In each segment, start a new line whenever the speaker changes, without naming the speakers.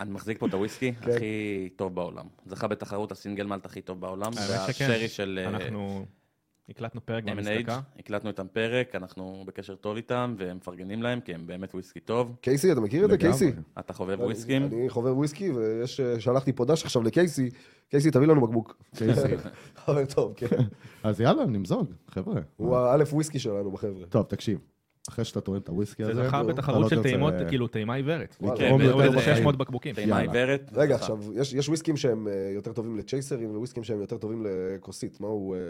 אני מחזיק פה את הוויסקי
כן.
הכי טוב בעולם. זכה בתחרות הסינגל מלט הכי טוב בעולם,
האמת שכן.
והשרי של אה,
אנחנו הקלטנו פרק
M&H,
במזדקה.
הקלטנו איתם פרק, אנחנו בקשר טוב איתם, והם מפרגנים להם, כי הם באמת וויסקי טוב.
קייסי, אתה מכיר את זה,
לגמרי.
קייסי?
אתה חובב
אני-
וויסקים?
אני חובב וויסקי, ויש, אה, שלחתי פה דש עכשיו לקייסי, קייסי, תביא לנו בקבוק.
קייסי.
חבר טוב, כן.
אז יאללה, נמזוג, חבר'ה.
הוא האלף וויסקי שלנו בחבר'ה.
טוב, תקשיב, אחרי שאתה טועם את הוויסקי
זה
הזה...
זכה
אתה
בתחרות
לא
של
תרצה-
טעימות,
אה,
כאילו טעימה עיוורת.
וואלה.
כן,
כן,
באיזה-
יותר
באיזה
בחיים.
600 בקבוקים.
טעימה
יאללה.
עיוורת.
רגע,
זכה.
עכשיו, יש יש וויסקים שהם אה, יותר טובים לצ'ייסרים, וויסקים שהם יותר טובים לכוסית. מה הוא... אה,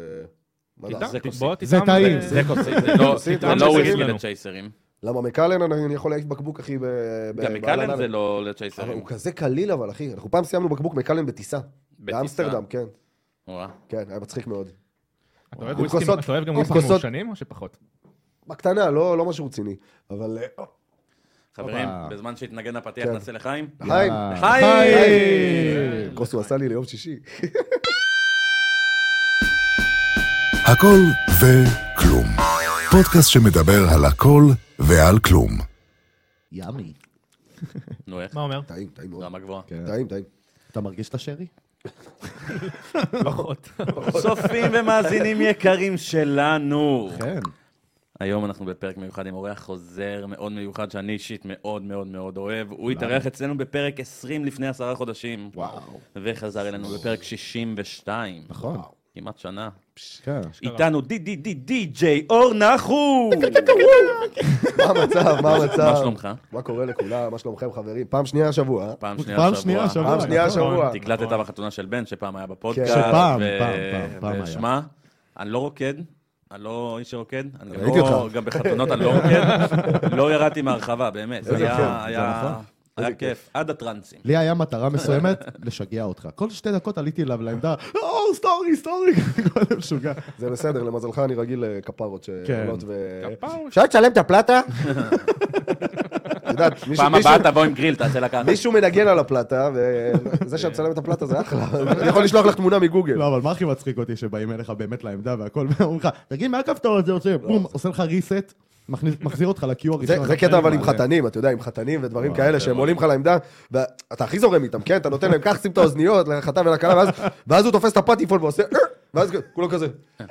מה
תטעם,
לעשות?
זה כוסית.
בוא תטעם.
זה טעים.
זה כוסית, זה לא-
כוסית,
זה
גם
לא
של
וויסקי
סרים.
לצ'ייסרים.
למה מקלן אני אני יכול להעיף בקבוק, אחי, ב... ב-
גם
באלן
מקלן זה
אלן.
לא
אבל
לצ'ייסרים.
הוא כזה קליל אבל, אחי. אנחנו פעם סיימנו בקבוק מקלן בטיסה. באמסטרדם, כן.
וואו.
כן, היה מצחיק מאוד.
אתה אוהב
עם
וויסקים-
כוסות-
אתה אוהב גם
עם
וויסקים
כוסות-
מעושנים או שפחות?
בקטנה, לא לא משהו רציני. אבל... אה,
חברים,
הופה.
בזמן שהתנגן הפתיח,
כן.
נעשה לחיים.
חיים!
יאללה.
חיים!
חיים!
כוס הוא עשה לי ליום שישי.
הכל וכלום. פודקאסט שמדבר על הכל ועל כלום.
ימי.
נו, איך?
מה אומר?
טעים, טעים מאוד.
רמה גבוהה.
כן.
טעים, טעים.
אתה מרגיש את השרי?
פחות.
צופים ומאזינים יקרים שלנו.
כן.
היום אנחנו בפרק מיוחד עם אורח חוזר מאוד מיוחד, שאני אישית מאוד מאוד מאוד אוהב. הוא התארח אצלנו בפרק 20 לפני עשרה חודשים,
וואו.
וחזר אלינו בפרק 62.
נכון.
כמעט שנה.
כן.
איתנו די די די די ג'יי אור נחום!
מה המצב? מה המצב?
מה שלומך?
מה קורה לכולם? מה שלומכם, חברים? פעם שנייה השבוע. אה?
פעם שנייה
פעם
השבוע.
שנייה השבוע.
פעם שנייה
נכון.
השבוע.
תקלטת בחתונה של בן, שפעם היה בפודקאסט.
כן.
שפעם,
ו-
פעם, פעם, פעם היה.
ושמע, אני לא רוקד, אני לא איש שרוקד, אני גם
ראיתי
לא,
אותך.
גם בחתונות אני לא רוקד, לא ירדתי מהרחבה, באמת. זה היה-
כיף,
היה
נכון.
היה כיף, עד הטרנסים.
לי היה מטרה מסוימת, לשגע אותך. כל שתי דקות עליתי אליו לעמדה, או, סטורי, סטורי, כל משוגע.
זה בסדר, למזלך אני רגיל לכפרות שעולות ו...
כפרות.
אפשר לשלם את הפלטה? את יודעת, מישהו-
פעם
מישהו-
הבאה תבוא עם גריל, תעשה לה ככה.
מישהו מנגן על הפלטה, וזה שאת מצלמת את הפלטה זה אחלה. אני יכול לשלוח לך תמונה מגוגל.
לא, אבל מה הכי מצחיק אותי שבאים אליך באמת לעמדה והכל, ואומרים לך, תגיד, מה הכפתור הזה עושה? בום, עושה לך reset, מכניס- מחזיר אותך ל-Q
לא. זה
הראשון. כן.
זה קטע אבל עם
מעלה.
חתנים, אתה יודע, עם חתנים ודברים
כן.
כאלה שהם עולים לך לעמדה, ואתה הכי זורם איתם, כן? אתה נותן להם, קח, שים את האוזניות לחתן ולכלה, ואז- ואז הוא תופס את הפטיפון ועושה, "אה", ואז כולו כזה.
כן.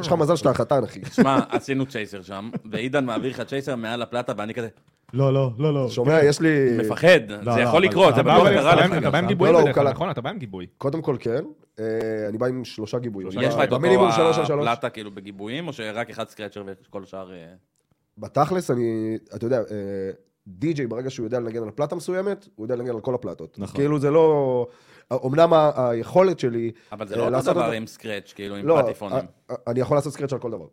יש לך מזל שאתה החתן, אחי.
שמע, עשינו צ'ייסר שם, ועידן מעביר לך צ'ייסר מעל הפלטה, ואני כזה
לא, לא, לא, לא.
שומע, יש לי...
מפחד,
לא,
זה
לא,
יכול
אבל-
לקרות, זה
אבל-
בטוח
אבל-
קרה
אבל-
לך.
אבל-
גם.
אתה בא עם
גם.
גיבוי
לא, לא,
בדרך
הוא
כלל,
קלט.
נכון? אתה בא עם גיבוי.
קודם כל כן, אה, אני בא עם שלושה גיבויים.
יש לך את
במינימום שלוש על
אותו
שלוש.
הפלטה כאילו בגיבויים, או שרק אחד סקרצ'ר וכל שאר... אה,
בתכלס, אני, אתה יודע, אה, די-ג'יי, ברגע שהוא יודע לנגן על פלטה מסוימת, הוא יודע לנגן על כל הפלטות.
נכון.
כאילו זה לא... אמנם ה- היכולת שלי...
אבל זה
אה,
לא אותו
לעשות
דבר
אותו-
עם סקרץ', כאילו עם
לא,
פטיפונים.
א- א- אני יכול לעשות סקרץ' על כל דבר.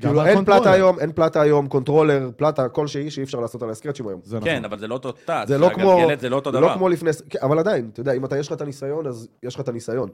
גם
כאילו
על
אין
קונטרולר.
פלטה היום, אין פלטה היום, קונטרולר, פלטה כלשהי שאי אפשר לעשות עליה סקרצ'ים היום.
זה נכון.
כן, אבל זה לא אותו טאט,
אה, זה לא כמו...
הגלגלת זה לא אותו דבר.
לא כמו לפני... כן, אבל עדיין, אתה יודע, אם אתה, יש לך את הניסיון, אז יש לך את הניסיון.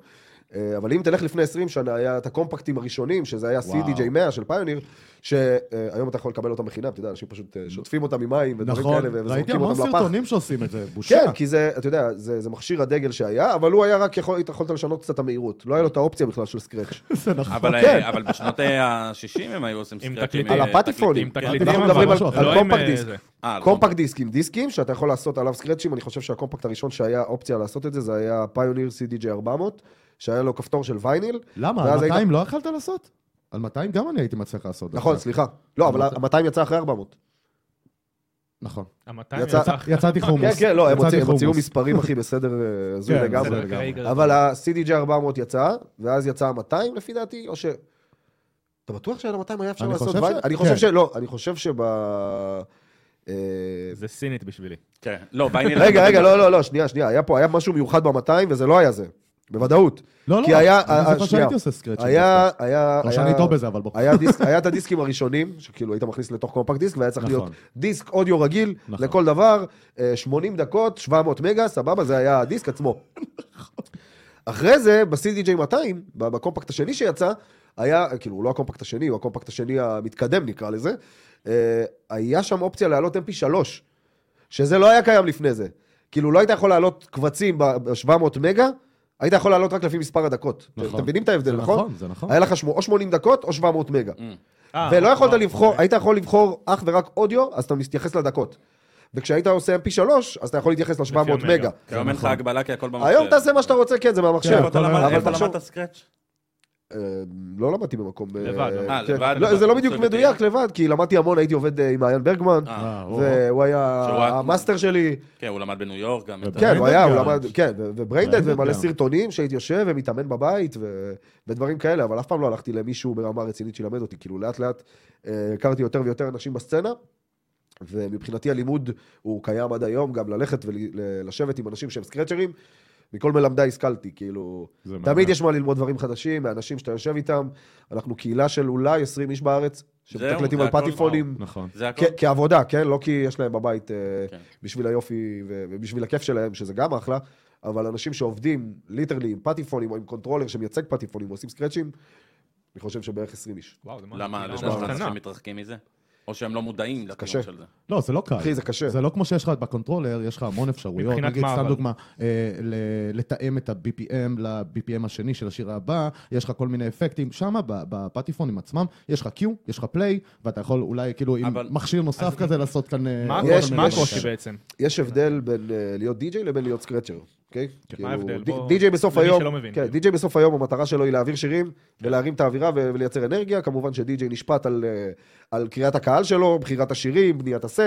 אה, אבל אם תלך לפני 20 שנה, היה את הקומפקטים הראשונים, שזה היה
וואו.
CDJ 100 של פיוניר, שהיום אתה יכול לקבל אותם בחינם, אתה יודע, אנשים פשוט אה, שוטפים אותם ממים ודברים
נכון,
כאלה,
ראיתי
וזורקים
המון
אותם לפח.
סרטונים שעושים את זה, בושה.
כן, כי זה, אתה יודע, זה, זה מכשיר הדגל שהיה, אבל הוא היה רק, יכול, היית יכולת לשנות קצת את המהירות. לא היה לו את האופציה בכלל של סקרץ'.
זה נכון.
אבל,
כן.
אה, אבל בשנות ה-60 הם היו עושים
עם
סקרצ'ים.
תקליטים.
על כן.
אה,
הפטיפונים.
עם תקליטים,
אנחנו
אבל
מדברים על
משהו אחר.
על
לא עם,
קומפקט
אה,
דיסק.
זה.
אה,
קומפקט דיסקים, דיסקים שאתה יכול לעשות עליו סקרצ'ים, אני חושב שהקומפקט הראשון שהיה אופציה לעשות את זה, זה היה פיוניר CDJ 400, שהיה לו כפתור של וייניל.
למה,
ואז
על
היית-
200 לא יכלת לעשות? על 200 גם אני הייתי מצליח לעשות.
נכון,
דווקא.
סליחה. לא, אבל
אבל זה-
ה-200 יצא אחרי 400.
נכון.
המאתיים
יצא-
יצא-
יצאתי
כן,
חומוס.
כן, לא, הם
יצאתי
הוציאו- הם הוציאו
חומוס.
מספרים, אחי, בסדר אה, הזוי
כן,
לגמרי.
בסדר. לגמרי.
אבל ה-CDJ 400 יצא, ואז יצא ה-200 לפי דעתי, או ש... אתה בטוח שעל ה-200 היה אפשר
אני
לעשות
חושב ש-
וייניל? אני חושב
כן.
שלא, אני חושב שב... אה,
זה סינית בשבילי.
כן. לא, ויינל...
רגע, רגע, לא, לא, לא, שנייה, שנייה, היה פה, היה משהו מיוחד ב-200 וזה לא היה זה, בוודאות.
לא, לא,
כי היה,
אני
אה,
זוכר
שנייה.
שהייתי עושה סקרץ'.
היה, היה,
לא
היה-
שאני טוב בזה, אבל בוא.
היה דיסק- היה את הדיסקים הראשונים, שכאילו היית מכניס לתוך קומפקט דיסק, והיה צריך
נכון.
להיות דיסק אודיו רגיל,
נכון.
לכל דבר, אה, 80 דקות, 700 מגה, סבבה, זה היה הדיסק עצמו.
נכון.
אחרי זה, ב-CDJ 200, ב- בקומפקט השני שיצא, היה, כאילו, לא הקומפקט השני, הוא הקומפקט השני המתקדם נקרא לזה, אה, היה שם אופציה להעלות mp3, שזה לא היה קיים לפני זה. כאילו, לא היית יכול להעלות קבצים ב-700 מגה, היית יכול להעלות רק לפי מספר הדקות.
נכון.
אתם מבינים את ההבדל,
זה
נכון?
זה נכון.
היה לך שמו- או 80 דקות או 700 מגה.
אה,
אה,
ולא יכולת
וואו.
לבחור, היית יכול לבחור אך ורק אודיו, אז אתה מתייחס לדקות. וכשהיית עושה mp3, אז אתה יכול להתייחס ל-700
המגה.
מגה.
כי היום אין לך
נכון.
הגבלה כי הכל במחשב.
היום תעשה מה שאתה רוצה, כן, זה מהמחשב.
איפה אתה למד-
אבל
איפה
תחשוב-
למדת סקרץ'?
אה, לא למדתי במקום... אה,
לבד,
אה,
כן.
לבד,
לא,
לבד,
זה לא בדיוק
בצוות,
מדויק,
כן.
לבד, כי למדתי המון, הייתי עובד אה, עם מעיין ברגמן,
אה,
והוא היה
שהוא היה-
המאסטר שלי.
כן, הוא למד בניו יורק גם. את ה-
כן, הוא היה, הוא
גם.
למד, כן, ו- ובריינדד
בריינדד
ומלא
גם.
סרטונים שהייתי יושב ומתאמן בבית ו- ודברים כאלה, אבל אף פעם לא הלכתי למישהו ברמה רצינית שילמד אותי, כאילו לאט לאט אה, הכרתי יותר ויותר אנשים בסצנה, ומבחינתי הלימוד הוא קיים עד היום, גם ללכת ולשבת עם אנשים שהם סקרצ'רים, מכל מלמדיי השכלתי, כאילו,
זה
תמיד
מעניין.
יש מה ללמוד דברים חדשים מאנשים שאתה יושב איתם, אנחנו קהילה של אולי 20 איש בארץ, שמתקלטים
זה
על
הכל,
פטיפונים.
נכון.
זה הכל.
כ- כעבודה, כן? לא כי יש להם בבית אה,
כן.
בשביל היופי ו- ובשביל הכיף שלהם, שזה גם אחלה, אבל אנשים שעובדים ליטרלי עם פטיפונים או עם קונטרולר שמייצג פטיפונים ועושים סקרצ'ים, אני חושב שבערך 20 איש.
וואו, זה מעניין.
למה,
כאילו,
לדעת
ממש קטנה.
שאנשים מתרחקים מזה? או שהם לא מודעים
קשה.
לקיום של זה.
לא, זה לא קל.
אחי, זה קשה.
זה לא כמו שיש לך בקונטרולר, יש לך המון אפשרויות.
מבחינת
נגיד,
מה,
סתם
אבל?
דוגמה, אה, ל- לתאם את ה-BPM ל-BPM השני של השיר הבא, יש לך כל מיני אפקטים. שם, בפטיפונים עצמם, יש לך Q, יש לך פליי, ואתה יכול אולי, כאילו, עם
אבל-
מכשיר נוסף כזה לעשות כאן... אה,
מה
עוד
יש-
הקושי-
כל
מה
מיני
יש-
הקושי
דברים.
בעצם?
יש הבדל בין אה, להיות די-ג'יי לבין להיות סקרצ'ר, אוקיי? כאילו,
כן, ההבדל?
די-
בוא-
די-ג'יי בסוף
למי
היום,
שלא מבין,
כן,
כאילו. כן.
די-ג'יי בסוף היום, המטרה שלו היא להעביר שירים ולהרים את האווירה ו- ולייצר אנרגיה. כמובן שדי-ג'יי נשפט על, אה, על קריאת הקהל שלו, בחירת השירים, בניית הסט,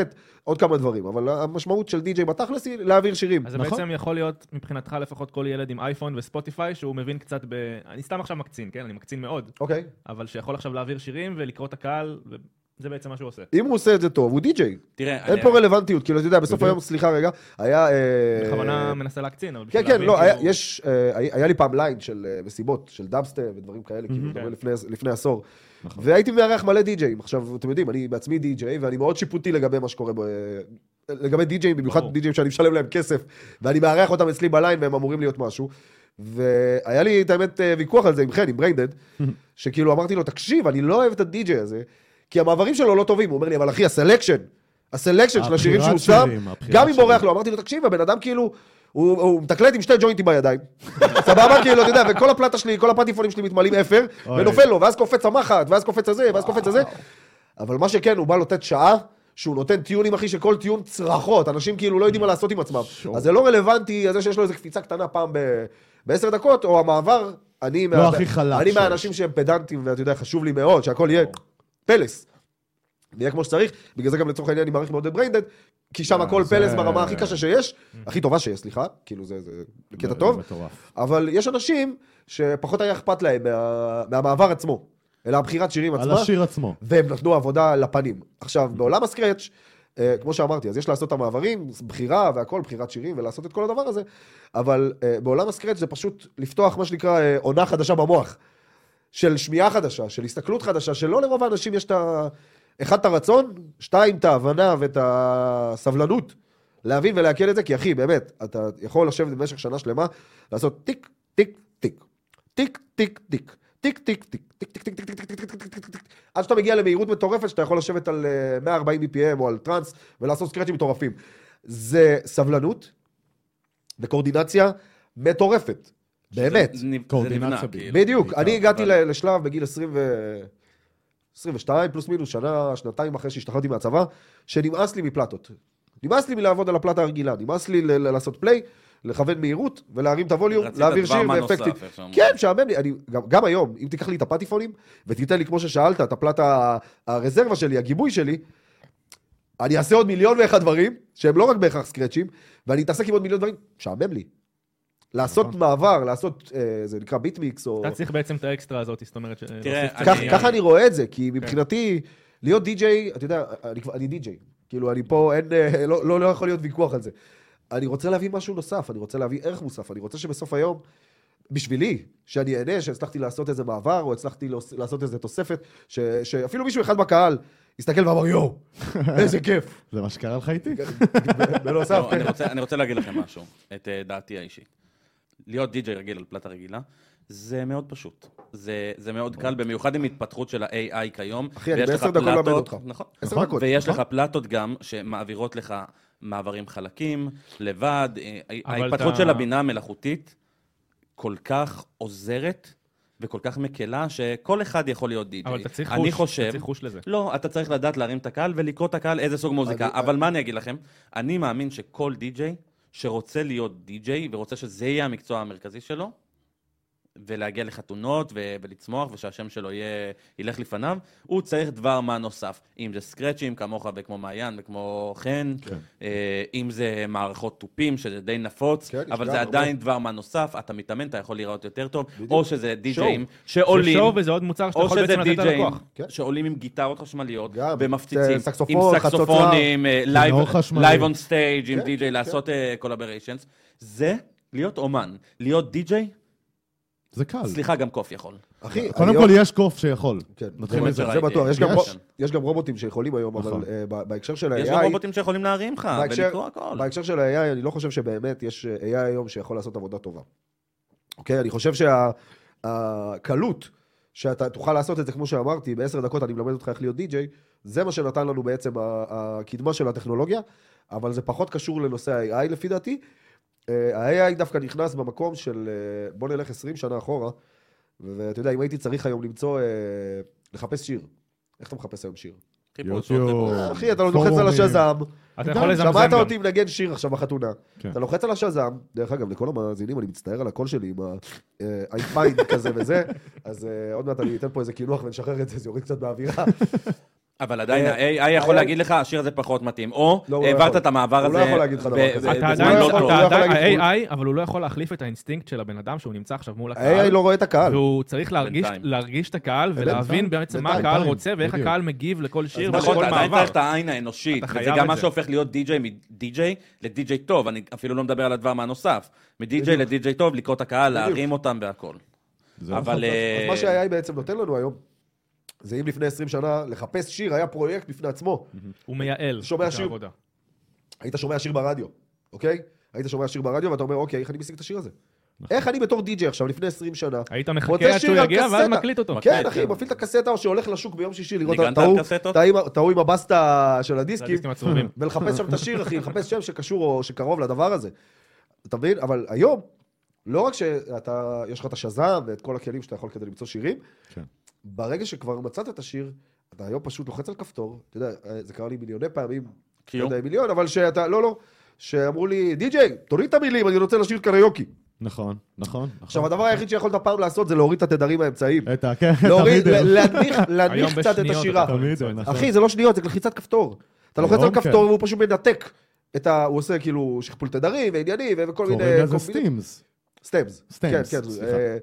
עוד כמה דברים. אבל המשמעות של די-ג'יי בתכלס היא להעביר שירים.
אז זה
נכון.
בעצם יכול להיות, מבחינתך לפחות, כל ילד עם אייפון וספוטיפיי, שהוא מבין קצת ב... אני סתם עכשיו מקצין, כן? אני מקצין מאוד.
אוקיי.
אבל שיכול עכשיו להעביר שירים ולקרוא את הקהל, וזה בעצם מה שהוא עושה.
אם הוא עושה את זה טוב, הוא די-ג'יי.
תראה,
אין
אני-
פה רלוונטיות, כאילו, אתה יודע, בסוף
בדיוק.
היום, סליחה רגע, היה... אה,
בכוונה מנסה להקצין, אבל
כן,
בשביל
כן,
להבין
לא, היה-
כאילו-
יש... אה, היה היה לי פעם ליין של אה, מסיבות, של דאבסטר ודברים כאלה, כאילו, אתה
כן.
רואה, לפני- לפני עשור.
נכון.
והייתי מארח מלא די-ג'אים. עכשיו, אתם יודעים, אני בעצמי די-ג'יי, ואני מאוד שיפוטי לגבי מה שקורה ב... אה, לגבי די-ג'אים, במיוחד
ברור.
די-ג'אים שאני משלם להם כסף, ואני מארח אותם אצלי בליין והם אמורים להיות משהו. והיה לי, את האמת, אה, ויכוח על זה עם חן, עם בריינדד, שכאילו אמרתי לו, תקשיב, אני לא אוהב את הדי-ג'יי הזה, כי המעברים שלו לא טובים. הוא אומר לי, אבל אחי, הסלקשן, הסלקשן של השירים שהוא
הבחירת
שם,
שירים, הבחירת
גם אם בורח לו, אמרתי לו, תקשיב, הבן אדם כאילו, הוא הוא מתקלט עם שתי ג'וינטים בידיים, סבבה, כאילו, אתה יודע, וכל הפלטה שלי, כל הפטיפונים שלי מתמלאים אפר,
אוי.
ונופל לו, ואז קופץ המחט, ואז קופץ הזה, ואז קופץ הזה. אבל מה שכן, הוא בא לתת שעה, שהוא נותן טיונים, אחי, שכל טיון צרחות, אנשים כאילו לא יודעים מה לעשות עם עצמם. אז זה לא רלוונטי, זה שיש לו איזו קפיצה קטנה פעם ב- בעשר דקות, או המעבר, אני...
לא
מה-
הכי חלש
אני
שיש.
מהאנשים שהם פדנטים, ואתה יודע, חשוב לי מאוד, שהכל יהיה פלס. נהיה כמו שצריך, בגלל זה גם לצורך העניין אני מעריך מאוד את בריינדד, כי שם הכל
זה-
פלס ברמה הכי קשה שיש, הכי טובה שיש, סליחה, כאילו זה זה קטע
זה
טוב,
מטורף.
אבל יש אנשים שפחות היה אכפת להם מה- מהמעבר עצמו, אלא הבחירת שירים
על
עצמה,
השיר עצמו.
והם נתנו עבודה לפנים. עכשיו, בעולם הסקרץ', אה, כמו שאמרתי, אז יש לעשות את המעברים, בחירה והכל, בחירת שירים ולעשות את כל הדבר הזה, אבל אה, בעולם הסקרץ' זה פשוט לפתוח מה שנקרא אה, עונה חדשה במוח, של שמיעה חדשה, של הסתכלות חדשה, שלא לרוב האנשים יש את ה... אחד, את הרצון, שתיים, את ההבנה ואת הסבלנות להבין ולעכל את זה, כי אחי, באמת, אתה יכול לשבת במשך שנה שלמה, לעשות טיק, טיק, טיק, טיק, טיק, טיק. טיק, טיק, טיק, טיק, טיק, טיק, טיק, טיק, טיק, טיק, טיק, טיק, טיק, טיק, עד שאתה מגיע למהירות מטורפת שאתה יכול לשבת על אה, 140 BPM או על טראנס ולעשות סקרצ'ים מטורפים. זה סבלנות וקואורדינציה מטורפת, באמת.
זה- זה נב- זה
קואורדינציה
נבנה,
בעיקר.
כאילו.
בדיוק,
בעיקר,
אני הגעתי
אבל-
ל- לשלב בגיל 20 ו... 22 פלוס מינוס, שנה, שנתיים אחרי שהשתחררתי מהצבא, שנמאס לי מפלטות. נמאס לי מלעבוד על הפלטה הרגילה, נמאס לי ל- ל- לעשות פליי, לכוון מהירות ולהרים את הווליום,
רצית
להעביר
דבר
שיר
מה נוסף,
ואפקטים.
איך שאומרים.
כן, משעמם לי, אני, גם, גם היום, אם תיקח לי את הפטיפונים ותיתן לי, כמו ששאלת, את הפלטה ה- הרזרבה שלי, הגיבוי שלי, אני אעשה עוד מיליון ואחד דברים, שהם לא רק בהכרח סקרצ'ים, ואני אתעסק עם עוד מיליון דברים, משעמם לי. לעשות
נכון.
מעבר, לעשות, אה, זה נקרא ביטמיקס, או...
אתה צריך בעצם את האקסטרה הזאת, זאת אומרת, ש-
תראה,
להוסיף-
כך-
אני- אה, כן.
ככה אני רואה את זה, כי מבחינתי, להיות די-ג'יי, אתה יודע, אני כבר- אני די-ג'יי. כאילו, אני פה, אין, אה, לא- לא לא יכול להיות ויכוח על זה. אני רוצה להביא משהו נוסף, אני רוצה להביא ערך מוסף, אני רוצה שבסוף היום, בשבילי, שאני אהנה, שהצלחתי לעשות איזה מעבר, או הצלחתי להוס- לעשות איזה תוספת, ש- שאפילו מישהו אחד בקהל יסתכל ואמר, יואו, איזה כיף.
זה מה שקרה לך איתי?
בנוסף,
לא,
כן.
אני רוצה- אני רוצה להגיד לכם משהו, את אה, דעתי האישית. להיות די-ג'יי רגיל על פלטה רגילה, זה מאוד פשוט. זה, זה מאוד קל, במיוחד עם התפתחות של ה-AI כיום.
אחי, אני
ויש לך
בעשר דקות מאבד
פלטות-
אותך.
נכון.
עשר דקות.
ויש לך פלטות גם שמעבירות לך מעברים חלקים, לבד. אה,
אבל
ההתפתחות
אתה-
של הבינה המלאכותית כל כך עוזרת וכל כך מקלה, שכל אחד יכול להיות די.ג'יי.
אבל אתה צריך
אני
חוש,
חושב...
אתה צריך חוש לזה.
לא, אתה צריך לדעת להרים את הקהל ולקרוא את הקהל איזה סוג מוזיקה.
אני-
אבל מה אני אגיד לכם? אני מאמין שכל די-ג'יי שרוצה להיות די-ג'יי ורוצה שזה יהיה המקצוע המרכזי שלו, ולהגיע לחתונות ו- ולצמוח ושהשם שלו יהיה, ילך לפניו, הוא צריך דבר מה נוסף. אם זה סקרצ'ים כמוך וכמו מעיין וכמו חן, כן. אה, אם זה מערכות תופים, שזה די נפוץ,
כן, יש
כן, אבל
גם
זה
הרבה.
עדיין דבר מה נוסף, אתה מתאמן, אתה יכול להיראות יותר טוב,
בדיוק.
או שזה די-ג'אים
זה
שעולים.
שואו וזה עוד מוצר שאתה
או
יכול
שזה
בעצם לתת
די-ג'אים
ללקוח.
כן.
שעולים עם גיטרות חשמליות,
גם, אה,
ומפציצים, עם
סקסופון, חצוצרה.
סקסופונים, אה, לייב-
כינור חשמלי.
לייב און סטייג' עם
כן,
די-ג'יי, לעשות קולבריישנס, זה להיות אומן, להיות די-ג'יי,
זה קל.
סליחה, גם קוף יכול.
אחי,
קודם
היום-
כל יש קוף שיכול.
כן,
נתחיל
זה-
מזה.
זה בטוח. יש גם
יש.
רוב- יש גם רובוטים שיכולים היום,
נכון.
אבל אה, ב- בהקשר של
יש גם
ה-AI,
רובוטים שיכולים להרים לך,
בהקשר-
ולקרוא הכל.
בהקשר של ה-AI, אני לא חושב שבאמת יש אה, AI היום שיכול לעשות עבודה טובה. אוקיי? אני חושב שהקלות שאתה תוכל לעשות את זה, כמו שאמרתי, בעשר דקות אני מלמד אותך איך להיות די-ג'יי, זה מה שנתן לנו בעצם ה- הקדמה של הטכנולוגיה, אבל זה פחות קשור לנושא ה-AI לפי דעתי. אה, ה-AI דווקא נכנס במקום של אה, בוא נלך 20 שנה אחורה, ואתה יודע, אם הייתי צריך היום למצוא, אה, לחפש שיר. איך אתה מחפש היום שיר?
חיפוש,
יוטיוב.
חיפוש.
אחי, אתה לא
פורומים.
לוחץ על השזם,
אתה יכול לזמזם
שמעת
גם.
אותי מנגן שיר עכשיו בחתונה.
כן.
אתה לוחץ על השזם, דרך אגב, לכל המאזינים, אני מצטער על הקול שלי עם ה-iPind כזה וזה, אז אה, עוד מעט אני אתן פה איזה קינוח ונשחרר את זה, זה יוריד קצת באווירה.
אבל עדיין
אה,
ה-AI יכול
אה,
להגיד לך, השיר הזה פחות מתאים, או
לא, הוא לא
העברת
יכול.
את המעבר
הוא
הזה.
לא יכול להגיד לך דבר
ב-
כזה.
ב-
הוא
אתה
בזמן
עדיין,
לא
לא
יכול,
טוב.
אתה
הוא לא יכול להגיד
עדיין, ה-AI, אבל הוא לא יכול להחליף את האינסטינקט של הבן אדם שהוא נמצא עכשיו מול הקהל.
AI לא רואה את הקהל.
והוא צריך להרגיש,
בינתיים.
להרגיש את הקהל ולהבין בעצם מה
בינתיים,
הקהל
בינתיים,
רוצה ואיך
בדיוק.
הקהל מגיב לכל שיר
נכון, אתה
ולכל
עדיין
כאילו, מעבר.
צריך את העין האנושית,
אתה
וזה
חייב
גם
את
מה
זה.
שהופך להיות די-ג'יי מדי-ג'יי לדי-ג'יי טוב, אני אפילו לא מדבר על הדבר מה נוסף, מדי-ג'יי לדי-ג'יי טוב, לקרוא את הקהל, להרים אותם והכל.
זה
אבל...
אז
אה,
מה שה-AI בעצם נותן לנו היום, זה אם לפני 20 שנה, לחפש שיר היה פרויקט בפני עצמו.
הוא מייעל.
שומע
את
שיר.
העבודה.
היית שומע שיר ברדיו, אוקיי? היית שומע שיר ברדיו ואתה אומר, אוקיי, איך אני משיג את השיר הזה?
נכון.
איך אני בתור די-ג'יי עכשיו, לפני 20 שנה,
היית מחכה
רוצה
עד שהוא
שיר על
יגיע ואז
קסטה.
מקליט אותו.
מקליט.
כן,
כן,
אחי,
כן.
מפעיל את הקסטה או שהולך לשוק ביום שישי לראות
ניגנת
את ההוא-
על קסטות?
את ההוא- את ההוא עם הבסטה של הדיסק,
סטטיסטים עצובים.
ולחפש שם את השיר, אחי, לחפש שם שקשור או שקרוב לדבר הזה. אתה מבין? אבל היום, לא רק שאתה, יש לך את השזם ואת כל הכלים שאתה יכול כדי למצוא שירים,
כן.
ברגע שכבר מצאת את השיר, אתה היום פשוט לוחץ על כפתור, אתה יודע, אה, זה קרה לי מיליוני פעמים, לא
קיו.
יודע, מיליון, אבל שאתה, לא, לא, שאמרו לי, די-ג'יי, תוריד את המילים, אני רוצה לשיר קריוקי.
נכון, נכון. נכון.
עכשיו, הדבר היחיד שיכולת פעם לעשות זה להוריד את התדרים האמצעיים.
את ה... כן,
להוריד,
תמיד,
ל- להנמיך
היום
להנמיך קצת את
בשניות
השירה.
אתה יכול
תמיד,
למצוא את זה.
נכון.
אחי, זה לא שניות, זה לחיצת כפתור. אתה לוחץ
היום
על
כן.
כפתור והוא פשוט מנתק. את ה... הוא עושה כאילו שכפול תדרים ועניינים ו- וכל מיני...
קוראים לזה
קומבינות.
סטימס.
סטמס. כן,
סטמס,
כן.
סליחה.
אה,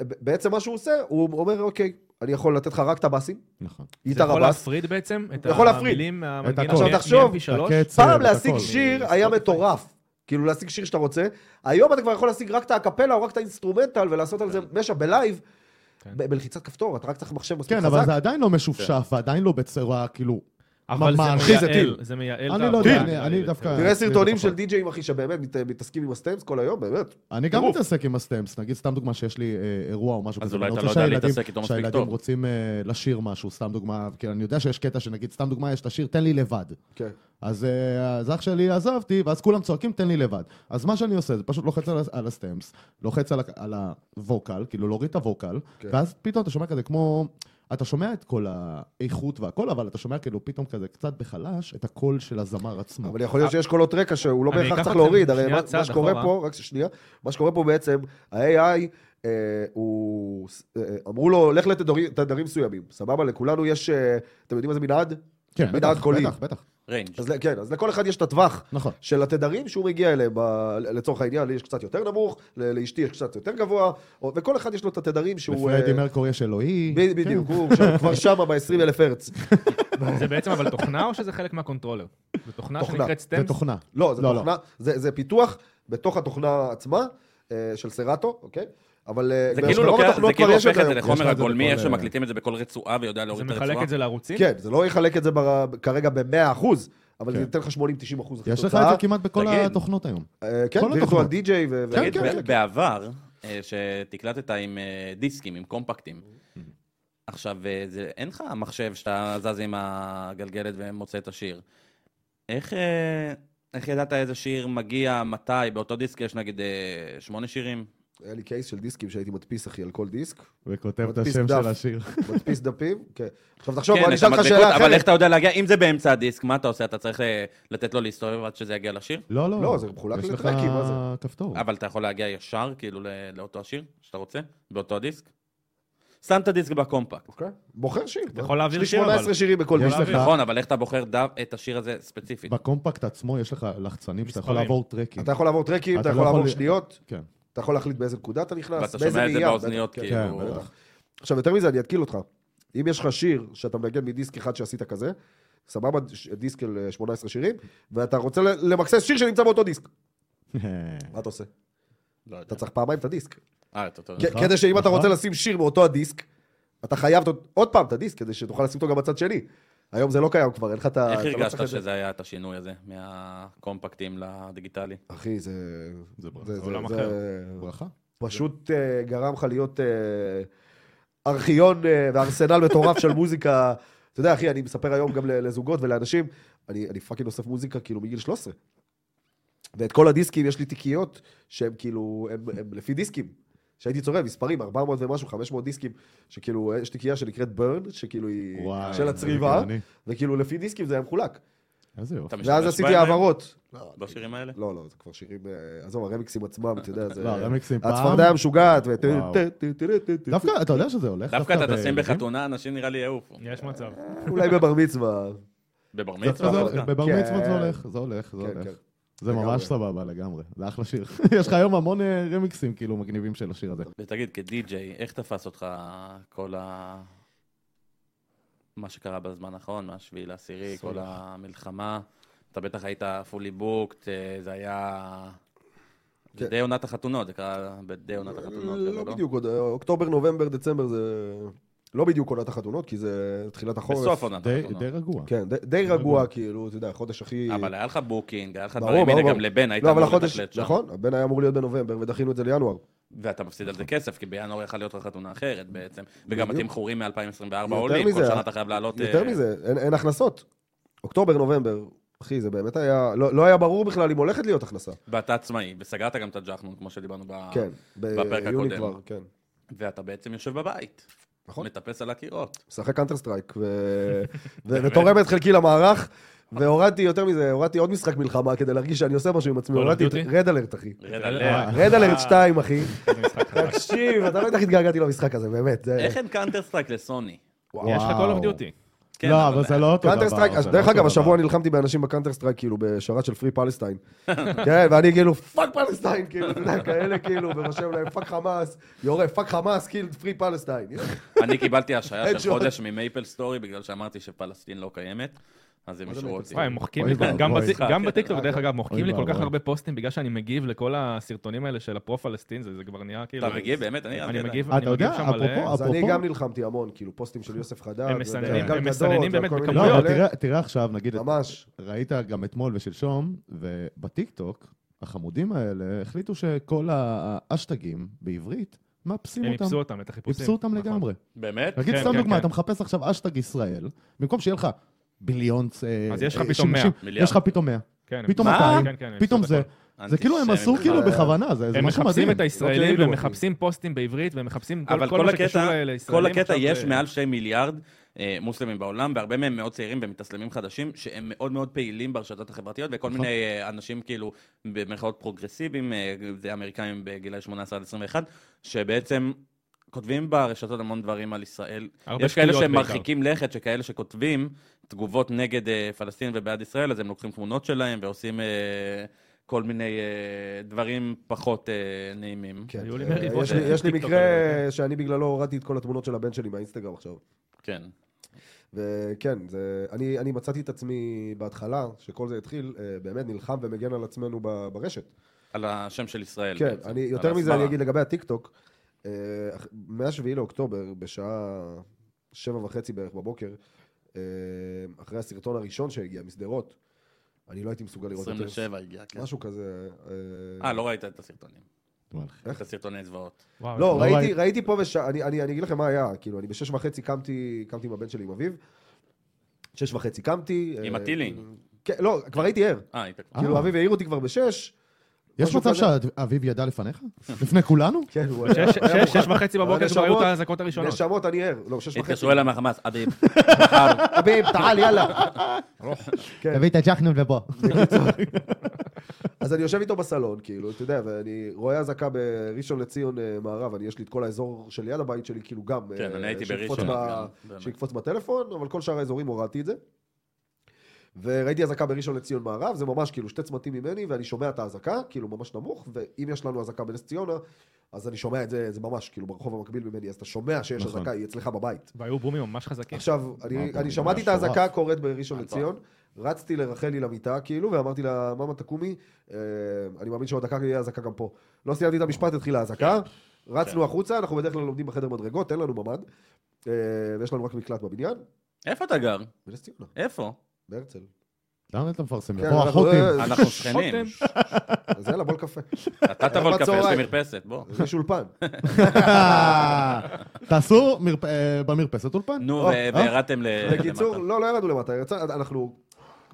ובעצם מה שהוא עושה, הוא אומר, אוקיי, אני יכול לתת לך רק את הבאסים,
נכון.
זה
גיטרה
יכול
בס.
להפריד בעצם את
יכול להפריד.
המילים מהמנגינה.
הכל.
עכשיו תחשוב,
מ- מ- מ-
הקצב,
פעם
את
להשיג
הכל.
שיר היה מטורף. כאילו להשיג שיר שאתה רוצה. היום אתה כבר יכול להשיג רק את הקפלה או רק את האינסטרומנטל ולעשות על זה משע בלייב.
כן.
ב- בלחיצת כפתור, אתה רק צריך מחשב מספיק
כן,
חזק. כן.
אבל זה עדיין לא משופשף, ועדיין לא בצורה, כאילו...
אבל זה
ממש.
אחי, זה
מייעל,
טיל.
זה מייעל. את כן.
אני לא
העבודה.
יודע, אני- אני לא דווקא...
תראה סרטונים
לפחות.
של די-ג'אים, אחי, שבאמת מת- מתעסקים עם הסטמס כל היום, באמת.
אני גם
טירוף.
מתעסק עם הסטמפס, נגיד סתם דוגמה שיש לי אה, אירוע או משהו
אז
כזה,
אולי
ואני
אתה
רוצה
לא יודע
שהילדים-
להתעסק איתו מספיק
שהילדים
טוב.
רוצים אה, לשיר משהו, סתם דוגמה, כי אני יודע שיש קטע שנגיד, סתם דוגמה, יש את השיר תן לי לבד.
כן.
אז, אה, אז אח שלי עזבתי, ואז כולם צועקים תן לי לבד. אז מה שאני עושה, זה פשוט לוחץ על, ה- על הסטמפס, לוחץ על, ה- על הווקל, כאילו להוריד את הווקל,
כן.
כן. ואז פתאום אתה שומע כזה כמו... אתה שומע את כל האיכות והכל, אבל אתה שומע כאילו פתאום כזה קצת בחלש את הקול של הזמר עצמו.
אבל יכול להיות שיש קולות רקע שהוא לא
אני
בהכרח
אקח
צריך
אתכם
להוריד, הרי
שנייה
מה-
צעד
מה שקורה
אחורה.
פה, רק שנייה, מה שקורה פה בעצם, ה-AI, אה, הוא, אה, אמרו לו, לך לתדרים מסוימים, סבבה? לכולנו יש, אה, אתם יודעים מה זה מנעד?
כן,
מנעד
בטח,
קולי.
בטח, בטח.
ריינג'.
אז ל- כן, אז לכל אחד יש את הטווח.
נכון.
של התדרים שהוא מגיע אליהם, ב- לצורך העניין, לי יש קצת יותר נמוך, ל- לאשתי יש קצת יותר גבוה, או- וכל אחד יש לו את התדרים שהוא...
בפרדי
אה,
מרקורי יש אלוהי. כן,
ב- בדיוק, הוא שם- כבר שמה ב-20 אלף הרץ.
זה בעצם אבל תוכנה או שזה חלק מהקונטרולר? זו תוכנה
תוכנה.
שנקראת
כן, זה
סטמס?
תוכנה.
לא, זה תוכנה, זה, זה פיתוח בתוך התוכנה עצמה אה, של סרטו, אוקיי? אבל אה,
זה
ברוב
כאילו לוקח,
התוכנות
זה כאילו
כבר יש
הופך את זה
היום.
יש
לחומר
לך את זה
הגולמי,
בכל,
איך
אה,
שמקליטים את זה בכל רצועה ויודע
זה
להוריד את הרצועה.
מחלק את זה לערוצים?
כן, זה לא יחלק את זה בר... כרגע ב-100 אחוז, אבל
כן.
זה ייתן לך 80-90 אחוז.
יש לך את זה כמעט בכל
תגיד.
התוכנות היום.
כן,
כל
וירטואל
התוכנות. כן,
די-ג'יי ו... כן. ו-
תגיד, ב- בעבר, אה, שתקלטת עם אה, דיסקים, עם קומפקטים, עכשיו, אה, זה- אין לך מחשב שאתה זז עם הגלגלת ומוצא את השיר. איך אה, איך ידעת איזה שיר מגיע, מתי? באותו דיסק יש נגיד אה, שמונה שירים?
היה לי קייס של דיסקים שהייתי מדפיס, אחי, על כל דיסק.
וכותב את
מדפיס
השם
דף.
של השיר.
מדפיס דפים, כן. עכשיו תחשוב,
כן,
בוא אני
את
אשאל אותך
המדבקות,
שאלה
אבל איך
אחרת.
אתה יודע להגיע, אם זה באמצע הדיסק, מה אתה עושה? אתה צריך אה, לתת לו להסתובב עד שזה יגיע לשיר?
לא, לא.
לא, זה מחולק לטרקים, מה
יש
זה?
לך כפתור.
אבל אתה יכול להגיע ישר, כאילו, ל- לאותו השיר שאתה רוצה, באותו הדיסק? שם את הדיסק בקומפקט.
אוקיי. בוחר שיר.
אתה יכול להעביר
יש לי
שיר, אבל.
18 שירים בכל
יש
דיסק.
לך,
נכון, אבל איך אתה בוחר דו- את השיר הזה ספציפית?
בקומפקט עצמו יש לך לחצנים שאתה יכול
מספרים.
לעבור טרקים.
אתה יכול לעבור טרקים, אתה
אתה לא
יכול לעבור
יכול-
שניות,
כן.
אתה יכול להחליט באיזה נקודה אתה נכנס,
ואתה
באיזה
שומע את זה
ראייה.
באוזניות,
בטח, כן.
כן,
כאילו.
בטח.
עכשיו, יותר מזה, אני אתקיל אותך. אם יש לך שיר שאתה מנגן מדיסק אחד שעשית כזה, סבבה, ש- דיסק של אה, 18 שירים, ואתה רוצה ל- למקסס שיר שנמצא באותו דיסק, מה אתה עושה?
לא
אתה צריך פעמיים את הדיסק.
אה, את אותו...
כ-
נכון,
כדי שאם אתה
נכון.
רוצה לשים שיר באותו הדיסק, אתה חייב אותו- עוד פעם את הדיסק, כדי שתוכל לשים אותו גם בצד שני. היום זה לא קיים כבר, אין לך את ה...
איך
אתה לא צריך
הרגשת
את זה.
שזה היה את השינוי הזה, מהקומפקטים לדיגיטלי?
אחי, זה...
זה ברכה.
זה-
עולם
זה-
אחר.
זה-
ברכה.
פשוט אה, גרם לך להיות אה, ארכיון אה, וארסנל מטורף של מוזיקה. אתה יודע, אחי, אני מספר היום גם ל- לזוגות ולאנשים, אני אני פאקינג אוסף מוזיקה כאילו מגיל 13. ואת כל הדיסקים יש לי תיקיות שהם כאילו, הם הם לפי דיסקים. שהייתי צורב, מספרים, 400 ומשהו, 500 דיסקים, שכאילו, אה, יש תיקייה שנקראת ברן, שכאילו היא
וואי,
של
זה
הצריבה,
גאוני.
וכאילו לפי דיסקים זה היה מחולק.
איזה יופי.
אתה משתמש
ואז עשיתי
בהם היום?
העברות. לא,
בשירים האלה?
לא, לא, זה כבר שירים, אה, עזוב, הרמיקסים עצמם, אתה יודע, זה...
לא, הרמיקסים פעם.
הצפרדע המשוגעת, ו...
וואו. דווקא, אתה יודע שזה הולך.
דווקא אתה תשים
בילדים?
בחתונה, אנשים נראה לי יעופו.
יש מצב.
אולי בבר מצווה.
בבר
דווקא
מצווה?
זה
דווקא.
הולך, בבר
כן.
מצוות זה הולך, זה הולך, זה
כן,
הולך.
כן.
זה
לגמרי.
ממש סבבה לגמרי, זה אחלה שיר. יש לך היום המון אה, רמיקסים כאילו מגניבים של השיר הזה.
ותגיד, כדי-ג'יי, איך תפס אותך כל ה... מה שקרה בזמן האחרון, מהשביעי לעשירי, כל המלחמה? אתה בטח היית fully booked, אה, זה היה... זה
כן.
די עונת החתונות, זה קרה בדי עונת החתונות.
לא בדיוק, עוד אוקטובר, נובמבר, דצמבר זה... לא בדיוק עונת החתונות, כי זה תחילת החורף.
בסוף עונת
די-
החתונות.
די רגוע.
כן, די- די רגוע, כאילו, אתה יודע, חודש הכי...
אבל היה לך בוקינג, היה לך
ברור,
דברים, הנה
ברור,
גם
ברור.
לבן היית
לא, אבל
אמור
החודש,
לתכלת שם.
נכון, הבן היה אמור להיות בנובמבר, ודחינו את זה לינואר.
ואתה מפסיד על זה כסף, כי בינואר יכול להיות לך חתונה אחרת בעצם. וגם
בדיוק.
התמחורים מ-2024
יותר
עולים, כל
מזה,
שנה אתה חייב לעלות...
יותר
אה,
מזה, אין- אין הכנסות. אוקטובר, נובמבר, אחי, זה באמת היה... לא לא היה ברור בכלל אם הולכת להיות הכנסה.
ואתה עצמאי, וסגרת גם את הג'חנון, כמו שדיברנו ב...
כן,
בפרק
ביוני
הקודם.
כבר, כן.
ואתה בעצם יושב בבית.
נכון.
מטפס על הקירות.
משחק קאנטר סטרייק, ו... ו- ותורם את חלקי למערך, והורדתי יותר מזה, הורדתי עוד משחק מלחמה כדי להרגיש שאני עושה משהו עם עצמי,
Call of
הורדתי את
Duty? אה.
רד אלרט, אחי.
אה,
רד
עליה.
עליה.
רד אלרט 2, אחי.
איזה משחק חדש.
תקשיב, אתה לא יודע איך התגעגעתי למשחק הזה, באמת.
אה.
זה-
איך אין קאנטר סטרייק לסוני?
וואו.
יש לך כל אוף דיוטי.
כן,
לא, אבל זה לא אותו דבר.
קאנטר סטרייק,
זה לא
דרך
אותו
אגב, השבוע
דבר.
נלחמתי באנשים בקאנטר סטרייק, כאילו, בשרת של פרי פלסטיין. כן, ואני כאילו, פאק פלסטיין, כאילו, אתה יודע, כאלה, כאילו, ורושם להם, פאק חמאס, יורה, פאק חמאס, כאילו, פרי פלסטיין.
אני קיבלתי השעיה של
Headshot.
חודש ממייפל סטורי, בגלל שאמרתי שפלסטין לא קיימת, אז הם אישרו אותי.
וואי, אה, הם מוחקים
אוי
לי, כל-
ואבוי.
גם
סליחה,
בטיק- גם
כן.
בטיקטוק, דרך אגב, מוחקים לי כל כך
ואבוי.
הרבה פוסטים בגלל שאני מגיב לכל הסרטונים האלה של הפרו-פלסטין, זה זה כבר נהיה כאילו...
אתה מגיב, באמת, אני
אני
ידעתי.
מגיב,
אתה
אני מגיב
יודע,
שם מלא.
אפרופו-
אז אני
אפרופו-
גם נלחמתי המון, כאילו, פוסטים של יוסף חדד.
הם מסננים,
וגל
הם
גדות,
מסננים
ועל
באמת
כל מיני
לא,
בכמויות.
כאלה.
אבל תראה- תראה עכשיו, נגיד, את-
ממש.
ראית גם אתמול ושלשום, ובטיקטוק, החמודים האלה החליטו שכל האשטגים בעברית, מאפסים
הם
אותם.
איפסו אותם, את החיפושים.
איפסו אותם
נכון.
לגמרי.
באמת?
נגיד
כן,
סתם
כן,
דוגמה,
כן.
אתה מחפש עכשיו אשטג ישראל, במקום שיהיה לך ביליון... אה,
אז יש לך
אה,
פתאום
שימושים,
100.
מיליארד.
יש לך פתאום 100.
כן,
פתאום
הם-
200,
כן, כן, הם
פתאום
איפסו
זה.
את הכל.
זה כאילו הם
אנטישמים
עשו
לך.
כאילו
בכלל.
בכוונה, זה זה
אה, הם
משהו
מחפשים
מדהים.
את הישראלים
כאילו, אחי.
והם מחפשים פוסטים בעברית והם מחפשים כל
אוקיי, אבל
כל
כל
מה שקשור
הקטע,
ל- לישראלים.
כל הקטע
עכשיו,
יש
אה,
מעל שתי מיליארד אה, מוסלמים בעולם, והרבה מהם מאוד צעירים ומתאסלמים חדשים, שהם מאוד מאוד פעילים ברשתות החברתיות, וכל
נכון.
מיני אה, אנשים כאילו, במירכאות פרוגרסיביים, אה, זה אמריקאים בגילאי 18 עד 21, שבעצם... כותבים ברשתות המון דברים על ישראל.
הרבה
יש כאלה
שטויות
שהם
בעיקר.
מרחיקים לכת, שכאלה שכותבים תגובות נגד אה, פלסטין ובעד ישראל, אז הם לוקחים תמונות שלהם ועושים אה, כל מיני אה, דברים פחות אה, נעימים.
כן,
היו לי
אה,
מריבות
יש לי- יש לי
בטיקטוק
מקרה
האלה.
שאני בגללו הורדתי את כל התמונות של הבן שלי מהאינסטגרם עכשיו.
כן.
וכן, זה, אני, אני מצאתי את עצמי בהתחלה, שכל זה התחיל, אה, באמת נלחם ומגן על עצמנו ב, ברשת.
על השם של ישראל.
כן,
בעצם,
אני,
על
יותר מזה
ההסברה.
אני אגיד לגבי הטיקטוק, אה, אח- מה-7 לאוקטובר, בשעה שבע וחצי בערך בבוקר, אה, אחרי הסרטון הראשון שהגיע משדרות, אני לא הייתי מסוגל לראות את זה.
27 הגיע, כן.
משהו כזה. אה,
אה, לא ראית את הסרטונים.
איך?
את הסרטוני זוועות.
וואו,
לא,
לא
ראיתי,
ראיתי.
ראיתי פה וש... אני, אני, אני אגיד לכם מה היה, כאילו, אני בשש וחצי קמתי, קמתי עם הבן שלי, עם אביו. שש וחצי קמתי.
עם
אה,
הטילינג.
כן, לא, כבר הייתי ער.
אה, היית כבר.
אה.
כאילו, אביו העיר אותי כבר בשש,
יש
משהו
מצב
כזה.
שאביב ידע לפניך? לפני כולנו?
כן, הוא היה-
שש-
היה
שש-
מוכן.
שש וחצי בבוקר כבר היו את האזעקות הראשונות.
נשמות, אני ער. לא, שש וחצי.
התקשרו אליי מהחמאס, אביב, מחר.
חביב, תעל, יאללה. כן.
תביא את הג'חנון ובוא.
אז אני יושב איתו בסלון, כאילו, אתה יודע, ואני רואה אזעקה בראשון לציון אה, מערב, אני יש לי את כל האזור שליד הבית שלי, כאילו גם...
כן,
אה,
אני הייתי
שיקפוץ
בראשון,
ב-
גם, באמת.
שיקפוץ בטלפון, אבל כל שאר האזורים הורדתי את זה. וראיתי אזעקה בראשון לציון מערב, זה ממש כאילו שתי צמתים ממני, ואני שומע את האזעקה, כאילו ממש נמוך, ואם יש לנו אזעקה בנס ציונה, אז אני שומע את זה, זה ממש כאילו ברחוב המקביל ממני, אז אתה שומע שיש
נכון.
אזעקה, היא אצלך בבית.
והיו בומים ממש
אה,
חזקים.
עכשיו, אני,
אתה
אני
נראה
שמעתי את
מטורף.
האזעקה קורית בראשון
מטורף.
לציון, רצתי לרחלי למיטה, כאילו, ואמרתי לה, ממא תקומי, אה, אני מאמין שעוד דקה תהיה אזעקה גם פה. לא סיימתי את המשפט, התחילה האזעקה, רצנו החוצה, אנחנו בדרך כלל לומדים בחדר מדרגות, אין לנו ממ"ד, אה, ויש לנו רק מקלט בבניין,
איפה אתה גר?
בנס ציונה,
איפה?
בהרצל.
למה אתה מפרסם?
כן,
פה
אנחנו-
החות'ים.
אה,
אנחנו שכנים.
אז יאללה, בוא לקפה.
אתה תבוא לקפה, יש
בצהריים.
לי מרפסת, בוא.
יש אולפן.
תעשו מרפ- אה, במרפסת אולפן.
נו,
או,
ו-
אה?
וירדתם ל...
בקיצור,
למטה.
לא, לא ירדנו למטה, יצא- אנחנו...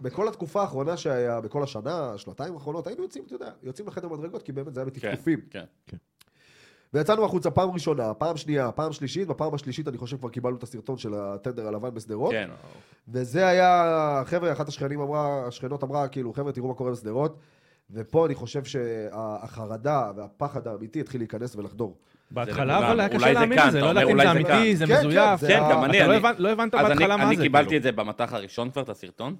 בכל התקופה האחרונה שהיה, בכל השנה, שנתיים האחרונות, היינו יוצאים, אתה יודע, יוצאים לחדר מדרגות, כי באמת זה היה
כן,
בטפטופים.
כן.
ויצאנו החוצה פעם ראשונה, פעם שנייה, פעם שלישית, בפעם השלישית אני חושב כבר קיבלנו את הסרטון של הטנדר הלבן בשדרות.
כן.
וזה היה, חבר'ה, אחת השכנים אמרה, השכנות אמרה, כאילו, חבר'ה, תראו מה קורה בשדרות. ופה אני חושב שהחרדה והפחד האמיתי התחיל להיכנס ולחדור.
בהתחלה
לכולם.
אבל היה קשה
אולי זה
להאמין
כאן,
לזה,
אתה
לא
אומר,
ידעתי אם
אולי זה
זה
כאן.
אמיתי, זה
כן, כן,
מזויף.
זה
כן,
ה-
גם אני,
אתה לא
אני-
הבנת- לא הבנת
אז אני-
בהתחלה מה
אני
זה.
קיבלתי
כאילו.
את זה במטח הראשון כבר, את הסרטון.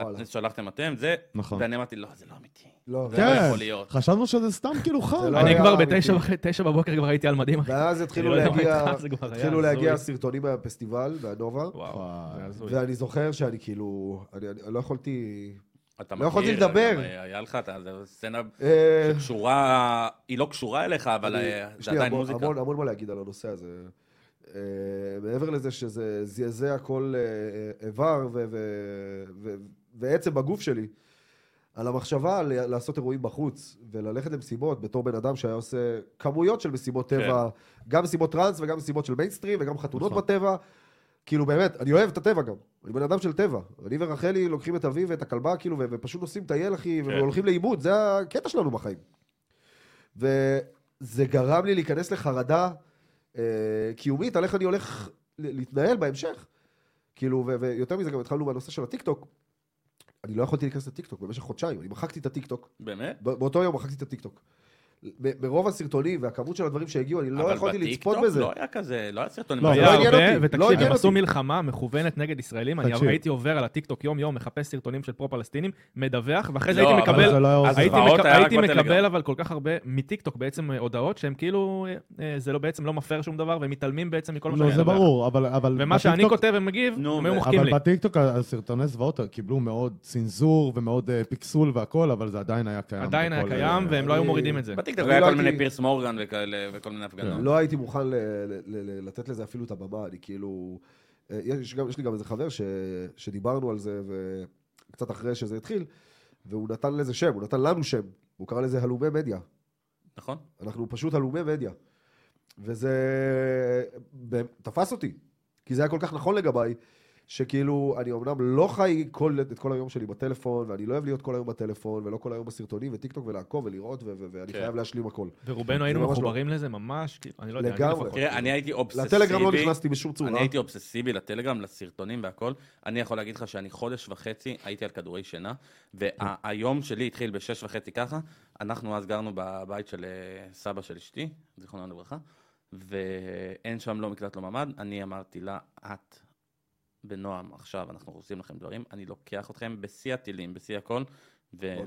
וואלה.
את- שלחתם אתם, זה...
נכון.
ואני אמרתי, לא, זה לא אמיתי.
לא,
זה
ו-
לא
כן,
יכול להיות.
חשבנו שזה סתם כאילו חם.
לא
אני
היה
כבר
אמיתי.
בתשע וחצי- תשע בבוקר כבר הייתי על מדים, אחי.
ואז התחילו
אני לא יודע מה
להגיע,
איתך, זה כבר היה
התחילו
הזוי.
להגיע לא הסרטונים מהפסטיבל, והנובה.
וואו, זה הזוי.
ואני זוכר שאני כאילו, אני, אני לא יכולתי...
אתה
לא יכולתי
מכיר,
לדבר.
גם אה, היה לך, אתה- זה סצנה
אה,
שקשורה, היא לא קשורה אליך, אבל
אני-
אה,
יש
זה
לי
עדיין
המון-
מוזיקה.
המון, המון מה להגיד על הנושא הזה. אה, מעבר לזה שזה זעזע כל אה, איבר ו- ו- ו- ועצם בגוף שלי, על המחשבה ל- לעשות אירועים בחוץ וללכת למסיבות בתור בן אדם שהיה עושה כמויות של מסיבות
כן.
טבע, גם מסיבות טראנס וגם מסיבות של מיינסטרים וגם חתונות
נכון.
בטבע. כאילו באמת, אני אוהב את הטבע גם, אני בן אדם של טבע. אני ורחלי לוקחים את אבי ואת הכלבה כאילו ו- ופשוט נוסעים טייל אחי
כן.
והולכים לאיבוד, זה הקטע שלנו בחיים. וזה גרם לי להיכנס לחרדה אה, קיומית על איך אני הולך ל- להתנהל בהמשך. כאילו, ו- ויותר מזה, גם התחלנו מהנושא של הטיקטוק. אני לא יכולתי להיכנס לטיקטוק במשך חודשיים, אני מחקתי את הטיקטוק.
באמת?
ב- באותו יום מחקתי את הטיקטוק. מ- מרוב הסרטונים והכמות של הדברים שהגיעו, אני לא
אבל
יכולתי
בטיקטוק
לצפות בזה.
לא היה כזה, לא היה סרטונים.
לא,
אבל
אבל
היה
היה
לא עניין
הרבה,
אותי, לא
ותקשיב,
עניין
הם עשו
אותי.
מלחמה מכוונת נגד ישראלים, אני
תקשיב.
הייתי עובר על הטיקטוק יום-יום, מחפש סרטונים של פרו-פלסטינים, מדווח, ואחרי זה
לא,
הייתי
אבל
זה
מקבל...
לא היה
אז
עוזר.
הייתי
הזוועות
מק-
היה רק
הייתי מקבל
בטלגרם.
אבל כל כך הרבה מטיקטוק בעצם אה, הודעות שהם כאילו, אה, אה, זה לא בעצם לא מפר שום דבר, והם מתעלמים בעצם מכל מה
לא,
שאני
זה
מדווח.
ברור, אבל... אבל
ומה שאני
בטיקטוק-
כותב ומגיב,
נו,
הם היו
ו-
מוחקים לי.
אבל בטיקטוק הסרטוני זוועות קיבלו מאוד צנזור ומאוד אה, פיקסול והכל, אבל זה עדיין היה קיים.
עדיין היה
בכל,
קיים,
אה,
והם לא היו
אני-
מורידים את זה.
בטיקטוק
אני
היה
לא
כל
הייתי-
מיני פירס מורגן וכאלה, וכל מיני הפגנות.
לא הייתי מוכן ל- ל- ל- לתת לזה אפילו את הבמה, אני כאילו... אה, יש, גם, יש לי גם איזה חבר ש, שדיברנו על זה, וקצת אחרי שזה התחיל, והוא נתן לזה שם, הוא נתן לנו שם, הוא קרא לזה הלומי מדיה.
נכון?
אנחנו פשוט הלומי מדיה. וזה באמת, תפס אותי, כי זה היה כל כך נכון לגביי, שכאילו, אני אמנם לא חי כל, את כל היום שלי בטלפון, ואני לא אוהב להיות כל היום בטלפון, ולא כל היום בסרטונים, וטיקטוק, ולעקוב, ולראות, ו- ו- ואני
כן.
חייב להשלים הכל.
ורובנו
ממש
היינו
לא.
מחוברים לזה ממש, כאילו, אני לא יודע, אני
לגמרי.
לפחות.
תראה, אני הייתי אובססיבי.
לטלגרם לא נכנסתי בשום צורה.
אני הייתי אובססיבי לטלגרם, לסרטונים והכל. אני יכול להגיד לך שאני חודש וחצי הייתי על כדורי שינה, והיום שלי התחיל בשש וחצי ככה. אנחנו אז גרנו בבית של אה, סבא של אשתי, זיכרונה לברכה, ואין שם לא מקלט, לא ממ"ד. אני אמרתי לה, את בנועם, עכשיו אנחנו עושים לכם דברים, אני לוקח אתכם בשיא הטילים, בשיא הכל,
יום?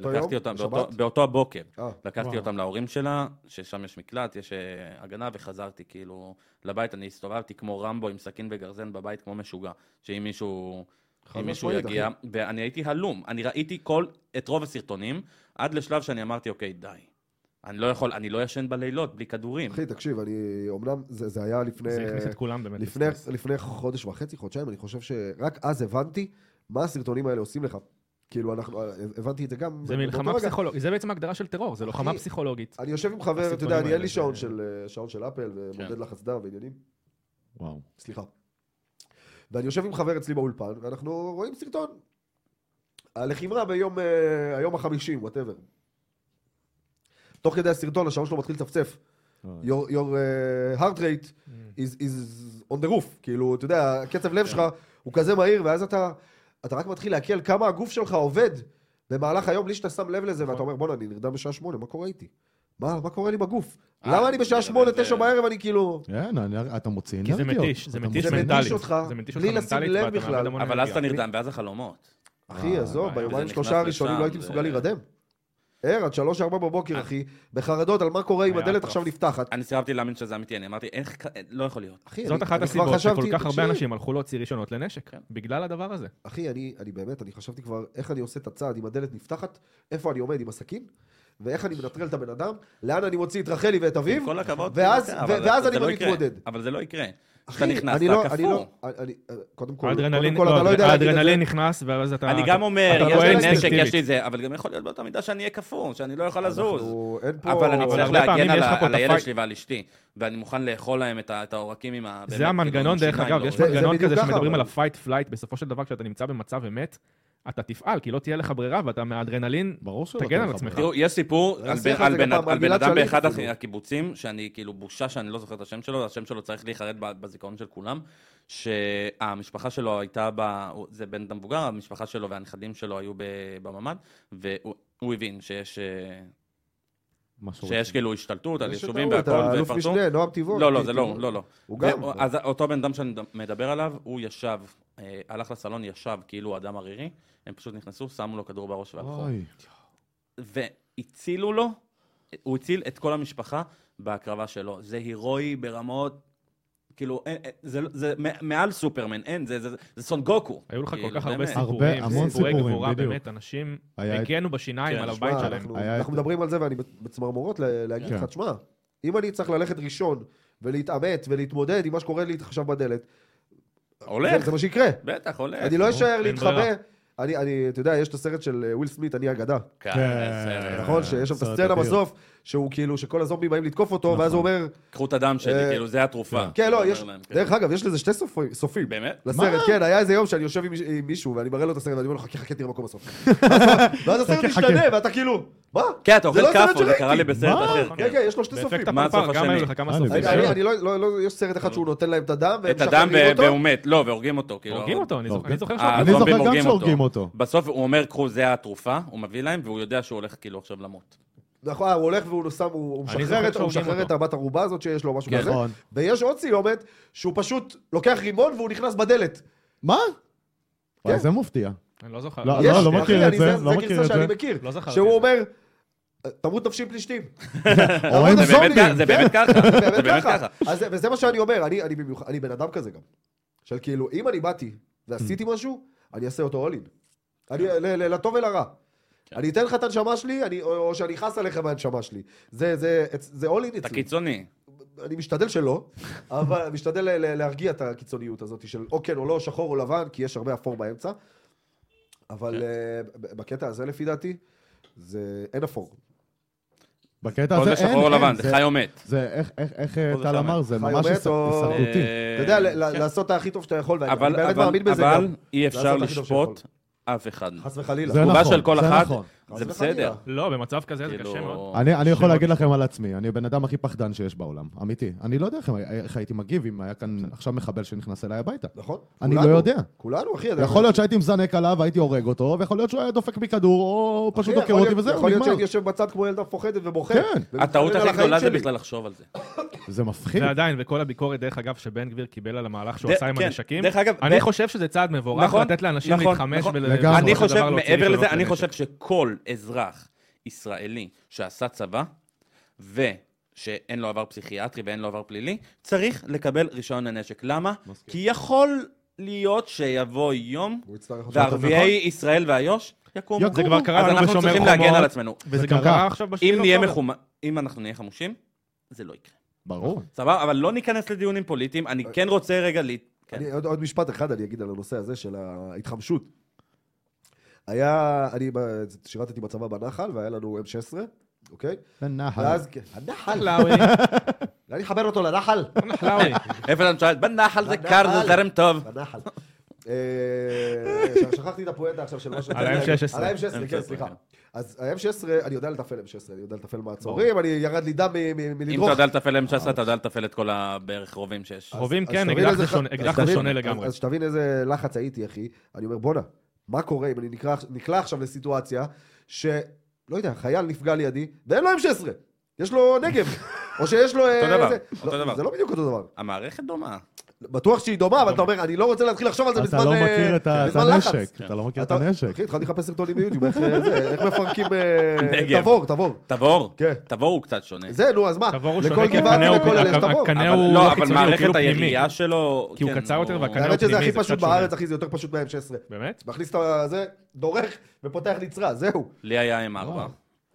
ולקחתי אותם באותו,
בשבת?
באותו הבוקר.
אה,
לקחתי
וואו.
אותם להורים שלה, ששם יש מקלט, יש אה, הגנה, וחזרתי כאילו לבית. אני הסתובבתי כמו רמבו עם סכין וגרזן בבית, כמו משוגע. שאם מישהו,
חד
אם מישהו
משמעית,
יגיע, ואני הייתי הלום. אני ראיתי כל, את רוב הסרטונים, עד לשלב שאני אמרתי, אוקיי, די. אני לא יכול, אני לא ישן בלילות בלי כדורים.
אחי, תקשיב, אני, אמנם זה, זה היה לפני,
זה הכניס את כולם באמת.
לפני,
לסטרס.
לפני חודש וחצי, חודשיים, אני חושב שרק אז הבנתי מה הסרטונים האלה עושים לך. כאילו, אנחנו, הבנתי את זה גם...
זה
באותו
מלחמה
רגע.
פסיכולוגית, זה בעצם הגדרה של טרור, זה לוחמה
אחי,
פסיכולוגית.
אני יושב עם חבר, אתה
הסרטונים
יודע, אני אין
האלה
לי
זה- כן.
שעון של, אה, שעון של אפל, ומודד לחץ דם ועניינים.
וואו.
סליחה. ואני יושב עם חבר אצלי באולפן, ואנחנו רואים סרטון. על הלחימה ביום אה, היום החמישים, וואטאבר. תוך כדי הסרטון השעון שלו מתחיל לצפצף. your, your uh, heart rate is, is on the roof, כאילו, אתה יודע, הקצב לב שלך הוא כזה מהיר, ואז אתה, אתה רק מתחיל להקל כמה הגוף שלך עובד במהלך היום, בלי שאתה שם לב לזה, ואתה אומר, בואנה, אני נרדם בשעה שמונה, מה קורה איתי? מה, מה קורה לי בגוף?
אה,
למה אני בשעה
זה-
שמונה,
זה-
תשע בערב, אני כאילו...
כן, אני- אתה מוציא
כי זה
לא
אנרגיות.
מתיש, זה
אתה
מתיש
זה
מוציא-
מתיש
מנטלית.
אותך,
זה מתיש
בלי
אותך
לשים
מנטלית,
לב
ואתה מאבד
בכלל.
המון
אבל אז
אנרגיה.
אתה נרדם, ואז החלומות.
אחי,
אה,
עזוב,
הבעיה,
ביומיים
זה
שלושה
נכנס
הראשונים
לשם,
לא הייתי
זה-
מסוגל להירדם. ער עד שלוש, ארבע בבוקר, אחי, בחרדות על מה קורה אם
היה
הדלת
אטרף.
עכשיו נפתחת.
אני סירבתי להאמין שזה אמיתי, אני אמרתי, איך, כ- לא יכול להיות.
אחי,
זאת
אני-
אחת
אני כבר
הסיבות שכל
חשבתי,
כך הרבה
תקשיב,
אנשים הלכו להוציא רישיונות לנשק,
כן.
בגלל הדבר הזה.
אחי, אני, אני באמת, אני חשבתי כבר איך אני עושה את הצעד אם הדלת נפתחת, איפה אני עומד עם הסכין, ואיך אני מנטרל את הבן אדם, לאן אני מוציא את רחלי ואת אביו,
עם כל הכבוד,
ואז-
זה לא
ו- ואז
יקרה,
אני
אבל זה לא
מתמודד.
יקרה, אבל זה לא יקרה.
אחי,
כשאתה נכנס,
אני לא-
אתה
אני לא-
קפוא.
אני- אני- קודם כל,
האדרנלין,
קודם כל,
לא,
אתה לא יודע להגיד את זה.
האדרנלין נכנס, ואז אתה...
אני
אתה-
גם אומר,
אתה
יש
פועל
לי נשק,
אינסטינקטיבית.
יש לי זה, אבל גם יכול להיות באותה מידה שאני אהיה קפוא, שאני לא יוכל
אנחנו-
לזוז.
אין פה...
אבל אני
אבל
צריך
הרבה
להגן
פעמים
על
יש לך
ה-
פה
על
את
הילד
הפייט.
שלי ועל אשתי, ואני מוכן לאכול להם את ה- את העורקים עם ה... באמת,
זה
כאילו, עם
המנגנון, דרך
שיניים,
אגב,
לא
יש
רואים.
זה- זה
מנגנון
בדיוק
כזה
ככה,
שמדברים
אבל.
על ה-fight flight, בסופו של דבר כשאתה נמצא במצב אמת, אתה תפעל, כי לא תהיה לך ברירה, ואתה מהאדרנלין,
ברור שלא.
תגן
אתה
על
מחבר.
עצמך.
תראעו, יש סיפור
לא. אני
על
אעשה לך
בן-
את
על
זה גם
בן
פעם, על
על בן
גלעד
אדם
שליט
באחד
אפילו.
הח- הקיבוצים, שאני כאילו בושה שאני לא זוכר את השם שלו, השם שלו צריך להיחרד ב- בזיכרון של כולם, שהמשפחה שלו הייתה ב... הוא- זה בן אדם מבוגר, המשפחה שלו והנכדים שלו היו ב- בממ"ד, והוא הוא הבין שיש... אה,
משהו
שיש
רציני.
כאילו השתלטות על
יש את
יישובים
ההוא, את
והכל,
האלוף
ופרצו.
משנה, נועם טבעון.
לא, לא,
אחי,
זה לא,
טבעון.
לא, לא.
הוא גם.
ו- אז אותו בן אדם שאני מדבר עליו, הוא ישב, אה, הלך לסלון, ישב כאילו הוא אדם ערירי, הם פשוט נכנסו, שמו לו כדור בראש והלכו.
אוי,
והצילו לו, הוא הציל את כל המשפחה בהקרבה שלו. זה הירואי ברמות, כאילו, אין, אין, זה, לא- זה מע- מעל סופרמן, אין, זה, זה, זה, זה סון גוקו.
היו לך כל
כאילו,
כך הרבה
באמת.
סיפורים,
הרבה, המון
סיפורי
סיפורים,
גבורה,
בדיוק.
באמת, אנשים
היה-
הגנו בשיניים
כן,
על
שמע,
הבית
שמע,
שלהם.
אנחנו-
היה
אנחנו
את-
מדברים על זה ואני בצמרמורות ל- להגיד
כן.
לך, תשמע, אם אני צריך ללכת ראשון ולהתעמת ולהתמודד עם מה שקורה לי עכשיו בדלת, זה
הולך,
זה מה שיקרה.
בטח, הולך.
אני לא אשאר להתחבא.
ברירה.
אני, אני, אתה יודע, יש את הסרט של אה, וויל סמית, אני אגדה.
כן,
אה,
אה,
כן.
בסדר.
נכון? שיש שם את
סרט
הסצנה
אדיר. נכון.
בסוף, שהוא כאילו, שכל הזומבים באים לתקוף אותו, ואז הוא אומר,
קחו את הדם שלי,
אה,
כאילו, זה התרופה.
כן, לא,
אומר
יש...
להם, כן.
דרך אגב, יש לזה שתי סופ- סופים.
באמת?
לסרט,
מה?
כן, היה איזה יום שאני יושב עם מיש- עם מישהו, ואני מראה לו את הסרט, ואני אומר לו, חכה, חכה, תראה מה קורה בסוף. ואז הסרט
חכה, חכה.
משתנה, ואתה כאילו, מה?
כן, אתה אוכל
לא הסרט
כאפו, זה
שראיתי.
קרה לי בסרט
מה?
אחר.
כן,
כן.
כן, יש לו שתי סופים.
באפקט
מה
הפרפר,
הסוף
גם
השני?
היו לך כמה
אה,
סופים.
אני-
רגע, אני- אני לא- לא, לא, יש סרט אחד שהוא נותן להם את הדם, והם
את הדם
משחררים
ו- והוא
אותו.
מת. לא, והורגים אותו. כאילו,
הורגים אותו, אני זוכר- אני זוכר
אה,
אני
הזומבים
זוכר גם
הורגים
שהורגים אותו.
בסוף הוא אומר, קחו, זה התרופה, הוא מביא להם, והוא יודע שהוא הולך כאילו עכשיו למות.
נכון, הוא הולך והוא שם, הוא הוא
אני
משחרר
זוכר
את- הוא
שהורגים
משחרר את
אותו.
הבת ערובה הזאת שיש לו, משהו
כן.
כזה.
נכון.
ויש עוד סיומת, שהוא פשוט לוקח רימון והוא נכנס בדלת.
מה?
כן.
וואי, זה מופתיע.
אני לא זוכר.
לא,
יש,
לא
אחי,
מכיר את
אני-
זה, לא
זה
מכיר
גרסה
את זה.
שאני מכיר.
לא זכרתי
שהוא
את
אומר, תמות נפשי פלישתים.
או אין
זה באמת
זומבים.
ככה, זה באמת ככה, זה באמת ככה.
אז זה- וזה מה שאני אומר, אני- אני במיוחד, אני בן אדם כזה גם. של כאילו, אם אני באתי ועשיתי
Mm.
משהו, אני אעשה אותו אולין. לטוב ולרע.
כן.
אני אתן לך את הנשמה שלי, אני- או או שאני חס עליך מהנשמה שלי. זה- זה זה אולין
אתה
אצלי.
קיצוני.
אני משתדל שלא, אבל משתדל ל- ל- להרגיע את הקיצוניות הזאת של או כן או לא, שחור או לבן, כי יש הרבה אפור באמצע.
כן.
אבל אה, ב- בקטע הזה לפי דעתי, זה אין אפור.
אה,
בקטע
לא,
פה
הזה
זה
אין,
שחור או
אין,
לבן,
זה-
זה חי או מת.
זה איך- איך- איך אה,
זה
טל
חי
אמר, זה
חי
ממש
או מת
הישרדותי.
או- אתה יודע, ל- ל-
כן.
לעשות את הכי טוב שאתה יכול, ואני
אבל-
אני באמת
אבל-
מאמין בזה
אבל
גם.
אי
לעשות
אפשר
הכי טוב
לשפוט אף אחד.
חס וחלילה.
זה
התגובה
נכון,
של כל
זה
אחד,
נכון.
חס
זה
וחלילה.
בסדר.
לא, במצב כזה זה קשה מאוד.
כאילו,
אני, אני יכול
שמות.
להגיד לכם על עצמי, אני הבן אדם הכי פחדן שיש בעולם, אמיתי. אני לא יודע איך, איך הייתי מגיב אם היה כאן עכשיו מחבל שנכנס אליי הביתה.
נכון?
אני
כולנו-
לא יודע.
כולנו, אחי. אתה-
יכול להיות שהייתי מזנק עליו, הייתי הורג אותו, ויכול להיות שהוא היה דופק בי כדור, או
אחי,
פשוט
יכול
דוקר אותי
להיות-
וזהו,
יכול להיות
נגמר.
שאני יושב בצד כמו ילדה מפוחדת ובוכה.
כן.
ומתלונן
הטעות
על
הכי
החיים
גדולה זה
שלי.
בכלל לחשוב על זה.
זה מפחיד.
ועדיין, וכל הביקורת, דרך אגב, שבן גביר קיבל על המהלך שהוא
ד-
עשה עם
כן,
הנשקים,
דרך אגב,
אני
דרך-
חושב שזה צעד מבורך,
נכון,
לתת לאנשים
נכון,
להתחמש
נכון.
ול...
לגמרי.
בסופו
אני
של
חושב,
דבר לא להוציא
מעבר
רישיונות
לזה, אני
לנשק.
חושב שכל אזרח ישראלי שעשה צבא, ושאין לו עבר פסיכיאטרי ואין לו עבר פלילי, צריך לקבל רישיון לנשק. למה? כי יכול להיות שיבוא יום,
הוא יצטרך אותו.
וערביי ישראל ואיו"ש יקומו.
יקומו.
זה כבר קרה
אז
לנו
אנחנו
בשומר
צריכים להגן
חומות,
על עצמנו.
וזה
זה
גם
קרה.
קרה עכשיו בשביל...
אם נהיה מחומ... אם אנחנו נהיה חמושים, זה לא יקרה.
ברור.
סבבה? אבל לא ניכנס לדיונים פוליטיים,
אה,
אני כן רוצה רגע ל... כן.
אני, עוד, עוד משפט אחד אני אגיד על הנושא הזה של ההתחמשות. היה, אני ב- שירתתי בצבא בנחל, והיה לנו M16, אוקיי?
בנחל.
ואז, כן, הנחל,
חלאווי,
אני אחבר אותו לנחל,
חלאווי.
איפה אתה שואל? בנחל זה קר,
בנחל.
זה זרם טוב.
בנחל. אה, שכחתי את הפואנטה עכשיו של מה ש...
על ה-M16.
על ה-M16, כן,
M16,
סליחה.
כן.
אז ה-M16, אני יודע לתפעל M16, אני יודע לתפעל מעצורים, אני ירד לי דם מ- מ-
אם
מלדרוך.
אתה יודע לתפעל
אה,
M16, אתה יודע לתפעל את כל הבערך רובים שיש.
רובים
אז
כן,
תבין
אקדח
איזה
זה
ח-
שונה-
אז
אקדח זה
תבין-
שונה
אז-
לגמרי.
אז שתבין איזה לחץ הייתי, אחי. אני אומר, בואנה, מה קורה אם אני נקרא- נקלע עכשיו לסיטואציה ש... לא יודע, חייל נפגע לידי, ואין לו M16, יש לו נגב. או שיש לו... אה,
אותו דבר,
זה-
אותו
לא,
דבר.
זה לא בדיוק אותו דבר.
המערכת דומה.
בטוח שהיא דומה, אבל אתה אומר, אני לא רוצה להתחיל לחשוב על זה בזמן
אתה לא
אה,
מכיר את ה- את
בזמן לחץ."
הנשק, אתה לא מכיר את
אתה-
הנשק.
אחי, התחלתי לחפש סרטונים ביוטיוב, איך אה, זה, איך מפרקים אה,
נגב.
תבור, תבור.
תבור?
כן.
תבור הוא קצת שונה.
זה, נו, אז מה?
תבור הוא
לכל
שונה, כי
גבעה
הקנה הוא-
ולכל אלה יש
הק-
תבור.
הקנה
אבל-
הוא
לא,
לא
אבל
חיצוני, הוא כאילו
מערכת
פנימי.
הירייה שלו...
כי הוא
כן,
קצר יותר והקנה הוא
האמת שזה
פנימי,
הכי
זה
פשוט
קצת שונה.
בארץ, אחי, זה יותר פשוט מה-M16.
באמת?
מכניס את הזה, דורך ופותח נצרה, זהו.
לי היה M4.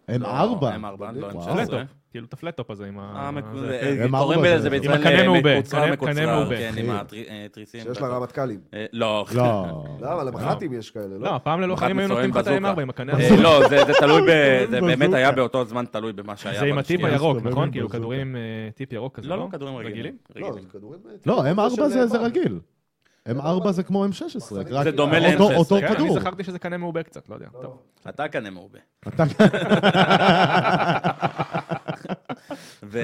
הם ארבע.
M4, לא
וואו.
M16.
פלטופ, כאילו את הפלטופ הזה עם ה...
המק-
זה,
זה-
כן.
אה,
M4
קוראים
זה-
לזה
עם
בישראל אה,
הקנה מעובה,
מקוצרה
קנה-
מקוצרה,
קנה מעובה.
כן, עם
אחי.
התריסים.
שיש לה רמטכ"לים.
לא,
לא.
לא, אבל למח"טים יש כאלה,
לא,
לא?
הפעם ללוחמים היו
אחד
נותנים לך את
מצורעים
ה-M4 עם
בזוקה.
הקנה
אה,
הזה.
לא, זה זה תלוי ב... זה באמת
בזוקה.
היה באותו זמן תלוי במה שהיה.
זה עם הטיפ
בשנייה.
הירוק,
מסתובבים
נכון? כאילו
בזוקה.
כדורים עם אה, טיפ ירוק כזה,
לא, לא, כדורים רגילים.
רגילים?
לא,
רגילים.
זה כדורים...
לא,
של
M4 זה- זה
פעם.
רגיל. M4 זה כמו M16. רק-
זה דומה ל-
אותו-
M16,
אותו
כן,
כן, אני
כדור.
זכרתי שזה קנה מעובה קצת, לא יודע. טוב.
אתה קנה מעובה.
אתה-
ו...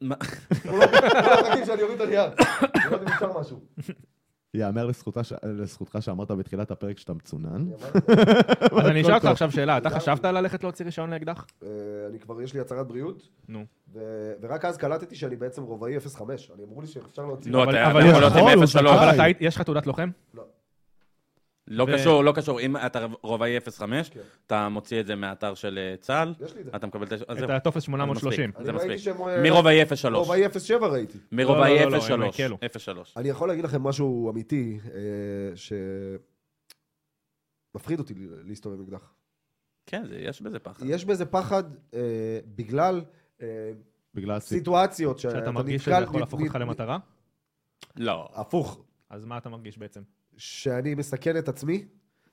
מה-
הוא לא- הוא לא מחכים שאני אוריד את הנייר. לראות אם אפשר משהו.
יאמר לזכותה ש- לזכותך שאמרת בתחילת הפרק שאתה מצונן.
אני אמרתי,
אז אני אשאל אותך
טוב.
עכשיו שאלה, אתה חשבת על ללכת להוציא רישיון לאקדח?
אה, אני כבר, יש לי הצהרת בריאות.
נו.
ו- ורק אז קלטתי שאני בעצם רובעי 05. אני אמרו לי שאפשר להוציא...
נו,
אבל-
אתה אתה
אבל
יכול
יכול,
להיות עם
הוא
0-3.
זכאי.
אבל אתה היית- יש לך תעודת לוחם?
לא
ו-
קשור, לא קשור. אם אתה רובעי 05,
כן.
אתה מוציא את זה מהאתר של אה, צה"ל,
יש לי את זה.
אתה מקבל את ה... אז
את
זהו,
הטופס 830.
זה
אני ראיתי
מספיק.
שהם, אה,
מרובעי 03.
רובעי 07 ראיתי.
מרובעי
לא, לא, לא, הם
03.
הקלו.
03.
אני יכול להגיד לכם משהו אמיתי, אה, ש... מפחיד אותי ל- להסתובב עם אקדח.
כן, זה- יש בזה פחד.
יש בזה פחד אה, בגלל אה,
בגלל הסיפור.
סיטואציות שאתה
שאתה מרגיש שזה
נתקל-
יכול
נ-
להפוך
נ-
אותך
נ-
למטרה?
לא.
הפוך,
אז מה אתה מרגיש בעצם?
שאני מסכן את עצמי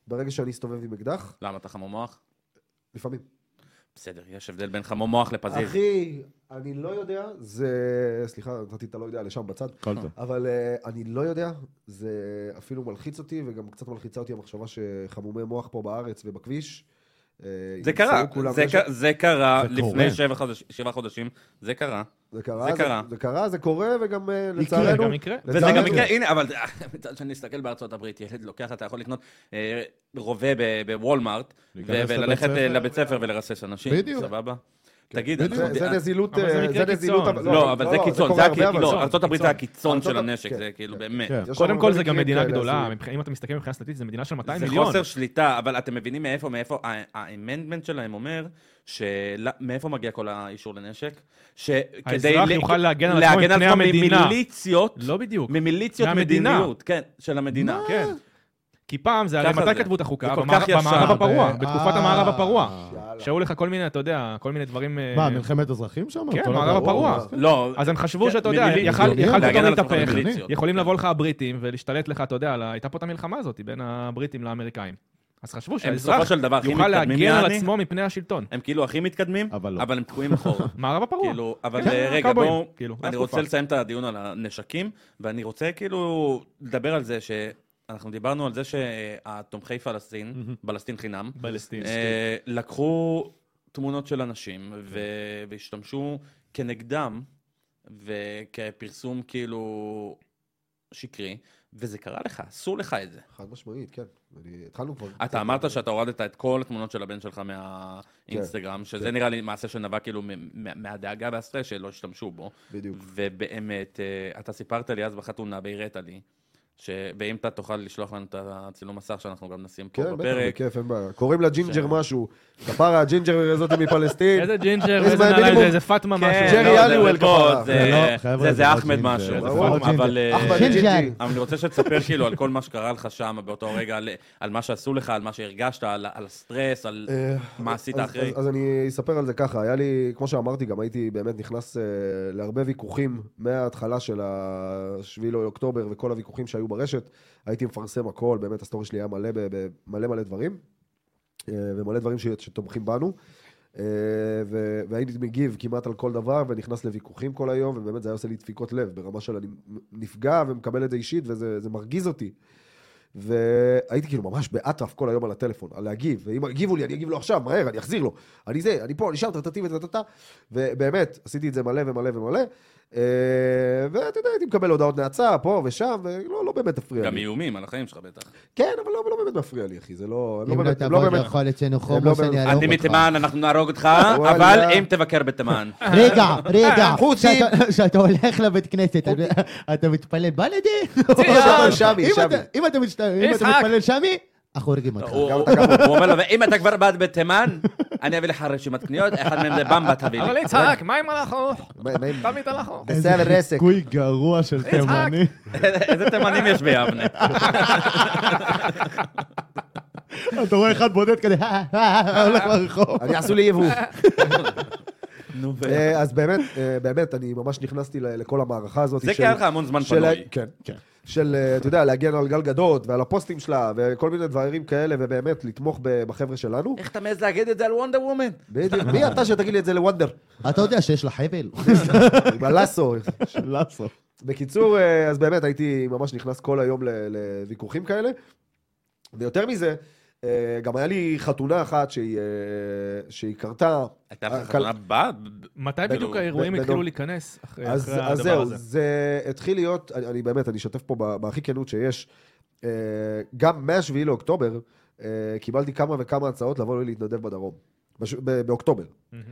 ברגע שאני אסתובב עם אקדח,
למה אתה חמום מוח?
לפעמים.
בסדר, יש הבדל בין חמום מוח לפזיז.
אחי, אני לא יודע, זה... סליחה, נתתי את הלא יודע לשם בצד,
כל זה.
אבל אה, אני לא יודע, זה אפילו מלחיץ אותי, וגם קצת מלחיצה אותי המחשבה שחמומי מוח פה בארץ ובכביש. אה,
זה
ימצאו
קרה,
כולם
זה
נשק.
ק- זה קרה
זה קורה.
לפני שבע חודש- שבעה חודשים, זה קרה.
זה קרה,
זה קרה.
זה קרה, זה קורה, וגם אה, לצערנו...
זה גם יקרה?
וזה
לצערנו-
גם יקרה, הנה, אבל מצד שני, נסתכל בארצות הברית, ילד לוקח, אתה יכול לקנות אה, רובה ב- בוולמארט, ו-
להיכנס
וללכת
לבית
אה,
ספר.
לבית ספר ולרסס אנשים,
בדיוק.
סבבה? תגיד,
זה-
אנחנו-
זה נזילות...
אבל זה
אה,
מקרה
נזילות,
קיצון.
אבל-
לא, אבל זה
לא,
קיצון,
קורה
זה
הרבה,
הקיצון,
אבל-
לא, ארצות הברית זה הקיצון
ארצות
של
הברית,
הנשק,
כן,
זה כאילו
כן.
באמת.
כן.
יש
קודם
הרבה
כל זה
מקרים
גם מדינה
כאלה,
גדולה,
אז-
מבח- אם אתה מסתכל מבחינה סטטיסטית, זו מדינה של 200
זה
מיליון.
חוסר שליטה, אבל אתם מבינים מאיפה, מאיפה, האמנדמנט שלהם אומר, של- מאיפה מגיע כל האישור לנשק? שכדי...
האזרח
ל-
יוכל להגן על עצמו
להגן
מפני
עצמו
המדינה.
ממיליציות,
לא בדיוק.
ממיליציות
מהמדינה.
מדיניות, כן, של המדינה.
כן. כי פעם זה, הרי
ככה
מתי
זה.
כתבו את החוקה?
זה כל
במערב-
כך ישן.
במערב הפרוע,
ב-
בתקופת
אה.
המערב הפרוע.
יאללה.
שהיו לך כל מיני, אתה יודע, כל מיני דברים... אה,
מה, מלחמת אזרחים שם?
כן,
כל
מערב
הדבר.
הפרוע.
וואו.
לא,
אז הם חשבו שאתה יודע,
ממילים-
יכל
ממילים.
יכל
להגן
פתאום
לא, על עצמך
להתהפך,
ממיליציות. כן.
יכולים לבוא לך הבריטים ולהשתלט לך, אתה יודע, על ה- הייתה פה את המלחמה הזאת בין הבריטים לאמריקאים. אז חשבו
הם בסופו
שהאזרח
של דבר הכי
יוכל
מתקדמים,
להגן על
יעני.
עצמו מפני השלטון.
הם כאילו הכי מתקדמים,
אבל לא.
אבל הם תקועים אחורה.
מערב הפרוע.
כאילו, אבל
כן,
אה, רגע,
הקאובויים,
בואו,
כאילו, זה
אני רוצה
התקופה.
לסיים את הדיון על הנשקים, ואני רוצה כאילו לדבר על זה שאנחנו דיברנו על זה שהתומכי פלסטין, בלסטין חינם,
בלסטין.
אה,
כן.
לקחו תמונות של אנשים ו- והשתמשו כנגדם וכפרסום כאילו שקרי, וזה קרה לך, עשו לך את זה.
חד משמעית, כן. אני- התחלנו כבר...
כן.
אתה אמרת שאתה הורדת את כל התמונות של הבן שלך מהאינסטגרם, שזה
כן.
נראה לי מעשה שנבע כאילו מ- מ- מהדאגה והסטרס שלא השתמשו בו.
בדיוק.
ובאמת, אה, אתה סיפרת לי אז בחתונה והראית לי, ש- ואם אתה תוכל לשלוח לנו את הצילום מסך שאנחנו גם נשים פה
כן, בטח,
בפרק.
בכיף, אין בעיה. קוראים לה ג'ינג'ר משהו. כפרה, הג'ינג'ר הזאת מפלסטין.
איזה ג'ינג'ר,
איזה
איזה נעליים,
מינימום.
זה איזה פאטמה משהו.
כן,
ג'רי
לא, זה
אלוול
רבות,
כפרה.
אה, זה-
זה לא-
זה-
חבר'ה, זה לא
זה אחמד
ג'ינג'ר,
משהו,
זה
זה
לא
פורום,
ג'ינג'ר.
אבל... אה,
אחמד
ג'ינג'ר.
ג'ינג'י.
אבל אני רוצה שתספר כאילו על כל מה שקרה לך שם באותו רגע, על- על מה שעשו לך, על מה שהרגשת, על על הסטרס, על
אה,
מה עשית
אז-
אחרי.
אז- אז אני אספר על זה ככה, היה לי, כמו שאמרתי, גם הייתי באמת נכנס אה, להרבה ויכוחים מההתחלה של ה-7 לאוקטובר וכל הוויכוחים שהיו ברשת, הייתי מפרסם הכל, באמת הסטורי שלי היה מלא במלא מלא דברים, אה, ומלא דברים ש- שתומכים בנו. אה, ו- והייתי מגיב כמעט על כל דבר, ונכנס לוויכוחים כל היום, ובאמת זה היה עושה לי דפיקות לב, ברמה של אני נפגע ומקבל את זה אישית, וזה זה מרגיז אותי. והייתי כאילו ממש באטרף כל היום על הטלפון, על להגיב, ואם הגיבו לי, אני אגיב לו עכשיו, מהר, אני אחזיר לו, אני זה, אני פה, אני שם, טטטי וטטטה, ובאמת, עשיתי את זה מלא ומלא ומלא, אה, ואתה יודע, הייתי מקבל הודעות נאצה, פה ושם, ולא לא באמת הפריע
גם
לי.
איומים על החיים שלך בטח.
כן, אבל לא, לא באמת מפריע לי, אחי, זה לא, הם לא
אם לא
באמת, הם לא
תבוא
באמת,
לאכול אצלנו
לא
חומוס,
באמת-
אני
אני
אעלום אותך.
מתימן, אנחנו נהרוג אותך,
וואלה.
אבל אם תבקר בתימן.
רגע, רגע,
חוצים.
כשאתה- כשאתה הולך לבית כנסת, אתה- אתה מתפלל
אה,
בלדי?
אבל לא שמי,
אם
שמי.
אתה- אם אתה משת- אם אתה
יצחק.
מתפלל שמי, אנחנו הורגים אותך.
הוא לא, הוא- הוא אומר לו, ואם אתה כבר בעד בתימן, אני אביא לך רשימת קניות, אחד מהם זה במבה תביא
אבל
לי.
יצחק, מה עם הלכו?
מה- מה עם-
תמיד הלכו.
בסל רסק.
חיקוי גרוע של תימני.
איזה תימנים יש ביבנה?
אתה רואה אחד בודד כזה,
אה,
הולך לרחוב.
אני עשו לי יבוא.
נו, ו-
אה, אז באמת, אה, באמת, אני ממש נכנסתי ל- לכל המערכה הזאת.
זה
של-
כי היה לך המון זמן
של-
פנוי.
כן, כן. של, אה, אתה יודע, להגן על גל גדות ועל הפוסטים שלה וכל מיני דברים כאלה, ובאמת, לתמוך ב- בחבר'ה שלנו.
איך אתה מעז להגיד את זה על וונדר וומן?
בדיוק. מי אתה שתגיד לי את זה לוונדר?
אתה יודע שיש לה חבל?
עם הלאסו.
לאסו.
בקיצור, אה, אז באמת הייתי ממש נכנס כל היום ל- לוויכוחים כאלה. ויותר מזה, אה, גם היה לי חתונה אחת שהיא, אה, שהיא קרתה.
הייתה
אה,
לך חתונה בת?
מתי
בדו-
בדיוק האירועים
בדו-
התחילו להיכנס אחרי
אז,
אחרי
אז
הדבר
זהו,
הזה?
זה התחיל להיות, אני, אני באמת, אני אשתף פה ב- בהכי כנות שיש. אה, גם מה-7 לאוקטובר, אה, קיבלתי כמה וכמה הצעות לבוא להתנדב בדרום. בש... ב- באוקטובר.
מהמם.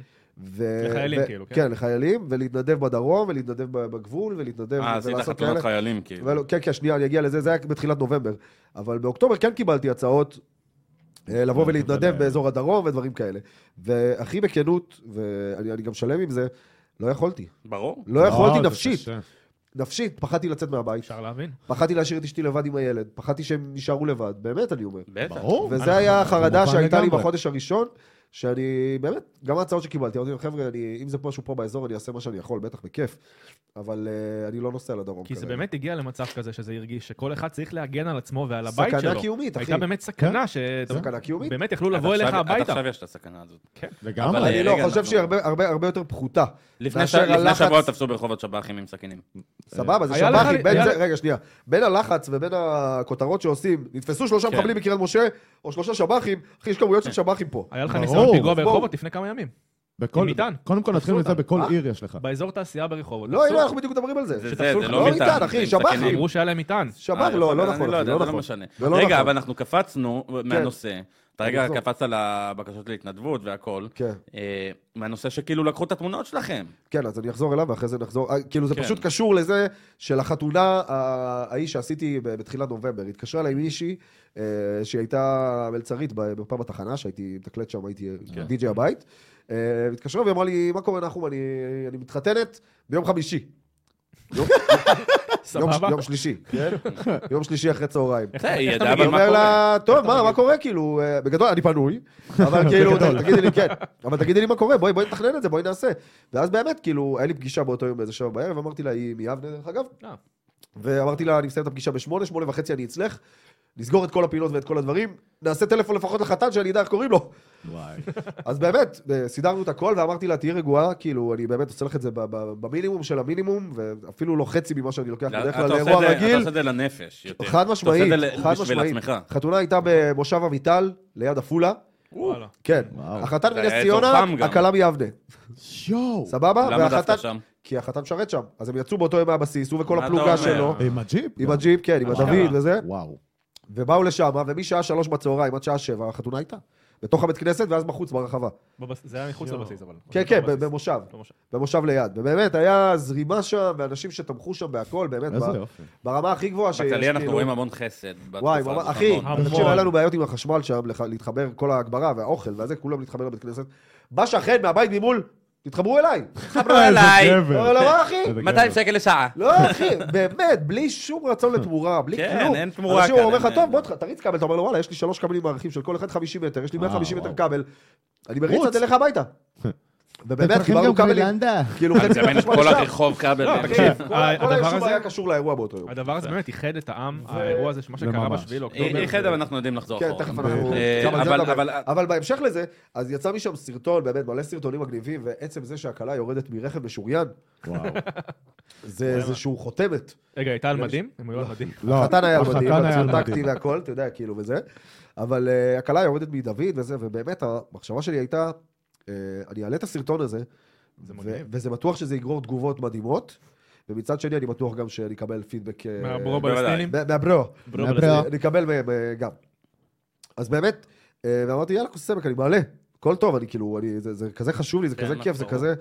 ו...
לחיילים
ו...
כאילו, כן?
כן, לחיילים, ולהתנדב בדרום, ולהתנדב ב- בגבול, ולהתנדב
אה, עשית
ולעשות
חתונת חיילים, כאילו.
לא אבל, כן, כן, שנייה, אני אגיע לזה, זה היה בתחילת נובמבר. אבל באוקטובר כן קיבלתי הצעות אה, לבוא ולהתנדב באזור הדרום ודברים כאלה. והכי בכנות, ואני אני גם שלם עם זה, לא יכולתי.
ברור.
לא יכולתי נפשית. נפשית, פחדתי לצאת מהבית.
אפשר להבין.
פחדתי להשאיר את אשתי לבד עם הילד. פחדתי שהם יישארו לבד, באמת, אני אומר.
בטח.
ברור.
וזה היה החרדה
מובן
שהייתה לי
לגמרי.
בחודש הראשון, שאני, באמת, גם ההצעות שקיבלתי, אמרתי להם, חבר'ה, אני- אם זה משהו פה באזור, אני אעשה מה שאני יכול, בטח, בכיף. אבל אה, אני לא נוסע לדרום
כי זה
כרגע.
באמת הגיע למצב כזה שזה הרגיש שכל אחד צריך להגן על עצמו ועל הבית שלו.
סכנה קיומית, אחי.
הייתה באמת
כן.
סכנה ש...
סכנה קיומית.
באמת יכלו לבוא
עד
אליך
עכשיו- עד
הביתה.
עכשיו יש את הסכנה הזאת.
לגמרי.
אבל-
אני לא,
רגע,
חושב
אנחנו-
שהיא הרבה- הרבה הרבה יותר פחותה.
אה,
לפני
מאשר
ש- לפני
הלחץ-
שבוע תפסו ברחובות שב"חים עם סכינים.
סבבה, זה
היה לך-
שב"חים, בין
היה-
זה, רגע, שנייה. בין הלחץ ובין הכותרות שעושים, נתפסו שלושה
כן.
מחבלים בקריית משה, או שלושה שב"חים, אחי, יש כמויות
כן.
של שב"חים פה.
היה לך
ברור.
ניסיון פיגוע
בואו.
ברחובות לפני כמה ימים.
בכל-
עם מטען.
קודם כל נתחיל מזה,
אותם.
בכל
אה?
עיר יש לך.
באזור תעשייה ברחובות.
לא,
עשו-
הנה, אנחנו בדיוק מדברים על זה.
זה זה,
שתפסו
זה
לך-
לא
לא
מטען.
מטען, אחי,
עם
שב"חים.
סכינים.
אמרו שהיה להם מטען.
אה,
שב"ח, לא,
אבל
לא
אני
נכון,
יודע,
אחי,
זה
לא
לא
נכון.
משנה.
זה לא
רגע,
נכון. כן.
אבל אנחנו קפצנו מהנושא. אתה רגע
נחזור.
קפצת לבקשות להתנדבות והכל.
כן.
אה, מהנושא שכאילו לקחו את התמונות שלכם.
כן, אז אני אחזור אליו ואחרי זה נחזור. אה, כאילו, זה
כן.
פשוט קשור לזה שלחתונה ה- ההיא שעשיתי ב- בתחילת נובמבר, התקשרה אליי מישהי אה, שהיא הייתה מלצרית ב- בפעם התחנה, שהייתי מתקלט שם, הייתי
כן.
די.ג'י הבית. אה, התקשרה והיא אמרה לי, מה קורה נחום, אני אני מתחתנת ביום חמישי. יום- יום-
סבבה.
יום שלישי, כן? יום שלישי אחרי צהריים.
זה, היא
אתה
ידעה
מגיב?
אבל
אני
מה
אומר
קורה.
לה, טוב, מה, מה קורה? כאילו, אה, בגדול, אני פנוי, אבל כאילו, תגידי לי, כן, אבל תגידי לי מה קורה, בואי בואי נתכנן את זה, בואי נעשה. ואז באמת, כאילו, היה לי פגישה באותו יום באיזה שבע בערב, אמרתי לה, היא מיבנה, דרך אגב,
אה.
ואמרתי לה, אני מסיים את הפגישה בשמונה, שמונה וחצי אני אצלך, נסגור את כל הפינות ואת כל הדברים, נעשה טלפון לפחות לחתן שאני אדע איך קוראים לו. אז באמת, אה, סידרנו את הכל, ואמרתי לה, תהיי רגועה, כאילו, אני באמת עושה לך את זה ב- ב- במינימום של המינימום, ואפילו לא חצי ממה שאני לוקח בדרך
אתה
כלל
עושה את
לאירוע
זה- אתה
רגיל.
עושה את זה לנפש יותר.
חד משמעית,
כן. אתה עושה את זה
חד
ל- בשביל
משמעית.
עצמך.
חתונה הייתה במושב אביטל, ליד עפולה.
וואלה.
כן.
וואו.
החתן
זה
מנס
היה אזור
ציונה,
חם גם.
הכלה מיבנה.
יואו.
סבבה?
למה
והחתן-
דווקא שם?
כי החתן משרת שם. אז הם יצאו באותו יום מהבסיס, הוא וכל
מה אתה
הפלוגה
אומר?
שלו.
עם הג'יפ?
עם
גם.
הג'יפ, כן, עם
וואו.
הדוד וזה.
וואו.
ובאו לשם, אה, ומשעה שלוש בצהריים עד שעה שבע, החתונה הייתה. בתוך הבית כנסת, ואז בחוץ, ברחבה.
בבס- זה היה מחוץ לבסיס אבל.
כן,
לא
כן,
בבסיס.
במושב.
לא מושב.
במושב ליד. ובאמת, היה זרימה שם, ואנשים שתמכו שם בהכל, באמת,
איזה
כן, ב-
יופי.
ברמה הכי גבוהה שיש.
בכללי אנחנו
כאילו.
רואים המון חסד.
וואי,
בתקופה
ממש-
הזאת, נכון.
אחי,
המון.
תקשיב,
המון.
היה לנו בעיות עם החשמל שם, לח- להתחבר, כל ההגברה והאוכל והזה, כולם להתחבר לבית כנסת. בא שכן מהבית ממול, תתחברו אליי.
אה,
חברו אליי,
איזה
כן.
גבר.
אבל לא, אחי,
איזה גבר.
200 שקל לשעה.
לא, אחי, באמת, בלי שום רצון לתמורה, בלי
כן,
כלום.
אין תמורה
אנשים אומרים
כאן,
לך,
אין-
טוב, בוא, ת- תריץ כבל, אתה אומר לו, וואלה, יש לי שלוש כבלים מערכים של כל אחד 50 מטר, יש לי
אה,
150 מטר
וואו.
כבל, אני מריץ
רוץ.
את זה לך הביתה. ובאמת, קיבלנו כמה... כאילו,
אני מזמן את כל
לשם.
הרחוב כבל.
לא,
בין-
תקשיב,
כן.
ה-
כל כל
הדבר
היישוב
הזה-
היה קשור לאירוע באותו יום.
הדבר הזה באמת איחד את העם, האירוע הזה, שמה שקרה
וממש.
בשביל
אה,
אוקטובר.
אה, חדר, אנחנו יודעים לחזור
כן,
אחורה.
תכף אנחנו...
אה,
גם על זה
אבל-
נדבר.
אבל-
אבל בהמשך לזה, אז יצא משם סרטון, באמת, מלא סרטונים מגניבים, ועצם זה שהכלה יורדת מרכב משוריין,
וואו.
זה איזשהו חותמת.
רגע, הייתה על מדים? הם היו
אה,
על מדים.
לא,
החתן היה
החתן
מדהים,
היה
הצרפקתי
מדהים.
והכל, אתה יודע, כאילו, וזה. אבל אה, הכלה יורדת מדוד וזה, ובאמת, המחשבה שלי הייתה, אה, אני אעלה את הסרטון הזה,
זה
ו-
מגניב.
וזה בטוח שזה יגרור תגובות מדהימות, ומצד שני, אני בטוח גם שאני אקבל פידבק... אה,
מהברו
בוודאי.
פלסטינים.
מה- מהברו.
ברו
מהברו.
פלסטינים.
נקבל מהם אה, גם. אז באמת, אה, ואמרתי, יאללה, כוס סמק, אני מעלה. הכל טוב, אני כאילו, אני, זה, זה כזה חשוב לי, זה
כן,
כזה
מה
כיף, זה
קורה?
כזה...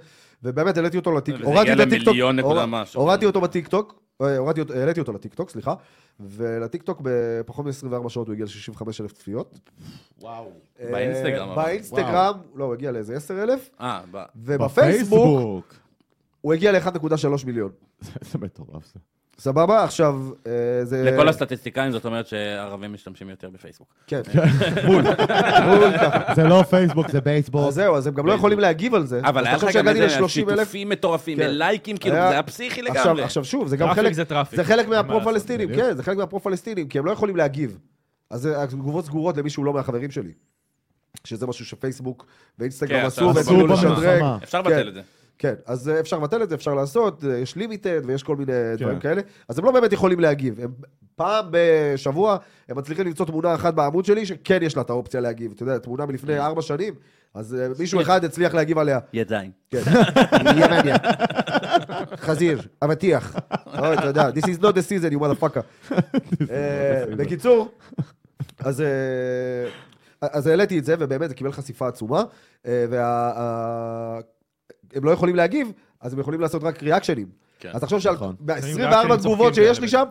ובאמת, העליתי אותו לטיקטוק.
וזה
הורדתי
הגיע
את הטיקטוק.
למיליון נקודה
הור-
משהו.
הורדתי אותו בטיקטוק. אה, הורדתי אותו- העליתי אותו לטיקטוק, סליחה, ולטיקטוק בפחות מ-24 שעות הוא הגיע ל-65 אלף צפיות. וואו.
באינסטגרם, אבל.
באינסטגרם, לא, הוא הגיע לאיזה 10 אלף,
אה, ב-
ובפייסבוק הוא הגיע ל-1.3 מיליון.
זה מטורף זה.
סבבה? עכשיו, אה, זה...
לכל הסטטיסטיקאים זאת אומרת שערבים משתמשים יותר בפייסבוק.
כן. בול. בול ככה.
זה לא פייסבוק, זה בייסבוק.
אז זהו, אז הם גם לא יכולים להגיב על זה.
אבל
אז
היה לך
תחשוב
גם
שהגעתי
איזה
ל-30 אלף.
שיתופים מטורפים,
כן.
ולייקים, כאילו,
היה-
זה היה פסיכי
עכשיו,
לגמרי.
עכשיו שוב, זה גם חלק,
טראפיק זה טראפיק.
זה חלק
אין מה לעשות.
מהפרו-פלסטינים,
לעשות,
כן, זה חלק מהפרו-פלסטינים, כי הם לא יכולים להגיב. אז זה- התגובות סגורות למי שהוא לא מהחברים שלי. שזה משהו שפייסבוק
כן,
ואינסטגרם
אתה-
עשו, והם
עשו
כאילו
במלחמה.
לשדרג.
אפשר
כן.
לבטל את זה.
כן, אז אה, אפשר לבטל את זה, אפשר לעשות, אה, יש לימיטד ויש כל מיני דברים
כן.
כאלה. אז הם לא באמת יכולים להגיב. הם פעם בשבוע הם מצליחים למצוא תמונה אחת בעמוד שלי שכן יש לה את האופציה להגיב. אתה יודע, תמונה מלפני
כן.
ארבע שנים, אז אה, מישהו אחד הצליח להגיב עליה.
ידיים.
כן. ימניה. חזיר, אבטיח. אוי, אתה יודע, This is not the season, you motherfucker. אה, בקיצור, אז... אה, אז העליתי את זה, ובאמת, זה קיבל חשיפה עצומה, אה, וה... ה- הם לא יכולים להגיב, אז הם יכולים לעשות רק ריאקשנים.
כן.
אז תחשוב שעל
נכון.
ריאקשנים
ב-24
צוחקים
תגובות שיש
כאלה.
לי שם,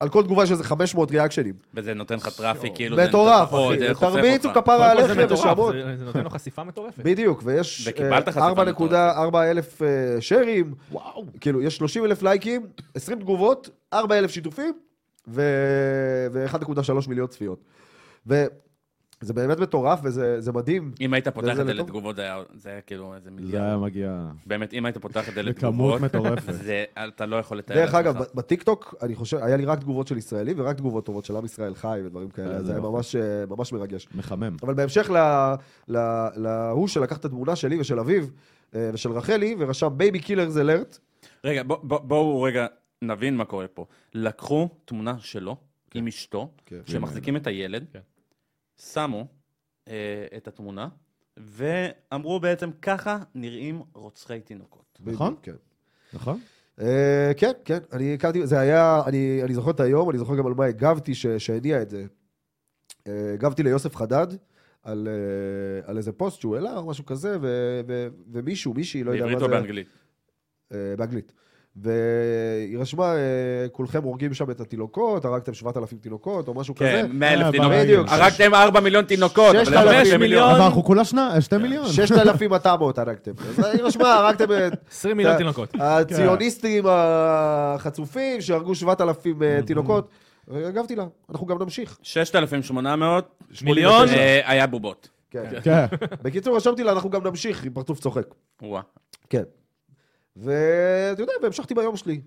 על כל תגובה שזה 500 ריאקשנים.
וזה נותן לך טראפיק, כאילו... זה
מטורף,
נותן לך- או,
אחי.
זה חושף
תרביצו
אותך.
כפרה
קודם כל זה
עליכם
מטורף,
אה, ושמות.
זה- זה נותן לו חשיפה מטורפת.
בדיוק, ויש
וקיבלת
אה,
חשיפה
4.4 אלף אה, שרים, כאילו, יש 30 אלף לייקים, 20 תגובות, 4 אלף שיתופים, ו-1.3 מיליון צפיות. וזה באמת מטורף, וזה זה מדהים.
אם היית פותח
וזה
את זה
לטוב.
לתגובות, זה היה- זה היה כאילו איזה
זה היה
מיליארד.
מגיע
באמת, אם היית פותח את זה לתגובות,
לכמות מטורפת.
זה, אתה לא יכול לתאר
דרך
לעצמך.
אגב, ב- בטיקטוק, אני חושב, היה לי רק תגובות של ישראלים, ורק תגובות טובות של עם ישראל חי ודברים כאלה,
אה,
אז
זה
זה היה
יופי.
ממש, אה, ממש מרגש.
מחמם.
אבל בהמשך ל- ל- להוא שלקח את התמונה שלי ושל אביו, אה, ושל רחלי, ורשם בייבי קילרס אלרט,
רגע, בוא- בוא- בואו רגע נבין מה קורה פה. לקחו תמונה שלו, עם אשתו,
כן.
שמחזיקים את הילד,
כן.
שמו אה, את התמונה, ואמרו בעצם, ככה נראים רוצחי תינוקות.
נכון.
כן.
נכון?
אה, כן, כן, אני הכרתי, זה היה, אני, אני זוכר את היום, אני זוכר גם על מה הגבתי ש, שהניע את זה. אה, הגבתי ליוסף חדד על, אה, על איזה פוסט שהוא העלה או משהו כזה, ו, ו, ומישהו, מישהי, לא יודע
בעברית
מה
או
זה,
באנגלית?
אה, באנגלית. והיא רשמה, אה, כולכם הורגים שם את התינוקות, הרגתם 7,000 תינוקות או משהו
כן,
כזה.
100 אלף
אה,
תינוקות.
בדיוק.
הרגתם 4 מיליון תינוקות,
ששת
אבל
אלפים.
5 מיליון.
אבל אנחנו כולה שנה,
כן.
שתי
כן.
מיליון.
6,200 הרגתם. אז היא רשמה, הרגתם את
20 מיליון
אתה- אה,
תינוקות.
כן.
הציוניסטים החצופים שהרגו 7,000 אה, תינוקות. הגבתי לה, אנחנו גם נמשיך.
6,800
מיליון?
אה, היה בובות.
כן.
כן.
בקיצור, רשמתי לה, אנחנו גם נמשיך עם פרצוף צוחק.
וואה.
כן. ואתה יודע, והמשכתי ביום שלי.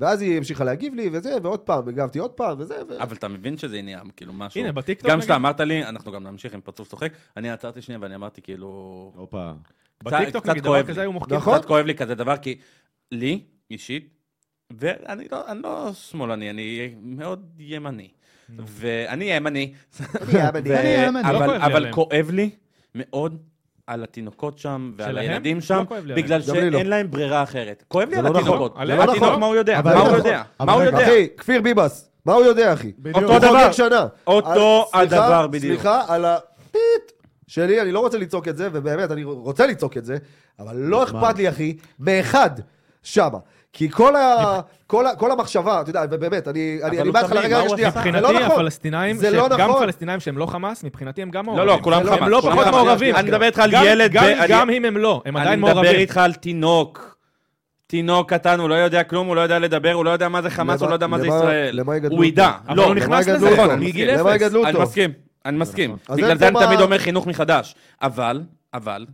ואז היא המשיכה להגיב לי, וזה, ועוד פעם, הגבתי עוד פעם, וזה, ו...
אבל אתה מבין שזה עניין, כאילו משהו.
הנה, בטיקטוק
גם כשאתה
נגיד.
אמרת לי, אנחנו גם נמשיך עם פרצוף צוחק, אני עצרתי שנייה ואני אמרתי כאילו...
הופה.
קצת-
בטיקטוק
קצת
נגיד
כואב
דבר
לי.
כזה היו מוחקים.
נכון.
קצת כואב לי כזה דבר, כי לי, אישית, ואני לא, אני לא שמאלני, אני מאוד ימני. ואני ימני. ו-
אני
ימני, לא
אבל-
כואב לי
אבל
עליהם.
כואב לי מאוד על התינוקות שם ועל
שלהם?
הילדים
לא
שם,
כואב לי עליהם.
בגלל
גם לי לא.
שאין להם ברירה אחרת. כואב לי
זה
על
לא נכון.
התינוקות.
עליהם
על
לא
התינוק,
נכון.
מה הוא יודע?
אבל
מה
רגע,
הוא יודע?
אבל
מה הוא
רגע.
יודע?
אחי, כפיר ביבס, מה הוא יודע, אחי?
אותו
הוא חוגג
דבר.
שנה.
אותו
אז סליחה-
הדבר בדיוק.
סליחה על הפיט שלי, אני לא רוצה לצעוק את זה, ובאמת, אני רוצה לצעוק את זה, אבל לא אכפת לי, אחי, מאחד שמה. כי כל ה... כל ה- כל המחשבה, אתה יודע, ובאמת, אני אני-
הוא
אני בא לך
תמים,
לרגע,
מה הוא
רגע, שנייה,
עשה?
זה לא
מבחינתי
נכון.
הפלסטינאים,
זה
שהם-
לא
גם
נכון.
פלסטינאים שהם לא חמאס, מבחינתי הם גם
לא,
מעורבים.
לא, כולם
זה לא-
חמאס.
הם לא
כולם
פחות
חמאס.
מעורבים.
אני מדבר איתך על
גם-
ילד,
גם-
ואני-
גם אם הם לא, הם עדיין
אני מדבר
מעורבים.
איתך על תינוק. תינוק קטן, הוא לא יודע כלום, הוא לא יודע לדבר, הוא לא יודע מה זה חמאס,
למה-
הוא לא יודע מה זה
למה-
ישראל.
למה יגדלו
הוא ידע.
אותו?
אבל
לא,
הוא נכנס
למה
לזה,
יגדלו
נכון,
אותו?
מגיל
אני מסכים.
למה
אפס.
יגדלו
אני
אותו?
מסכים, אני מסכים.
אז
בגלל
אין
זה
פה
אני
מה-
תמיד אומר חינוך מחדש. אבל, אבל,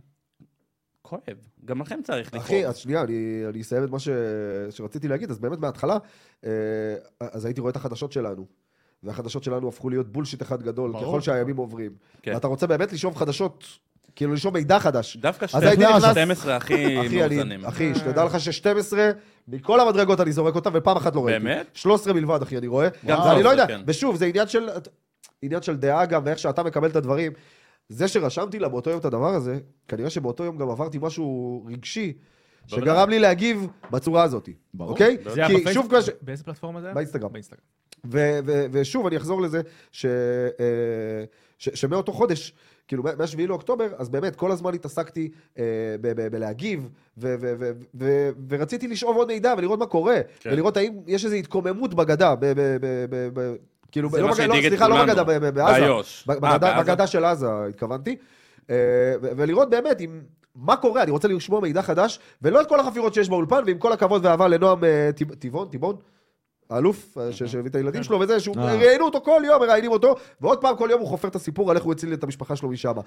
כואב. גם לכם צריך לכאוב.
אחי, אז שנייה, אני, אני אסיים את מה ש, שרציתי להגיד. אז באמת מההתחלה, אה, אז הייתי רואה את החדשות שלנו. והחדשות שלנו הפכו להיות בולשיט אחד גדול,
ברור.
ככל שהימים עוברים.
כן.
ואתה רוצה באמת לשאוב חדשות, כאילו לשאוב מידע חדש.
דווקא
אז הייתי
12
נכנס-
12 הכי
אחי,
מאוזנים.
אני, אחי, שתדע לך ש-12, מכל המדרגות אני זורק אותם, ופעם אחת לא ראיתי.
באמת?
13 בלבד, אחי, אני רואה.
גם
ואני לא
13,
יודע,
כן.
ושוב, זה עניין של, עניין של דעה גם, ואיך שאתה מקבל את הדברים. זה שרשמתי לה באותו יום את הדבר הזה, כנראה שבאותו יום גם עברתי משהו רגשי, שגרם לי להגיב בצורה הזאת,
ברור.
אוקיי?
זה היה
כי שוב,
בפייסבוק?
כמו ש-
באיזה פלטפורמה זה היה?
באינסטגרם.
באינסטגרם.
ו- ו- ושוב, אני אחזור לזה, ש- אה, ש- שמאותו חודש, כאילו, מה- מה-7 לאוקטובר, אז באמת, כל הזמן התעסקתי אה, ב- ב- בלהגיב, ו- ו- ו- ו- ורציתי לשאוב עוד מידע ולראות מה קורה,
כן.
ולראות האם יש איזו התקוממות בגדה, ב- ב- ב- ב- ב- כאילו,
זה
לא
מה
בגדה, לא,
שהדאיג את
סליחה, לא
כולנו.
בגדה, ב- ב- בעזה.
באיו"ש.
ב-
אה,
בגדה,
בעזה?
בגדה של עזה התכוונתי, אה, ו- ולראות באמת אם... מה קורה? אני רוצה לשמוע מידע חדש, ולא את כל החפירות שיש באולפן, ועם כל הכבוד ואהבה לנועם אה, טיב- טבעון, טבעון, האלוף אה, ש- שהביא את הילדים שלו וזה, שהוא
אה.
ראיינו אותו כל יום, מראיינים אותו, ועוד פעם כל יום הוא חופר את הסיפור על איך הוא הציל את המשפחה שלו משם.
הם לא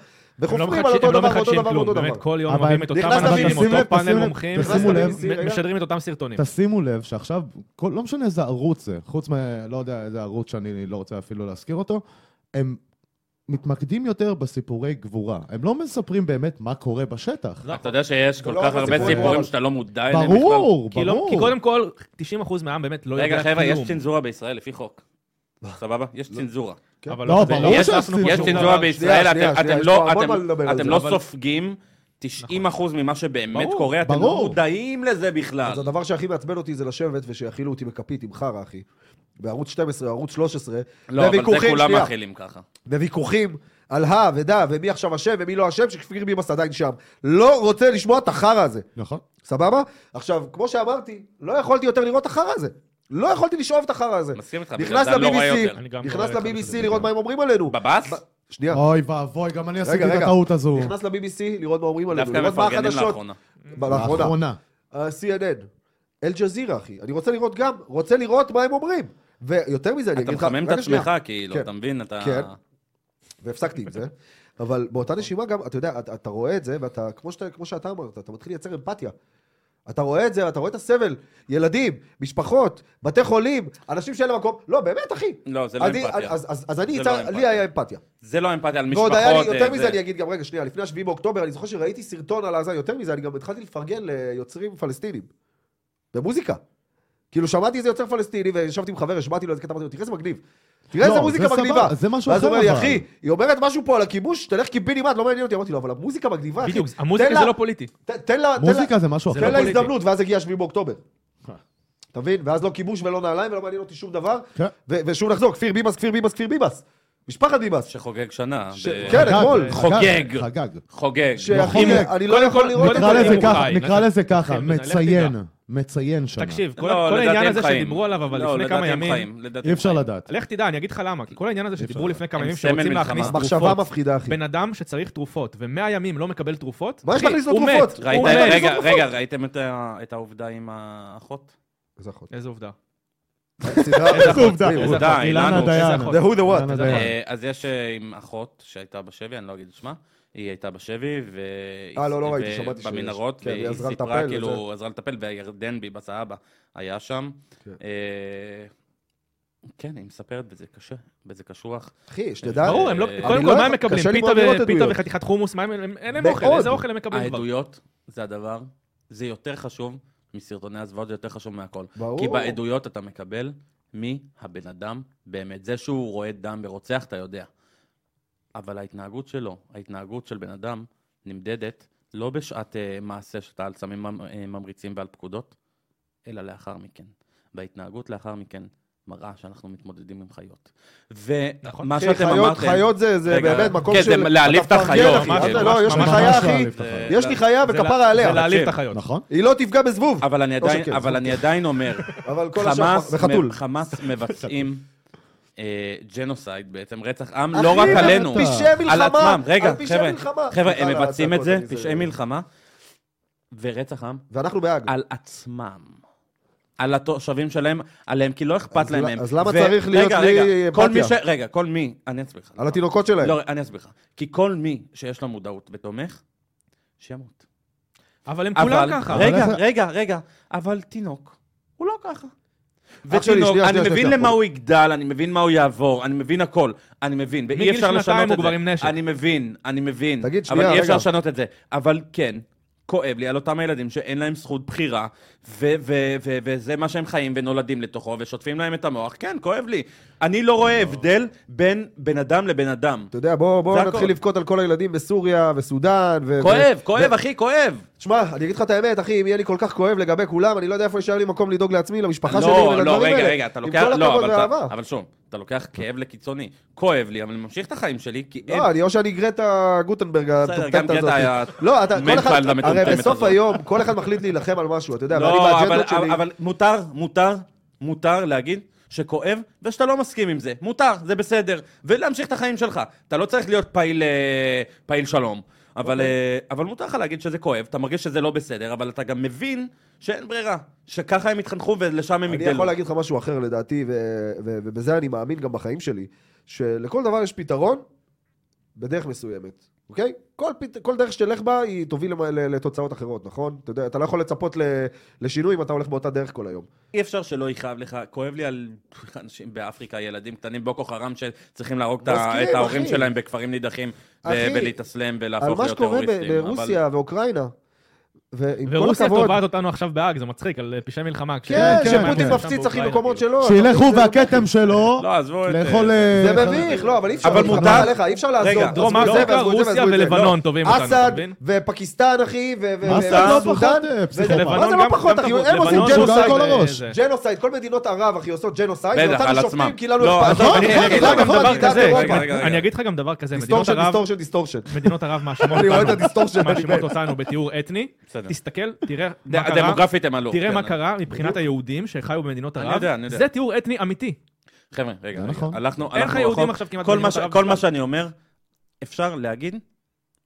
וחופרים על
מחדשים-
אותו
הם לא
דבר, ואותו
מחדשים
דבר,
כלום,
ואותו דבר.
באמת, כל יום
אבל-
מביאים את אותם
נכנסת
אנשים,
לניסים,
אותו
תשים
פאנל
לב,
מומחים,
תשימו לב,
מ-
רגע.
משדרים את אותם סרטונים.
תשימו לב שעכשיו, כל, לא משנה איזה ערוץ זה, חוץ מ... לא יודע איזה ערוץ שאני לא רוצה אפילו להזכיר אותו, הם מתמקדים יותר בסיפורי גבורה. הם לא מספרים באמת מה קורה בשטח.
אתה יודע שיש כל
לא
כך
רק
הרבה
הסיפורים,
סיפורים
אבל-
שאתה לא מודע אליהם בכלל.
ברור,
כי לא-
ברור.
כי קודם כל, 90% מהעם באמת לא
רגע,
יודע
חבר'ה, יש
כלום.
צנזורה בישראל לפי חוק. סבבה? יש צנזורה.
אבל
לא,
זה-
ברור
יש-
שיש
אנחנו פה
יש
שום
שום
צנזורה
דבר.
בישראל,
שנייה,
אתם-
שנייה,
אתם
יש
לא-
פה המון
אתם-
מה לדבר על
אתם
זה,
לא
אבל-
סופגים 90% ממה שבאמת
ברור,
קורה, אתם לא
ברור.
מודעים לזה בכלל.
אז הדבר שהכי מעצבן אותי זה לשבת ושיאכילו אותי בכפית עם חרא, אחי. בערוץ 12, ערוץ 13,
לא, אבל זה
וויכוחים,
כולם
שנייה.
מאכילים ככה.
וויכוחים על הא ודא, ומי עכשיו אשם ומי לא אשם, שכפיר ביבס עדיין שם. לא רוצה לשמוע את החרא הזה.
נכון.
סבבה? עכשיו, כמו שאמרתי, לא יכולתי יותר לראות את החרא הזה. לא יכולתי לשאוב את החרא הזה.
מסכים איתך, בגלל
נכנס
זה אני לא רואה
ל-BBC,
יותר.
אני גם לא
נכנס
רואה את
ל-BBC
זה.
לראות מה הם אומרים עלינו.
בבס?
שנייה,
אוי ואבוי, גם אני עשיתי את
כן. רגע.
הטעות הזו.
נכנס ל-BBC לראות מה אומרים עלינו,
דווקא הם
לראות לא, מה
מפרגנים
החדשות.
לאחרונה.
ב- לאחרונה.
לאחרונה.
אה, CNN, אל-ג'זירה, אחי. אני רוצה לראות גם, רוצה לראות מה הם אומרים. ויותר מזה, אני
אתה
אגיד לך...
מחמם את
רגע, שנייה.
עצמך, כאילו,
כן.
אתה מבין? אתה...
כן. והפסקתי עם זה. אבל באותה נשימה גם, אתה יודע, אתה, אתה רואה את זה, ואתה, כמו, שאתה, כמו שאתה אמרת, אתה מתחיל לייצר אמפתיה. אתה רואה את זה, אתה רואה את הסבל. ילדים, משפחות, בתי חולים, אנשים שאין להם מקום. לא, באמת, אחי.
לא, זה לא
אני-
אמפתיה.
אז, אז, אז אני,
זה
יצר,
לא אמפתיה.
לי היה אמפתיה.
זה לא אמפתיה על משפחות.
ועוד היה לי, יותר
אה,
מזה
זה-
אני אגיד גם, רגע, שנייה, לפני השביעי באוקטובר, אני זוכר שראיתי סרטון על האזן, יותר מזה, אני גם התחלתי לפרגן ליוצרים פלסטינים. במוזיקה. כאילו, שמעתי איזה יוצר פלסטיני, וישבתי עם חבר, השמעתי לו איזה קטע, אמרתי לו, תראה איזה מגניב. תראה
לא,
איזה מוזיקה
זה סבבה,
מגניבה.
זה משהו
ואז הוא
אחר
אומר לי,
אבל.
אחי, היא אומרת משהו פה על הכיבוש, תלך קיבינימט, לא מעניין אותי. אמרתי לו, אבל המוזיקה מגניבה, אחי.
בדיוק,
תן
המוזיקה
לה-
זה לא פוליטי.
ת- תן לה... תן לה-
מוזיקה זה אה. משהו
זה
אחר.
תן
לא
לה
פוליטי.
הזדמנות, ואז הגיע 7 באוקטובר. אתה מבין? ואז לא כיבוש ולא נעליים ולא מעניין אותי שום דבר.
כן.
ו- ושוב נחזור, כפיר ביבס, כפיר ביבס, כפיר ביבס. משפחת ביבס.
שחוגג שנה.
ש-
ב-
כן, אתמול.
חוגג.
חגג.
חוגג.
שאחי,
אם-
אני לא יכול לראות את
קודם
נקרא
כל,
זה.
לזה
אם הוא
ככה,
חי,
נקרא
נתחיל
לזה ככה,
בזה, לך
מציין, מציין שנה.
תקשיב, כל
לא,
כל
לדעתי
העניין
הם
הזה
חיים.
שדיברו עליו, אבל
לא,
לפני
לדעתי
כמה
הם
ימים...
חיים, לדעתי
אי
הם
אפשר
חיים.
לדעת.
לך תדע, אני אגיד לך למה, כי כל העניין הזה שדיברו לפני כמה
הם
ימים,
סמל
שרוצים
מלחמה.
להכניס
מחשבה
תרופות,
מפחידה, אחי.
בן אדם שצריך תרופות, ומאה ימים לא מקבל תרופות,
מה יש
אחי,
להכניס לו
הוא מת.
תרופות?
ראית,
הוא
מת.
רגע,
בסוף
רגע, ראיתם את ה- את העובדה עם האחות?
איזה אחות.
איזה עובדה.
איזה
נכון.
עובדה.
עובדה,
עובדה, אילנה
אילנה,
דיין.
איזה
The who the what.
אילנה דיין.
אה, אז יש אה, עם אחות שהייתה בשבי, אני לא אגיד את שמה, היא הייתה בשבי, והיא...
אה, לא, לא
ו-
ראיתי, שמעתי שיש.
במנהרות,
כן, היא
והיא
עזרה
סיפרה,
לטפל
כאילו, עזרה לטפל, והירדן ביבס האבא היה שם.
כן.
אה, כן, היא מספרת, וזה קשה, וזה קשוח.
אחי, שתדע,
ברור, הם לא...
אני
קודם
לא
כל, מה
יכול-
הם מקבלים?
קשה לי
פיתה
מאוד לראות
ו- פיתה
עדויות.
וחתיכת חומוס, מה הם- הם- אין להם
מאוד.
אוכל, איזה אוכל הם מקבלים כבר?
העדויות זה הדבר, זה יותר חשוב מסרטוני הזוועות, זה יותר חשוב מהכל.
ברור.
כי בעדויות אתה מקבל מי הבן אדם באמת. זה שהוא רואה דם ורוצח, אתה יודע. אבל ההתנהגות שלו, ההתנהגות של בן אדם, נמדדת לא בשעת אה, מעשה שאתה על סמים ממ- אה, ממריצים ועל פקודות, אלא לאחר מכן. וההתנהגות לאחר מכן מראה שאנחנו מתמודדים עם חיות.
נכון.
ומה
אחי,
שאתם
חיות,
אמרתם...
חיות זה זה
רגע,
באמת מקום
כן,
של...
זה להעליב
אתה
את
מפרגן,
החיות, כן,
אחי,
ממש,
אתה יודע, לא,
ממש,
יש לי
ממש
חיה,
ממש
אחי.
להעליב את החיים.
יש לי חיה
זה לה-
וכפרה עליה.
זה להעליב את
תקשיב.
החיות.
נכון?
היא לא תפגע בזבוב,
אבל אני
לא
עדיין,
שכן,
אבל
זה-
אני עדיין אומר,
אבל כל השאר...
חמאס,
וחתול.
מ- חמאס מבצעים אה, ג'נוסייד בעצם, רצח עם,
אחי,
לא רק
זה
עלינו,
פשעי
על
מלחמה,
עצמם. רגע,
על פשעי מלחמה.
חבר'ה, חבר'ה, הם
סליחה על
מבצעים את זה,
הצעקות, אני
פשעי מלחמה ורצח עם
ואנחנו בהאג.
על עצמם. על התושבים שלהם, עליהם, כי לא אכפת
אז
להם
ל-
מהם.
אז למה
ו-
צריך להיות
רגע,
לי
רגע, כל מי
אמפתיה?
ש... רגע, כל מי... אני אסביר לך.
על התינוקות שלהם.
לא, אני אסביר לך. כי כל מי שיש לו מודעות ותומך, שימות.
אבל הם כולם
אבל,
ככה.
רגע,
אבל-
רגע, רגע, אבל תינוק, הוא לא ככה.
שלי,
ותינוק,
שנייה,
אני
שנייה,
מבין
שנייה,
למה
פה.
הוא יגדל, אני מבין מה הוא יעבור, אני מבין הכל, אני מבין, ואי
מגיל
אפשר לשנות את זה.
שנתיים הוא כבר עם נשק.
אני מבין, אני מבין.
תגיד,
אבל
שנייה,
אי אפשר
רגע.
לשנות את זה. אבל כן, כואב לי על אותם הילדים שאין להם זכות בחירה, ו- ו- ו- וזה מה שהם חיים ונולדים לתוכו, ושוטפים להם את המוח. כן, כואב לי. אני לא רואה הבדל בין בן אדם לבן אדם.
אתה יודע, בוא, בוא
זה הכל.
נתחיל לבכות על כל הילדים בסוריה וסודאן. ו-
כואב,
ו-
כואב, אחי, כואב.
תשמע, אני אגיד לך את האמת, אחי, אם יהיה לי כל כך כואב לגבי כולם, אני לא יודע איפה יישאר לי מקום לדאוג לעצמי, למשפחה שלי
לא,
ולדברים
לא,
האלה.
רגע, רגע, אתה
עם
לוקח...
כל
לא,
הכבוד
אבל אתה...
והאהבה.
אבל שוב, אתה לוקח כאב לקיצוני. כואב לי, אבל אני ממשיך את החיים שלי, כי אין...
לא, אני, או שאני גרטה גוטנברג
בסדר, גם
המטומטמת הזאת.
גרטה היה-
לא, אתה, כל אחד,
מנפלד המטומטמת
הרי בסוף
הזאת.
היום, כל אחד מחליט להילחם על משהו, אתה יודע, ואני
לא, אבל-
באג'נדות
אבל-
שלי.
אבל מותר, מותר, מותר להגיד שכואב ושאתה לא מסכים עם זה. מותר, זה בסדר. ולהמשיך את החיים שלך. אתה לא צריך להיות פעיל, אה, פעיל שלום. אבל,
אוקיי.
אה, אבל מותר לך להגיד שזה כואב, אתה מרגיש שזה לא בסדר, אבל אתה גם מבין שאין ברירה, שככה הם התחנכו ולשם הם
אני
יגדלו.
יכול להגיד לך משהו אחר לדעתי, ו- ו- ובזה אני מאמין גם בחיים שלי, שלכל דבר יש פתרון בדרך מסוימת, אוקיי? כל, פת... כל דרך שתלך בה היא תוביל למ- ל- לתוצאות אחרות, נכון? אתה יודע, אתה לא יכול לצפות ל... לשינוי אם אתה הולך באותה דרך כל היום.
אי אפשר שלא יכאב לך, כואב לי על אנשים באפריקה, ילדים קטנים, בוקו חרם, שצריכים להרוג את ה-
מסכים,
את ההורים
אחי.
שלהם בכפרים נידחים, ו-
אחי,
ולהתאסלם
על
ולהפוך
מה
להיות
שקורה
טרוריסטים.
ב- ברוסיה ואוקראינה. ועם כל
ורוסיה
הכבוד...
תובעת אותנו עכשיו בהאג, זה מצחיק, על אה, פשעי מלחמה.
כן,
כן,
שפוטין
כן.
מפציץ אחי מקומות שלו. אתה
שילך הוא
מבין? זה
והכתם שלו,
אבל... לא, עזבו את...
לאכול...
אה,
אה,
זה מביך, לא, אבל אי אפשר,
אבל
אני חלוק
מותר-
עליך, אי אפשר לעזוב.
רגע,
דרום
עזבו את זה,
אפריקה,
ועזבו את זה, ועזבו
רוסיה
את זה.
ולבנון
לא.
טובים אותנו, אתה
אסד
מבין?
ופקיסטן, אחי, ו- ו-
אסד
ו-
לא
וסודאן,
פחות, אה,
ו-
פסיכופת.
מה זה
לבנון
לא
גם-
פחות,
גם
אחי?
תרבות.
הם עושים
לבנון,
ג'נוסייד, כל
אה,
הראש.
זה.
ג'נוסייד, כל מדינות ערב, אחי, עושות ג'נוסייד,
בטח, על
ואותנו
עצמם.
שופטים כי לנו
לא,
אכפת.
עזוב,
נכון,
אני-
נכון,
אני אגיד
נכון,
לכם
נכון,
דבר
מדינת
כזה,
אירופה.
רגע, רגע, רגע.
אני אגיד לך גם דבר כזה, מדינות
דיסטורשן,
ערב,
דיסטורשן, דיסטורשן.
מדינות ערב מאשימות
אני רואה את
אותנו-
הדיסטורשן, אני
מאשימות
מת.
אותנו בתיאור אתני,
בסדר.
תסתכל, תראה
ד-
מה קרה.
הדמוגרפית הם עלו.
תראה
כן,
מה קרה מבחינת היהודים שחיו במדינות
אני
ערב,
יודע, אני יודע.
זה תיאור אתני אמיתי.
חבר'ה, רגע,
זה
רגע,
נכון.
הלכנו...
אין לך
הלכנו
יהודים
רחוק.
עכשיו כמעט
כל
במדינות
מה ש-
ערב
כל
בכלל.
מה שאני אומר, אפשר להגיד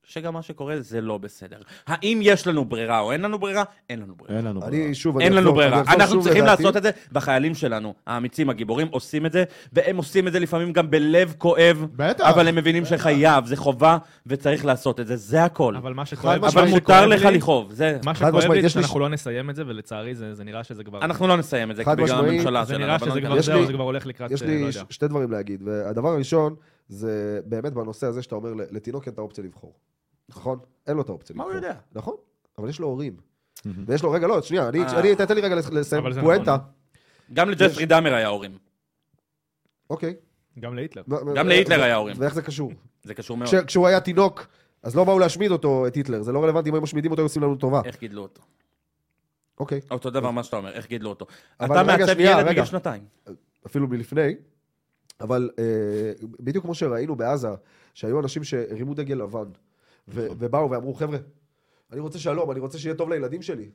שגם מה שקורה זה לא בסדר. האם יש לנו ברירה או אין לנו ברירה? אין לנו ברירה.
אין לנו ברירה.
אני שוב, אני
אין לנו
אחזור- אני
ברירה.
אחזור
אנחנו
שוב
צריכים
לדעתי.
לעשות את זה, והחיילים שלנו, האמיצים, הגיבורים, עושים את זה, והם עושים את זה לפעמים גם בלב כואב,
בטח.
אבל הם מבינים שחייב, זה חובה, וצריך לעשות את זה, זה הכל.
אבל מה שכואב
משמעית.
אבל
מה
מותר
שכואב
לך
לי-
לכאוב, זה...
מה
חד
שכואב
משמעית,
לי
יש לי
זה שאנחנו לא נסיים את זה, ולצערי זה זה נראה שזה כבר...
אנחנו לא נסיים את זה, כי
חד
בגלל
משמעית.
הממשלה
זה
שלנו.
נראה
אבל
שזה
לא
כבר
יש
ניכנס.
זהו,
לי-
זה כבר הולך לקראת...
יש
אה, לא
לי
יודע.
ש- שתי דברים להגיד, והדבר הראשון, זה באמת בנושא הזה שאתה אומר, ל- לתינוק אין את האופציה לבחור. נכון? אין לו את האופציה
מה
לבחור.
הוא יודע?
נכון, אבל יש לו הורים. ויש לו, רגע, לא, שנייה, אני,
אה.
אני, תתן לי רגע לס- לסיים
אבל זה
פואנטה.
נכון.
גם לג'פרי דאמר היה הורים.
אוקיי.
גם להיטלר.
אה,
גם להיטלר היה הורים.
ואיך זה קשור?
זה קשור מאוד.
כש- כשהוא היה תינוק, אז לא באו להשמיד אותו, את היטלר. זה לא רלוונטי, אם היו משמידים אותו, היו עושים לנו טובה.
איך גידלו אותו?
אוקיי.
אותו דבר מה שאתה אומר, איך גידלו אותו.
אבל
אתה
רגע,
מעצב
שנייה,
ילד
רגע.
בגיל שנתיים.
אפילו מלפני. אבל אה, בדיוק כמו שראינו בעזה, שהיו אנשים שהרימו דגל לבן, ו-
נכון.
ובאו ואמרו, חבר'ה, אני רוצה שלום, אני רוצה שיהיה טוב לילדים שלי.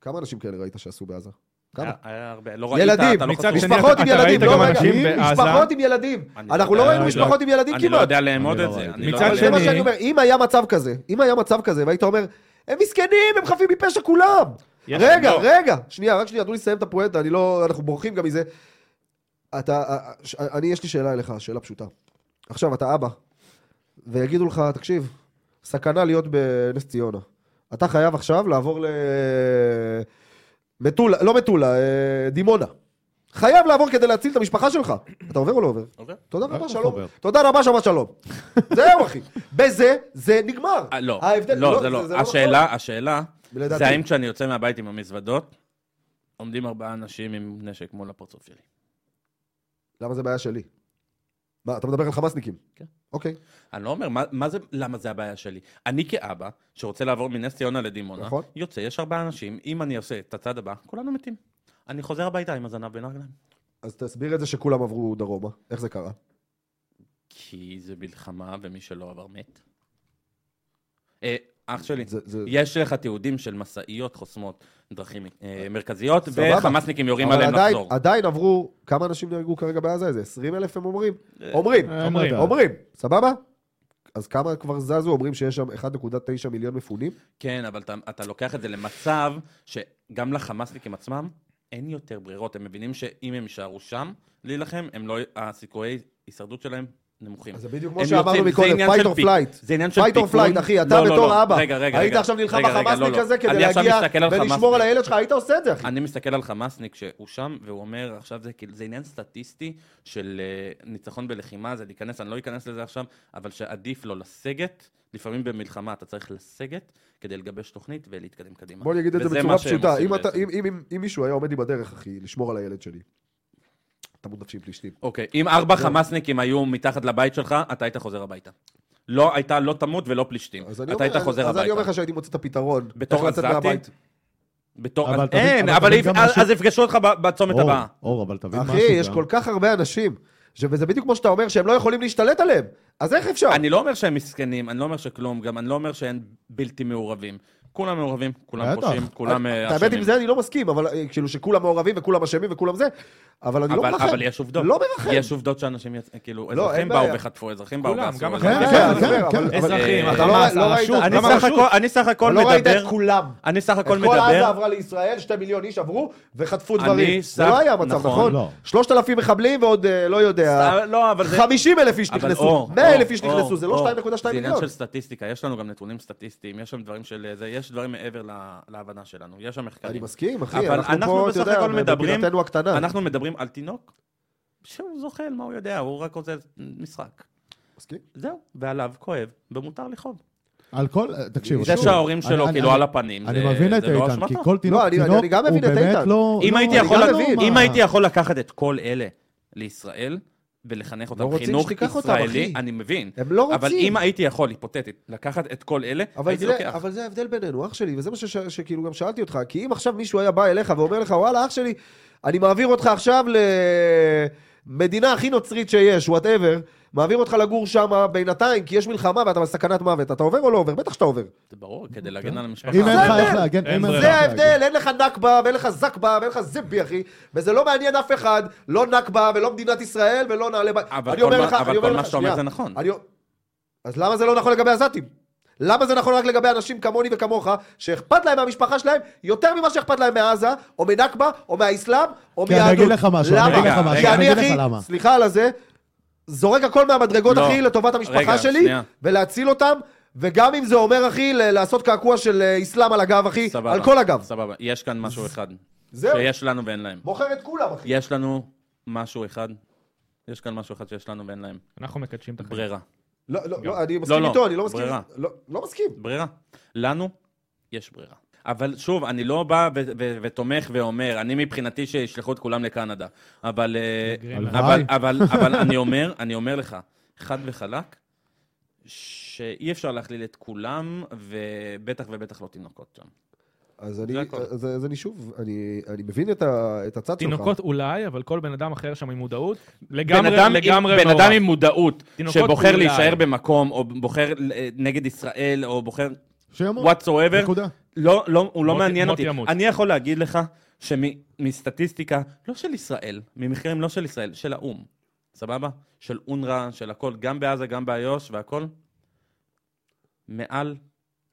כמה אנשים כאלה ראית שעשו בעזה? כמה?
היה היה הרבה, לא ראית,
ילדים,
אתה לא
מצד
חשוף.
שני,
משפחות
אתה-
עם
אתה
ילדים,
ראית
לא
גם
רגע,
אנשים בעזה?
משפחות עם ילדים.
אני לא
אנחנו לא
יודע,
ראינו
אני
משפחות עם ילדים
אני לא
כמעט.
יודע לאמוד
אני
את
לא
זה.
ראיתי.
אני לא
מצד
יודע.
אבל זה מה
שני-
שאני אומר, אם היה מצב כזה, אם היה מצב כזה, והיית אומר, הם מסכנים, הם חפים מפשע כולם.
יש-
רגע,
לא.
רגע, שנייה, רק שנייה, תנו לי לסיים את הפואנטה, אני לא, אנחנו בורחים גם מזה. אתה, אה, ש- אני, יש לי שאלה אליך, שאלה פשוטה. עכשיו, אתה אבא, ויגידו לך, תקשיב, סכנה להיות בנס ציונה. אתה חייב עכשיו לעבור ל... מטולה, לא מטולה, אה, דימונה. חייב לעבור כדי להציל את המשפחה שלך. אתה עובר או לא עובר?
עובר.
תודה
בטח
רבה, שלום.
עובר.
תודה רבה, שבת שלום. זהו, אחי. בזה, זה נגמר.
אה, לא,
ההבדל-
לא, זה לא. השאלה, השאלה,
נכון. לדעתי.
זה האם כשאני יוצא מהבית עם המזוודות, עומדים ארבעה אנשים עם נשק מול הפרצוף שלי.
למה זה בעיה שלי? מה, אתה מדבר על חמאסניקים?
כן.
אוקיי,
אני לא אומר, מה, מה זה, למה זה הבעיה שלי? אני כאבא, שרוצה לעבור מנס ציונה לדימונה,
נכון.
יוצא, יש ארבעה אנשים, אם אני עושה את הצעד הבא, כולנו מתים. אני חוזר הביתה עם הזנב בין הרגליים.
אז תסביר את זה שכולם עברו דרומה. איך זה קרה?
כי זה מלחמה, ומי שלא עבר מת. אה, אח שלי,
זה- זה-
יש לך תיעודים של משאיות חוסמות דרכים אה, מרכזיות,
סבבה.
וחמאסניקים יורים
אבל
עליהם
עדיין-
לחזור.
עדיין עברו, כמה אנשים נהרגו כרגע בעזה? איזה 20 אלף הם אומרים?
אה,
אומרים,
אין
לא
אומרים,
לדעת.
אומרים, סבבה? אז כמה כבר זזו? אומרים שיש שם 1.9 מיליון מפונים?
כן, אבל אתה, אתה לוקח את זה למצב שגם לחמאסניקים עצמם אין יותר ברירות. הם מבינים שאם הם יישארו שם להילחם, הם לא, הסיכויי הישרדות שלהם נמוכים.
אז זה בדיוק כמו
הם יוצאים,
שאמרנו
זה
מקודם,
עניין
fight
של
or
פיק.
flight.
זה עניין של
פייט אור פלייט,
פיקון.
אחי, אתה
לא, לא,
בתור
לא.
אבא,
רגע, רגע,
היית
רגע.
עכשיו נלחם
רגע, רגע,
בחמאסניק
לא, לא.
הזה כדי
אני עכשיו
להגיע
מסתכל על
ולשמור
חמאסניק.
על הילד שלך, היית עושה את זה, אחי.
אני מסתכל על חמאסניק שהוא שם, והוא אומר, עכשיו זה כאילו, זה עניין סטטיסטי של אה, ניצחון בלחימה, זה להיכנס, אני לא אכנס לזה עכשיו, אבל שעדיף לו לסגת, לפעמים במלחמה אתה צריך לסגת כדי לגבש תוכנית ולהתקדם קדימה.
בוא אני אגיד את זה
וזה
בצורה
מה שהם
פשוטה,
עושים
אם אתה-
בעצם.
אם- אם- אם- אם מישהו היה עומד לי בדרך, אחי, לשמור על הילד שלי, תמות נפשי פלישתים.
אוקיי, אם ארבע חמאסניקים היו מתחת לבית שלך, אתה היית חוזר הביתה. לא הייתה לא תמות ולא פלישתים.
אז אני
אתה היית
אומר-
חוזר
אז אני אומר
הביתה.
לך שהייתי מוצא את הפתרון.
בתור
איך לצאת
עזתי?
מהבית.
בתור...
אבל
אז-
תבין-
אין,
אבל
אבל
תבין גם
אז-
משהו-
אז יפגשו אותך ב- בצומת
אור,
הבאה.
אור, אבל תבין משהו.
אחי, יש
גם.
כל כך הרבה אנשים, ש- וזה בדיוק כמו שאתה אומר, שהם לא יכולים להשתלט עליהם. אז איך אפשר?
אני לא אומר שהם מסכנים, אני לא אומר שכלום, גם אני לא אומר שהם בלתי מעורבים. כולם מעורבים, כולם
בטח.
פושעים, כולם אה,
האמת, עם
אשמים.
זה אני לא מסכים, אבל אה, כאילו שכולם מעורבים וכולם אשמים וכולם זה, אבל אני לא
אבל-
מרחם.
אבל יש עובדות.
לא מרחם.
יש עובדות שאנשים, יצ- כאילו,
לא,
אזרחים
אין
באו
בעיה.
וחטפו, אזרחים באו
כולם,
ועשו.
גם
אזרחים-
אחרי-
כן,
כן, כן, כן,
אבל-
כן.
אזרחים,
אבל-
החמאס,
אתה לא- לא ראית-
הרשות,
אני
גם
סך
הרשות.
הכל- אני סך הכל
אבל לא ראית
מדבר,
את כולם.
אני סך
את
הכל
כל עזה
מדבר,
עברה לישראל, שתי מיליון איש עברו וחטפו
אני
דברים. זה
סך-
לא היה המצב,
נכון,
נכון?
לא.
שלושת אלפים מחבלים ועוד אה, לא יודע.
סתם, לא, אבל זה...
50 אלף איש
אבל
נכנסו,
אור,
100 אלף
אור,
איש
אור,
נכנסו, זה לא
אור.
2.2
זה עניין
מיליון.
של סטטיסטיקה, יש לנו גם נתונים סטטיסטיים, יש שם דברים של אה, זה, יש דברים מעבר לה, להבנה שלנו, יש שם מחקרים.
אני מסכים, אחי,
אבל
אנחנו
אנחנו
פה, אתה
בסך
יודע,
הכל מדברים,
בפינתנו הקטנה.
אנחנו מדברים על תינוק שהוא זוחל, מה הוא יודע, הוא רק רוצה משחק.
מסכים?
זהו, ועליו כואב, ומותר לכאוב.
על כל, תקשיב,
זה
שוב,
שההורים
אני-
שלו
אני-
כאילו
אני-
על הפנים,
אני
זה-
מבין את
זה לא
איתן, כי
אשמתו.
כל תינוק,
אני- אני
תינוק,
גם מבין
הוא
את
באמת
איתן.
לא...
אם
לא-
הייתי
אני
יכול-
גם
אם
מבין.
אם הייתי יכול לקחת את כל אלה לישראל, ולחנך
לא
אותם
רוצים
חינוך
שתיקח אותם,
ישראלי,
אחי.
אני מבין.
הם לא
אבל
רוצים.
אם הייתי יכול, היפותטית, לקחת את כל אלה,
אבל
הייתי
זה,
לוקח.
אבל זה ההבדל בינינו, אח שלי, וזה מה ש, ש, שכאילו גם שאלתי אותך, כי אם עכשיו מישהו היה בא אליך ואומר לך, וואלה, אח שלי, אני מעביר אותך עכשיו למדינה הכי נוצרית שיש, וואטאבר, מעביר אותך לגור שם בינתיים, כי יש מלחמה ואתה בסכנת מוות, אתה עובר או לא עובר? בטח שאתה עובר.
זה ברור, כדי להגן על המשפחה.
אם אין לך
בסדר.
איך להגן,
אין
אם אין
ברירה.
לך
זה
איך להגן.
ההבדל, אין לך נכבה, ואין לך זקבה, ואין לך זיבי, אחי, וזה לא מעניין אף אחד, לא נכבה, ולא מדינת ישראל, ולא נעלה... ב-
אבל
אני
כל
אומר
מה-
לך-
אבל
אני אומר
כל
לך-
מה שאתה אומר
שנייה.
זה נכון.
אני... אז למה זה לא נכון לגבי עזתים? למה זה נכון רק לגבי אנשים כמוני וכמוך, שאכפת להם מהמשפחה שלהם יותר ממה שאכפת להם מעזה, או מנכבה, או מהאסלאם, או
כי כן, אני
מיהדות?
אגיד לך משהו, אני
למה?
אגיד לך
רגע,
משהו,
כי
אני
אני,
אגיד לך
אחי,
למה.
סליחה על הזה, זורק הכל מהמדרגות,
לא.
אחי, לטובת המשפחה
רגע,
שלי,
שנייה.
ולהציל אותם, וגם אם זה אומר, אחי, ל- לעשות קעקוע של אה, אסלאם על הגב, אחי,
סבבה.
על כל הגב.
סבבה, יש כאן משהו אחד.
זהו.
שיש לנו ואין להם.
מוכר את כולם, אחי.
יש לנו משהו אחד, יש כאן משהו אחד שיש לנו ואין להם.
אנחנו מקדשים את החיים.
ברירה.
לא, לא,
גם.
לא, אני מסכים
לא,
איתו,
לא,
אני לא מסכים.
ברירה.
לא- לא מסכים.
ברירה. לנו יש ברירה. אבל שוב, אני לא בא ו- ו- ותומך ואומר, אני מבחינתי שישלחו את כולם לקנדה. אבל, אה,
גרינלנד.
אבל,
הלוואי.
אבל, אבל אני אומר, אני אומר לך, חד וחלק, שאי אפשר להכליל את כולם, ובטח ובטח לא תינוקות שם.
אז אני,
זה הכל.
אז, אז אני שוב, אני, אני מבין את, ה, את הצד
תינוקות
שלך.
אולי, אבל כל בן אדם אחר שם עם מודעות,
בן
לגמרי,
אדם,
לגמרי
עם, בן
מעורב.
אדם עם מודעות,
תינוקות
שבוחר
אולי.
להישאר במקום, או בוחר אה, נגד ישראל, או בוחר
שימות,
what so ever,
נקודה.
לא, לא, הוא לא
מוטי-
מעניין
מוטי
אותי.
ימות.
אני יכול להגיד לך שמסטטיסטיקה, לא של ישראל, ממחירים לא של ישראל, של האו"ם, סבבה? של אונר"א, של הכל, גם בעזה, גם באיו"ש והכל, מעל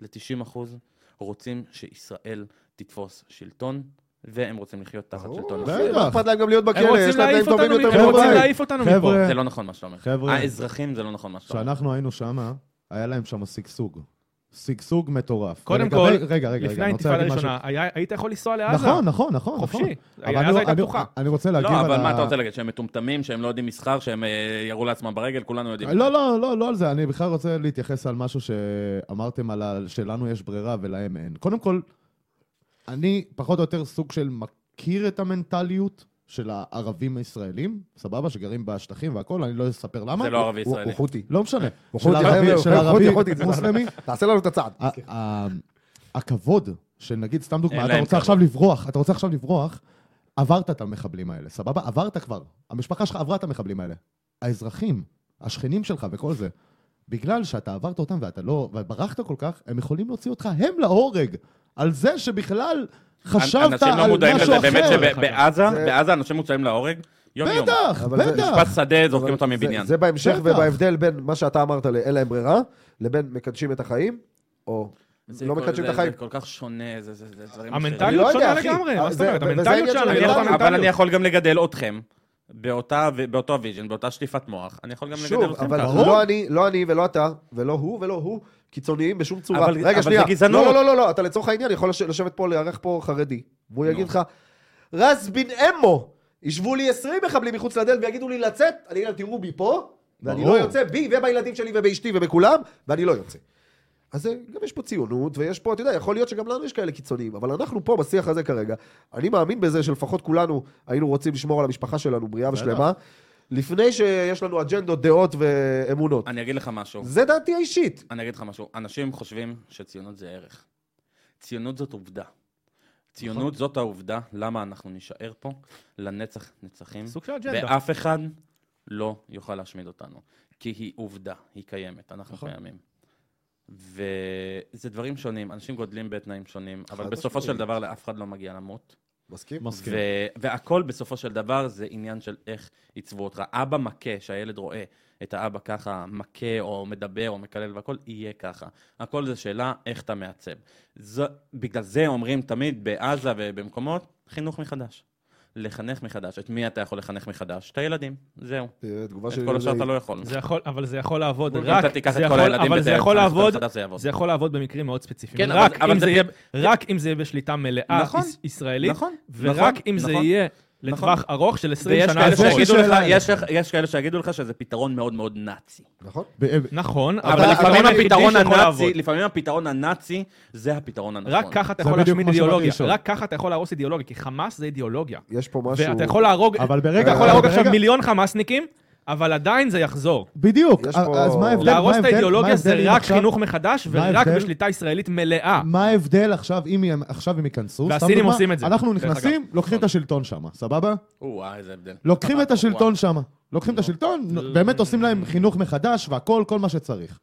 ל-90 אחוז רוצים שישראל תתפוס שלטון, והם רוצים לחיות תחת
ברור,
שלטון.
אחי,
אחר.
בטח.
לא אכפת להם גם להיות
הם
בכלא, יש
רוצים
להם תנאים
להעיף
טובים
אותנו
יותר
מפה, הם רוצים
בבית.
בבית.
להעיף אותנו מפה.
חבר'ה,
זה לא נכון מה שאתה אומר.
חבר'ה.
האזרחים זה לא נכון מה שאתה אומר.
כשאנחנו היינו שמה, היה להם שם שגשוג. שגשוג מטורף.
קודם
ולגבי-
כל, לפני
רגע, רגע, רגע, אני רוצה
האינתיפאדה
להגיד משהו.
הראשונה, היה- היית יכול לנסוע לעזה.
נכון, נכון, נכון.
חופשי.
נכון. אבל
עזה
אני-
הייתה
אני-
פתוחה.
אני רוצה להגיב על
לא,
ה...
אבל מה אתה רוצה להגיד? שהם מטומטמים, שהם לא יודעים מסחר, שהם אה, ירו לעצמם ברגל, כולנו יודעים.
לא, לא, לא, לא על זה. אני בכלל רוצה להתייחס על משהו שאמרתם על ה... שלנו יש ברירה ולהם אין. קודם כל, אני פחות או יותר סוג של מכיר את המנטליות של הערבים הישראלים, סבבה? שגרים בשטחים והכול, אני לא אספר למה.
זה לא ערבי
הוא
ישראלי.
הוא חותי.
לא משנה. של
חותי,
ערבי-
חבר'ה,
של
חבר'ה,
ערבי
חותי, חותי, זה
מוסלמי. אה,
תעשה לנו את הצעד.
ה- ה- הכבוד, שנגיד, סתם דוגמה,
אין
אתה
להם
רוצה
כבוד.
עכשיו לברוח, אתה רוצה עכשיו לברוח, עברת את המחבלים האלה, סבבה? עברת כבר. המשפחה שלך עברה את המחבלים האלה. האזרחים, השכנים שלך וכל זה, בגלל שאתה עברת אותם ואתה לא, וברחת כל כך, הם יכולים להוציא אותך הם להורג, על זה שבכלל חשבת
אנשים לא
על
מודעים
משהו
לזה, באמת
אחר.
שב-
שבעזה,
זה-
בעזה אנשים מוצאים להורג, יום יום.
בטח,
אבל זה-
משפט
בטח.
שדה, זורקים
אבל
אותם
זה-
מבניין.
זה בהמשך
בטח.
ובהבדל בין מה שאתה אמרת לאין להם ברירה, לבין מקדשים את החיים, או
זה
לא
כל-
מקדשים את
זה-
החיים.
זה כל כך שונה, זה זה- זה דברים... אחרים.
אני לא
המנטליות
יודע,
שונה
אחי.
לגמרי, מה
זה-
זאת אומרת?
וזה
המנטליות
העניין של
אני
שלנו,
יכול-
המנטליות.
אבל אני יכול גם לגדל אתכם, באותה, ו- באותו הוויז'ן, באותה שטיפת מוח, אני יכול גם
שוב,
לגדל אתכם
אבל
ככה.
לא אני, לא אני ולא אתה, ולא הוא ולא הוא, קיצוניים בשום צורה.
אבל- אבל
רגע,
זה
שנייה.
גזענות.
לא, לא, לא, לא, אתה לצורך העניין יכול לש- לשבת פה, לארח פה חרדי. והוא
לא.
יגיד לך, רז בן אמו, ישבו לי 20 מחבלים מחוץ לדלת ויגידו לי לצאת, אני אגיד להם, תראו בי פה, ואני
ברור.
לא יוצא בי ובילדים שלי ובאשתי ובכולם, ואני לא יוצא. אז זה- גם יש פה ציונות, ויש פה, אתה יודע, יכול להיות שגם לנו יש כאלה קיצוניים, אבל אנחנו פה בשיח הזה כרגע. אני מאמין בזה שלפחות כולנו היינו רוצים לשמור על המשפחה שלנו בריאה ושלמה, לפני שיש לנו אג'נדות, דעות ואמונות.
אני לא. אגיד לך משהו.
זה דעתי האישית.
אני אגיד לך משהו. אנשים חושבים שציונות זה ערך. ציונות זאת עובדה. ציונות זאת העובדה למה אנחנו נישאר פה לנצח נצחים,
סוג של אג'נדה.
ואף אחד לא יוכל להשמיד אותנו. כי היא עובדה, היא קיימת, אנחנו
נכון.
קיימים. וזה דברים שונים, אנשים גודלים בתנאים שונים, אבל
חד
בסופו של
משמעית.
דבר לאף אחד לא מגיע למות.
מסכים?
מסכים.
ו- והכל בסופו של דבר זה עניין של איך עיצבו אותך. אבא מכה, שהילד רואה את האבא ככה מכה או מדבר או מקלל והכל, יהיה ככה. הכל זה שאלה איך אתה מעצב. זו, בגלל זה אומרים תמיד בעזה ובמקומות, חינוך מחדש. לחנך מחדש. את מי אתה יכול לחנך מחדש? את הילדים, זהו.
אה, התגובה
את
שלי...
כל השאר
לזה
אתה
היא-
לא יכול.
זה יכול, אבל זה יכול לעבוד
אם
רק,
אתה תיקח
זה
את כל
יכול-
הילדים
אבל זה
ותחנך
יכול
אותם
לעבוד,
מחדש, זה יעבוד.
זה יכול לעבוד במקרים מאוד ספציפיים.
כן, אבל-
רק
אבל
אם
זה-
זה יהיה- רק אם זה יהיה בשליטה מלאה
נכון.
יש- ישראלית,
נכון,
ורק
נכון,
אם זה
נכון.
יהיה לטווח ארוך של 20
ויש
שנה.
כאלה
אז יש לי
שיגידו לך- כן.
שאלה
יש- יש כאלה שיגידו לך שזה פתרון מאוד מאוד נאצי.
נכון.
ב-
נכון,
אבל
זה
לפעמים
הפתרון היחידי
הפתרון
שיכול לעבוד.
הנאצי, לפעמים הפתרון הנאצי זה הפתרון הנכון.
רק ככה אתה
זה
יכול
בדיוק
להשמיד
מה שבאתי
אידיאולוגיה,
לשאול.
רק ככה אתה יכול להרוס אידיאולוגיה, כי חמאס זה אידיאולוגיה.
יש פה משהו...
ואתה יכול להרוג,
אבל ברגע-
אתה יכול להרוג
אבל
עכשיו
ברגע-
מיליון חמאסניקים, אבל עדיין זה יחזור.
בדיוק,
יש
אז
פה-
אז מה ההבדל?
להרוס
מה
את
ההבדל- מה
האידיאולוגיה זה
ההבדל אם
רק
עכשיו-
חינוך מחדש
מה
ורק
ההבדל?
בשליטה ישראלית מלאה.
מה ההבדל עכשיו, אם הם- עכשיו הם ייכנסו? סתם
אה. והסינים
דוגמה,
עושים את זה,
אנחנו
דרך נכון.
נכנסים,
אגב.
לוקחים את השלטון שם, סבבה?
וואי, איזה הבדל. אה,
לוקחים את
וואו.
השלטון שם. לוקחים את השלטון, באמת עושים להם חינוך מחדש והכל, כל מה שצריך.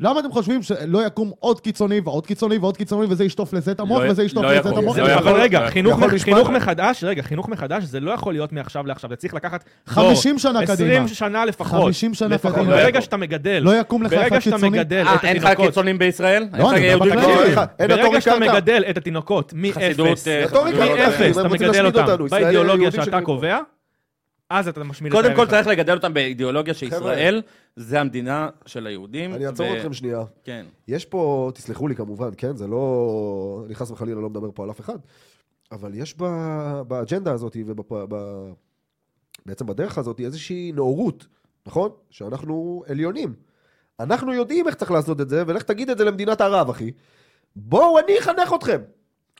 למה אתם חושבים שלא יקום עוד קיצוני ועוד קיצוני ועוד קיצוני וזה ישטוף לזה את המוח
לא-
וזה ישטוף
לא
לזה
יקום,
את המוח?
זה לא
אבל
יכול-
רגע,
יכול
חינוך
משפט.
חינוך מחדש, רגע, חינוך מחדש זה לא יכול להיות מעכשיו לעכשיו, זה צריך לקחת דור,
50 שנה
20
קדימה.
שנה לפחות.
50 שנה
לפחות.
קדימה.
ברגע שאתה מגדל,
לא יקום לך
ברגע
אחד
שאתה
קיצוני?
מגדל
אה,
את
אין לך
התינוקות,
קיצונים בישראל? אין לך
אני מדבר
יהודים
בכלל.
לא, אין
קיצונים?
לך- אין
ברגע שאתה
רטוריקה אתה.
מגדל את התינוקות
חסידות,
מאפס,
אה,
רטוריקה,
מאפס,
הם
אתה
רוצים
מגדל
להשמיד
אותם
אותנו, ישראל
באידיאולוגיה
יהודים
שאתה
שגרים פה.
קובע, אז אתה משמיד את
קודם כל
הערך.
צריך לגדל אותם באידיאולוגיה שישראל זה המדינה של היהודים.
אני
ו-
אעצור אתכם שנייה.
כן.
יש פה, תסלחו לי כמובן, כן? זה לא... אני חס וחלילה לא מדבר פה על אף אחד. אבל יש ב... באג'נדה הזאת וב... ב... בעצם בדרך הזאת איזושהי נאורות, נכון? שאנחנו עליונים. אנחנו יודעים איך צריך לעשות את זה, ולך תגיד את זה למדינת ערב, אחי. בואו, אני אחנך אתכם.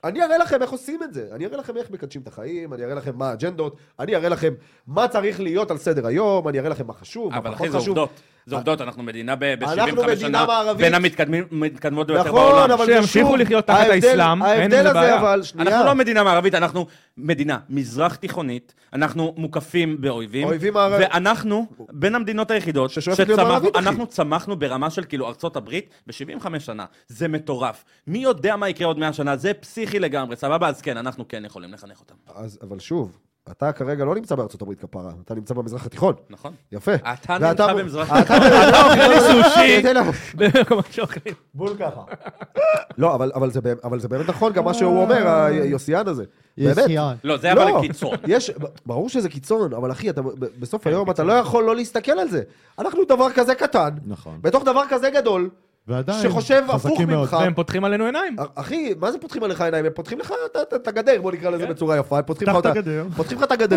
אני אראה לכם איך עושים את זה. אני אראה לכם איך מקדשים את החיים, אני אראה לכם מה האג'נדות, אני אראה לכם מה צריך להיות על סדר היום, אני אראה לכם מה חשוב, מה
אבל
פחות
אחי, זה
חשוב. אה,
עובדות. זה עובדות, אנחנו מדינה ב-75 שנה.
אנחנו מדינה מערבית.
בין המתקדמים- המתקדמות ביותר
נכון,
בעולם.
אבל זה שוב...
שימשיכו לחיות תחת
ההבדל-
האסלאם, אין עם
ההבדל
זה
הזה
בעיה.
אבל, שנייה.
אנחנו לא מדינה מערבית, אנחנו מדינה מזרח תיכונית, אנחנו מוקפים באויבים.
אויבים מערב-
ואנחנו בין המדינות היחידות
ששואפת להיות מערבית, אחי.
אנחנו צמחנו ברמה של כאילו ארצות הברית ב-75 שנה. זה מטורף. מי יודע מה יקרה עוד 100 שנה? זה פסיכי לגמרי, סבבה? אז כן, אנחנו כן יכולים לחנך אותם.
אז, אבל שוב, אתה כרגע לא נמצא בארצות הברית כפרה, אתה נמצא במזרח התיכון.
נכון?
יפה.
אתה
ואתה-
נמצא במזרח
אתה- אתה אוכל סושי.
במקומות שאוכלים.
בול ככה. לא, אבל- אבל זה באמת- אבל זה באמת נכון, גם מה שהוא אומר, היוסיאן הזה. באמת.
יסיון.
לא, זה אבל
לא.
קיצון. כן,
יש, ברור שזה קיצון, אבל אחי, אתה, ב- ב- בסוף היום אתה לא יכול לא להסתכל על זה. אנחנו דבר כזה קטן,
נכון.
בתוך דבר כזה גדול,
ועדיין,
שחושב הפוך
חזקים מאוד.
ממך.
והם פותחים עלינו עיניים.
אחי, מה זה פותחים עליך עיניים? הם פותחים לך את- את- את הגדר, בוא נקרא לזה בצורה יפה. הם פותחים לך
פתח את
אותה-
הגדר.
פותחים לך את הגדר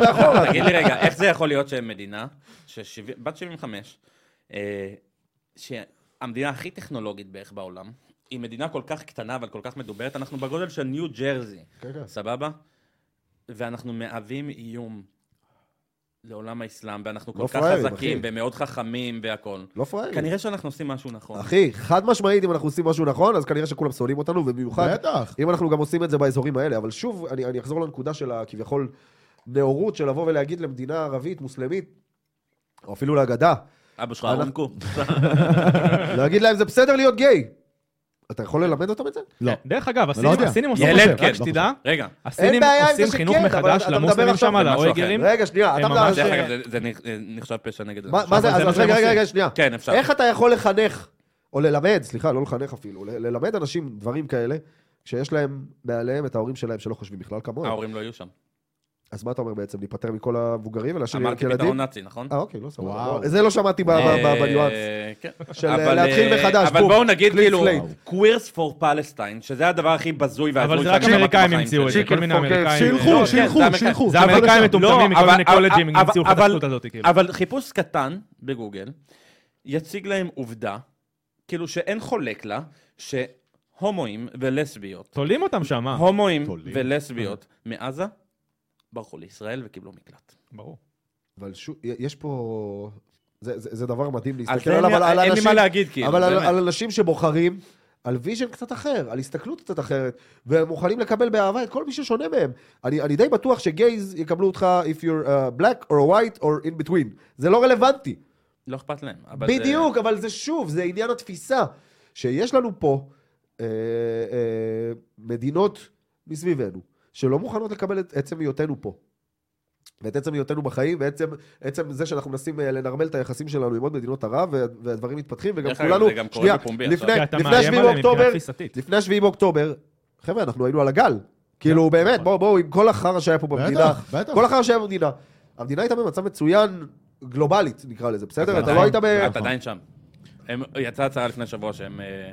מאחורה.
תגיד לי רגע, איך זה יכול להיות שמדינה, ששבע- בת 75, אה, שהמדינה הכי טכנולוגית בערך בעולם, היא מדינה כל כך קטנה אבל כל כך מדוברת, אנחנו בגודל של ניו ג'רזי,
כן, כן.
סבבה? ואנחנו מהווים איום לעולם האסלאם, ואנחנו כל
לא
כך
פראיירים,
חזקים
אחי.
ומאוד חכמים והכול.
לא פראיירים.
כנראה שאנחנו עושים משהו נכון.
אחי, חד משמעית, אם אנחנו עושים משהו נכון, אז כנראה שכולם שונאים אותנו, ובמיוחד,
בטח.
אם אנחנו גם עושים את זה באזורים האלה. אבל שוב, אני אני אחזור לנקודה של הכביכול נאורות, של לבוא ולהגיד למדינה ערבית, מוסלמית, או אפילו להגדה,
אבא שלך
אה. אנחנו-
ארונקו.
להגיד להם, זה בסדר להיות גיי. אתה יכול ללמד אותם את זה?
לא.
דרך אגב,
לא יודע.
הסינים הסינים עושים
ילד,
רק
כן.
שתדע,
רגע.
הסינים
בעיה עם זה
עושים
שכן,
חינוך
אבל
מחדש
אתה מדבר
למוסלמים
עכשיו
שם,
במשהו אחר.
לאויגרים.
רגע, שנייה, אתה
הם ממש-
מדבר...
דרך אגב, זה- זה נכ- זה נחשב פשע נגד
מה מה זה,
אבל זה
אז
מה
אז רגע,
שהם
רגע,
עושים.
רגע, שנייה.
כן, אפשר.
איך אתה יכול לחנך, או ללמד, סליחה, לא לחנך אפילו, ל- ללמד אנשים דברים כאלה, כשיש להם מעליהם את ההורים שלהם שלא חושבים בכלל כמוהם?
ההורים לא יהיו שם.
אז מה אתה אומר בעצם, להיפטר מכל המבוגרים ולהשאיר
אמרתי
ילדים?
פתרון נאצי, נכון?
אה, אוקיי, לא סבבה.
וואו.
לא, זה לא שמעתי ב- ב- ב- בניואנס.
אה, כן.
של
אבל,
להתחיל
אה,
מחדש,
אבל
בום,
בואו נגיד
clean
כאילו,
slate.
קווירס פור פלסטיין, שזה הדבר הכי בזוי והזוי
אבל זה רק
שאני שמעתי
אמריקאים
בחיים
המציאו את
שלי.
זה, כל מיני אמריקאים.
שילכו,
לא,
כן,
שילכו,
זה אמריקאי.
שילכו.
זה
כל
אמריקאים
השאר.
מטומטמים
לא,
מכל מיני
אבל-
קולג'ים,
אבל-
המציאו לך את
אבל-
הזכות הזאת, כאילו.
אבל חיפוש קטן בגוגל יציג להם עובדה, כאילו שאין חולק לה, שהומואים ולסביות,
תולים אותם שם,
אה,
מה?
הומואים
תולים.
ולסביות מעזה, ברחו לישראל וקיבלו מקלט.
ברור.
אבל שוב, יש פה... זה, זה, זה דבר מדהים
על
להסתכל
זה אין
עליו,
לי-
על, על
אין לי
אנשים,
מה להגיד, כאילו,
אבל על,
באמת.
על אנשים שבוחרים על ויז'ן קצת אחר, על הסתכלות קצת אחרת, והם מוכנים לקבל באהבה את כל מי ששונה מהם. אני, אני די בטוח שגייז יקבלו אותך if you're uh, black or white or in between. זה לא רלוונטי.
לא אכפת להם. אבל זה-
בדיוק, זה... אבל זה שוב, זה עניין התפיסה. שיש לנו פה אה, אה, מדינות מסביבנו, שלא מוכנות לקבל את עצם היותנו פה. ואת עצם היותנו בחיים, ועצם עצם זה שאנחנו מנסים אה, לנרמל את היחסים שלנו עם עוד מדינות ערב, וה- והדברים מתפתחים, וגם
דרך אגב,
כולנו...
זה גם קורה
שנייה,
בפומבי
לפני,
עכשיו.
כי אתה
לפני
מאיים
7
עליהם מבחינה
באוקטובר,
תפיסתית.
לפני 7 באוקטובר, חבר'ה, אנחנו היינו על הגל.
כן.
כאילו, באמת, בואו, בואו, עם כל החרא שהיה פה במדינה,
בטח, בטח.
כל החרא שהיה במדינה. המדינה הייתה במצב מצוין, גלובלית, נקרא לזה, בסדר? אתה לא היית ב...
אתה עדיין שם. הם- יצאה הצהרה לפני שבוע שהם, אה,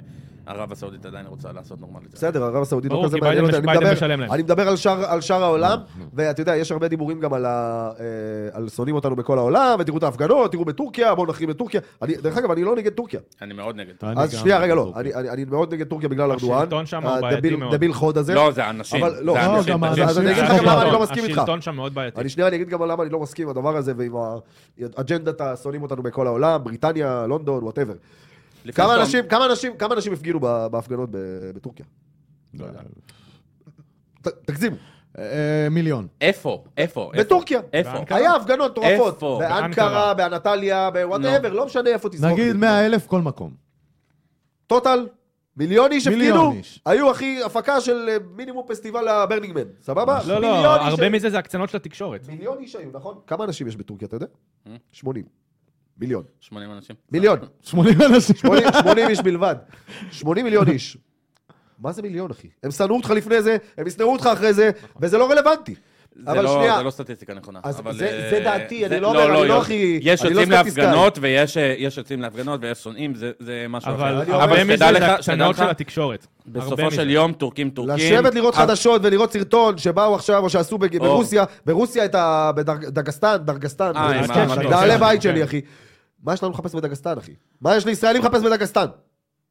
ערב הסעודית עדיין רוצה לעשות נורמליזציה.
בסדר, ערב הסעודית לא
ברור,
כזה
כי
מעניין אותי,
ביידן-
אני
ביידן
מדבר-
משלם להם. Mm,
אני מדבר על שאר- על שאר העולם, ואתה יודע, יש הרבה דיבורים גם על ה- אה, על שונאים אותנו בכל העולם, ותראו את ההפגנות, תראו בטורקיה, בואו נחרים את טורקיה. אני- דרך אגב, אני לא נגד טורקיה.
אני מאוד נגד.
אני
אז
גם-
שנייה, רגע, לא, אני- אני אני מאוד נגד טורקיה בגלל ארדואן.
השלטון שם הוא
הדביל-
בעייתי מאוד.
דביל חוד הזה.
לא, זה אנשים.
אבל לא,
זה
לא,
אנשים,
גם
תקשיב.
אז אני אגיד לך גם
השלטון-
למה אני לא מסכים איתך.
השלטון שם מאוד בעייתי.
אני שנייה, אני אגיד גם למה אני לא מסכים עם הדבר הזה, ועם האג'נדת השונאים אותנו בכל העולם, בריטניה, לונדון, וואטאבר.
לפני
כמה
שאתה-
אנשים, כמה אנשים, כמה אנשים הפגינו ב- בהפגנות ב- בטורקיה?
לא יודע.
ת- תגזימו.
אה, מיליון.
איפה? איפה? איפה?
בטורקיה.
איפה?
באנקרה.
היה הפגנות מטורפות.
איפה?
באנקרה,
באנקרה.
באנטליה, בוואטאבר, לא משנה איפה תזרוק.
נגיד 100 אלף כל מקום.
טוטל, מיליון איש הפגינו,
מיליון איש.
היו הכי הפקה של אה, מינימום פסטיבל הברנינגמן, סבבה?
לא, לא,
מיליון איש
הרבה
היו.
מזה זה הקצנות של התקשורת.
מיליון איש היו, נכון? כמה אנשים יש בטורקיה, אתה יודע?
אה?
80. מיליון.
80 אנשים.
מיליון.
80 אנשים.
80 80 איש בלבד. 80 מיליון איש. מה זה מיליון, אחי? הם שנאו אותך לפני זה, הם ישנאו אותך אחרי זה,
נכון.
וזה לא רלוונטי.
זה
אבל
לא-
שנייה,
זה לא סטטיסטיקה נכונה.
אז
אבל,
זה-
אה,
זה דעתי, אני
זה-
לא אומר, אני לא
יש-
הכי-
יש
אני לא
יוצאים
סטטיסטיקאי.
להפגנות ויש אה, יש יוצאים להפגנות ויש שונאים, זה- זה משהו אחר.
אבל
אני אומר-
הרבה מזה
שתדע
זה
לך- שתדע
הקצנות
לך,
של התקשורת. הרבה
בסופו
מזה.
של יום טורקים טורקים.
לשבת לראות
אה,
חדשות ולראות סרטון שבאו עכשיו, או שעשו בג-
או.
ברוסיה, ברוסיה את ה... בדגסטן, דרגסטן.
אה,
דרגסטן,
עם
כן,
ה-
אני-
נעלי
כן,
בית
כן.
שלי, אחי. מה יש לנו לחפש בדגסטן, אחי? מה יש לישראלים לחפש בדגסטן?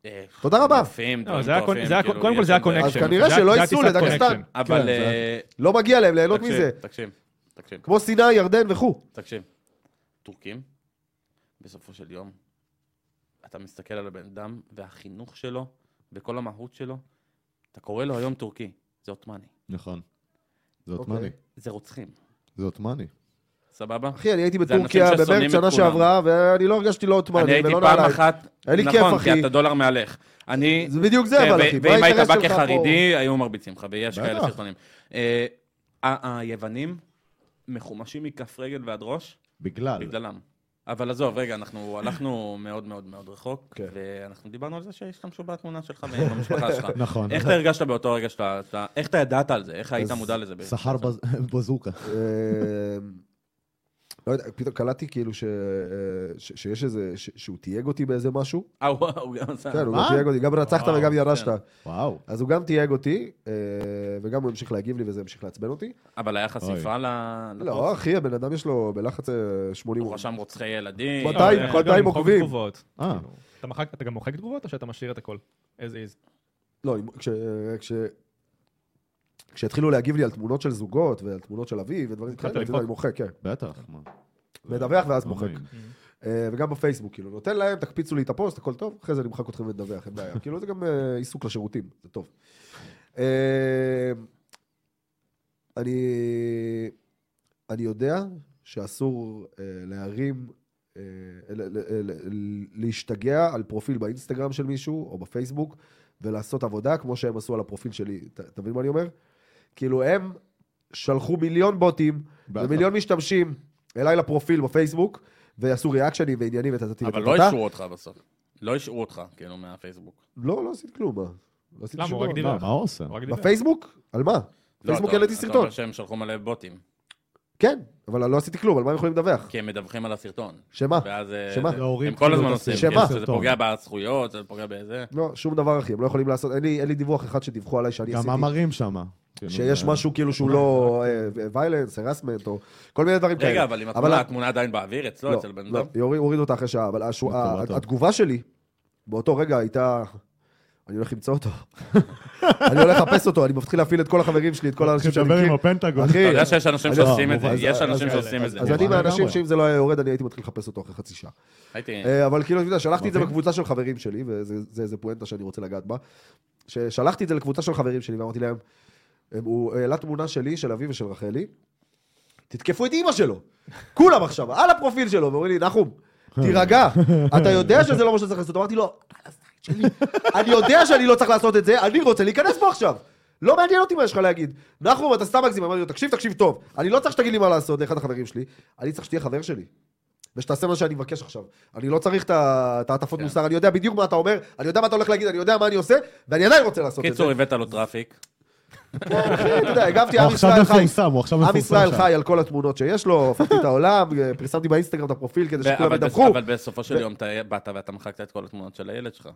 אה,
תודה רבה.
מטורפים,
לא,
דברים
זה היה קונ-
מטורפים,
זה היה-
כאילו,
קודם כל
יש
זה היה
שם בעיה.
קונקשן.
אז כנראה
זה היה-
שלא
זה היה
ייסעו
טיסת
לדגסטן.
קונקשן.
אבל...
כן, זה
אה,
לא מגיע להם ליהנות
תקשיב,
מזה.
תקשיב, תקשיב,
כמו סיני, ירדן וכו'.
תקשיב. טורקים, בסופו של יום, אתה מסתכל על הבן אדם והחינוך שלו וכל המהות שלו, אתה קורא לו היום טורקי, זה עות'מאני,
נכון. זה
אוקיי.
עות'מאני.
זה רוצחים,
זה עות'מאני.
סבבה?
אחי, אני הייתי
אנשים
בטורקיה
ששונאים
במרץ
את
שנה
כולם.
שעברה, ואני לא הרגשתי לא
אני
עות'מאני
הייתי
ולא
פעם
נעליים.
אחת,
היה לי כיף,
נכון,
אחי.
כי אתה דולר מהלך. אני...
זה בדיוק זה, אבל
כן, ו-
אחי. מה
ואם היית
האינטרס
בא
שלך פה?
כחרדי, היו מרביצים לך, ויש
בטח.
כאלה סרטונים. אה, ה- היוונים מחומשים מכף רגל ועד ראש
בגלל.
בגללם. אבל עזוב, רגע, אנחנו הלכנו מאוד מאוד מאוד רחוק,
כן.
ואנחנו דיברנו על זה שהשתמשו בתמונה שלך ועם המשפחה שלך.
נכון.
איך אתה הרגשת באותו רגע שאתה... אתה- איך אתה ידעת על זה? איך היית מודע לזה? בעצם?
סחר בז- בזוקה.
אמ, לא יודע, פתאום קלטתי כאילו ש- אה, ש- שיש איזה, ש- שהוא תייג אותי באיזה משהו.
אה, הוא הוא גם עשה...
כן, הוא גם
מה?
תייג אותי, גם רצחת
וואו,
וגם
כן.
ירשת.
וואו.
אז הוא גם תייג אותי, אה, וגם הוא המשיך להגיב לי וזה המשיך לעצבן אותי.
אבל היה חשיפה ל-
לא, אחי, הבן אדם יש לו בלחץ אה, 80...
נכון. הוא רשם רוצחי ילדים. אה,
לא,
מאתיים-
אבל
מאתיים
גם למחוק
עוקבים.
תגובות.
אה.
כאילו, אתה מחק- אתה גם מוחק תגובות או שאתה משאיר את הכל? as is.
לא, אם- כש... כש... כשהתחילו להגיב לי על תמונות של זוגות ועל תמונות של אביב ודברים כאלה,
התחלת
אתה יודע,
למחוק?
אני מוחק, כן.
בטח. מה.
מדווח ואז מוחק.
מאמין.
אה, וגם בפייסבוק, כאילו, נותן להם, תקפיצו לי את הפוסט, הכל טוב, אחרי זה אני אמחק אתכם ונדווח, אין בעיה. כאילו, זה גם אה, עיסוק לשירותים, זה טוב. אה, אני, אני יודע שאסור אה, להרים, אה, ל- ל- ל- להשתגע על פרופיל באינסטגרם של מישהו, או בפייסבוק, ולעשות עבודה כמו שהם עשו על הפרופיל שלי. ת- אתה מבין מה אני אומר? כאילו, הם שלחו מיליון בוטים,
בטח.
ומיליון משתמשים אליי לפרופיל בפייסבוק, ויעשו ריאקשנים ועניינים וטטטי
אבל
וטטטה.
לא אישרו אותך בסוף. לא אישרו אותך, כאילו, מהפייסבוק.
לא, לא עשיתי כלום, מה? לא עשיתי
למה?
שום
הוא רק
דבר.
לא,
דיווח.
מה הוא עושה?
הוא רק דיבר.
בפייסבוק? על מה?
לא,
פייסבוק
אתה-
העליתי
אתה
סרטון.
אומר שהם שלחו מלא בוטים.
כן, אבל אני לא עשיתי כלום, על מה הם יכולים לדווח?
כי הם מדווחים על הסרטון.
שמה?
ואז... אה,
שמה?
זה-
להוריד
הם כל
כאילו
הזמן
את
עושים,
הסרטון.
שמה?
כן, שזה פוגע בזכויות, זה פוגע בזה.
לא, שום דבר, אחי, הם לא יכולים לעשות... אין לי- אין לי דיווח אחד שדיווחו עליי שאני
גם
עשיתי.
מאמרים שמה. כאילו,
שיש
זה-
משהו כאילו שהוא לא ויילנס, הרסמנט, או כל מיני דברים כאלה.
רגע, אבל אם התמונה,
כן. ה-
התמונה עדיין באוויר, אצלו, אצל בן
לא,
אדם.
יוריד- הורידו אותה אחרי שעה, אבל השו-
מטורף,
ה-
מטורף.
התגובה שלי באותו רגע הייתה... אני הולך למצוא אותו. אני הולך לחפש אותו, אני מתחיל להפעיל את כל החברים שלי, את כל האנשים שאני
תדבר עם
מכיר.
הפנטגון.
אחי,
אתה יודע שיש אנשים
אני-
שעושים את זה,
אה, אז-
יש
אז-
אנשים
אז-
שעושים את זה.
אז אני
מובן
מהאנשים
לגמרי.
שאם זה לא היה יורד, אני הייתי מתחיל לחפש אותו אחרי חצי שעה.
הייתי...
אה, אבל כאילו, אתה יודע, שלחתי את זה
מבין.
בקבוצה של חברים שלי, וזה זה- זה פואנטה שאני רוצה לגעת בה, ששלחתי את זה לקבוצה של חברים שלי, ואמרתי להם, הם- הוא העלה תמונה שלי, של אבי ושל רחלי, תתקפו את אימא שלו. כולם עכשיו, על הפרופיל שלו, ואומרים לי, נחום, תירגע, אתה יודע שזה לא מה שצריך לעשות. אמרתי לו, על הזין שלי, אני יודע שאני לא צריך לעשות את זה, אני רוצה להיכנס פה עכשיו. לא מעניין אותי מה יש לך להגיד. נחום, אתה סתם מגזים. אמרתי לו, תקשיב, תקשיב טוב. אני לא צריך שתגיד לי מה לעשות לאחד החברים שלי, אני צריך שתהיה חבר שלי. ושתעשה מה שאני מבקש עכשיו. אני לא צריך את ה- את ההטפות
כן.
מוסר, אני יודע בדיוק מה אתה אומר, אני יודע מה אתה הולך להגיד, אני יודע מה אני עושה, ואני עדיין רוצה לעשות את אוקיי, זה.
קיצור, הבאת לו טראפיק.
פה, אחי, אתה יודע, הגבתי,
הוא
עם
עכשיו
ישראל חי.
מפורסם, הוא עכשיו אוקיי, מפורסם.
עם ישראל
שם.
חי על כל התמונות שיש לו, הפכתי את העולם, פרסמתי באינסטגרם את הפרופיל כדי שכולם
אבל בס-
ידווחו.
אבל בסופו של
ו-
יום אתה באת ואתה מחקת את כל התמונות של הילד שלך.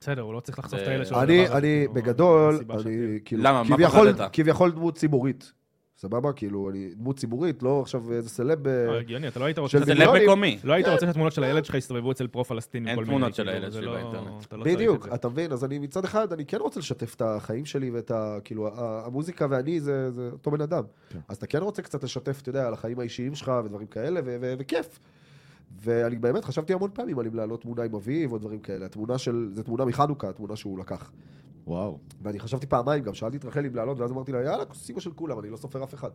בסדר, הוא לא צריך לחשוף
זה-
את האלה שלו.
אני,
לדבר הזה,
אני
כאילו,
בגדול,
הסיבה שאני-
אני כאילו,
למה? מה
כביכול,
פחדת?
כביכול דמות ציבורית. סבבה? כאילו, אני דמות ציבורית, לא עכשיו איזה סלב... אה,
לא, הגיוני, אתה לא היית רוצה...
זה
של
שהתמונות-
לב
מיליונים.
מקומי.
לא היית רוצה שהתמונות של הילד שלך יסתובבו אצל פרו פלסטיני.
אין
כל מיני,
תמונות של
כאילו,
הילד
זה
שלי
לא-
באינטרנט.
אתה לא צריך את
בדיוק,
זה.
אתה מבין? אז אני מצד אחד, אני כן רוצה לשתף את החיים שלי ואת ה... כאילו, ה- המוזיקה ואני זה זה אותו בן אדם.
כן.
אז אתה כן רוצה קצת לשתף, אתה יודע, על החיים האישיים שלך ודברים כאלה, ו- ו- וכיף. ואני באמת חשבתי המון פעמים על אם להעלות תמונה עם אביו או דברים כאלה. התמונה של... זו תמונה מחנוכה, התמונה שהוא לקח.
וואו.
ואני חשבתי פעמיים גם, שאלתי את רחל אם לעלות, ואז אמרתי לה, יאללה, כוס אימא של כולם, אני לא סופר אף אחד.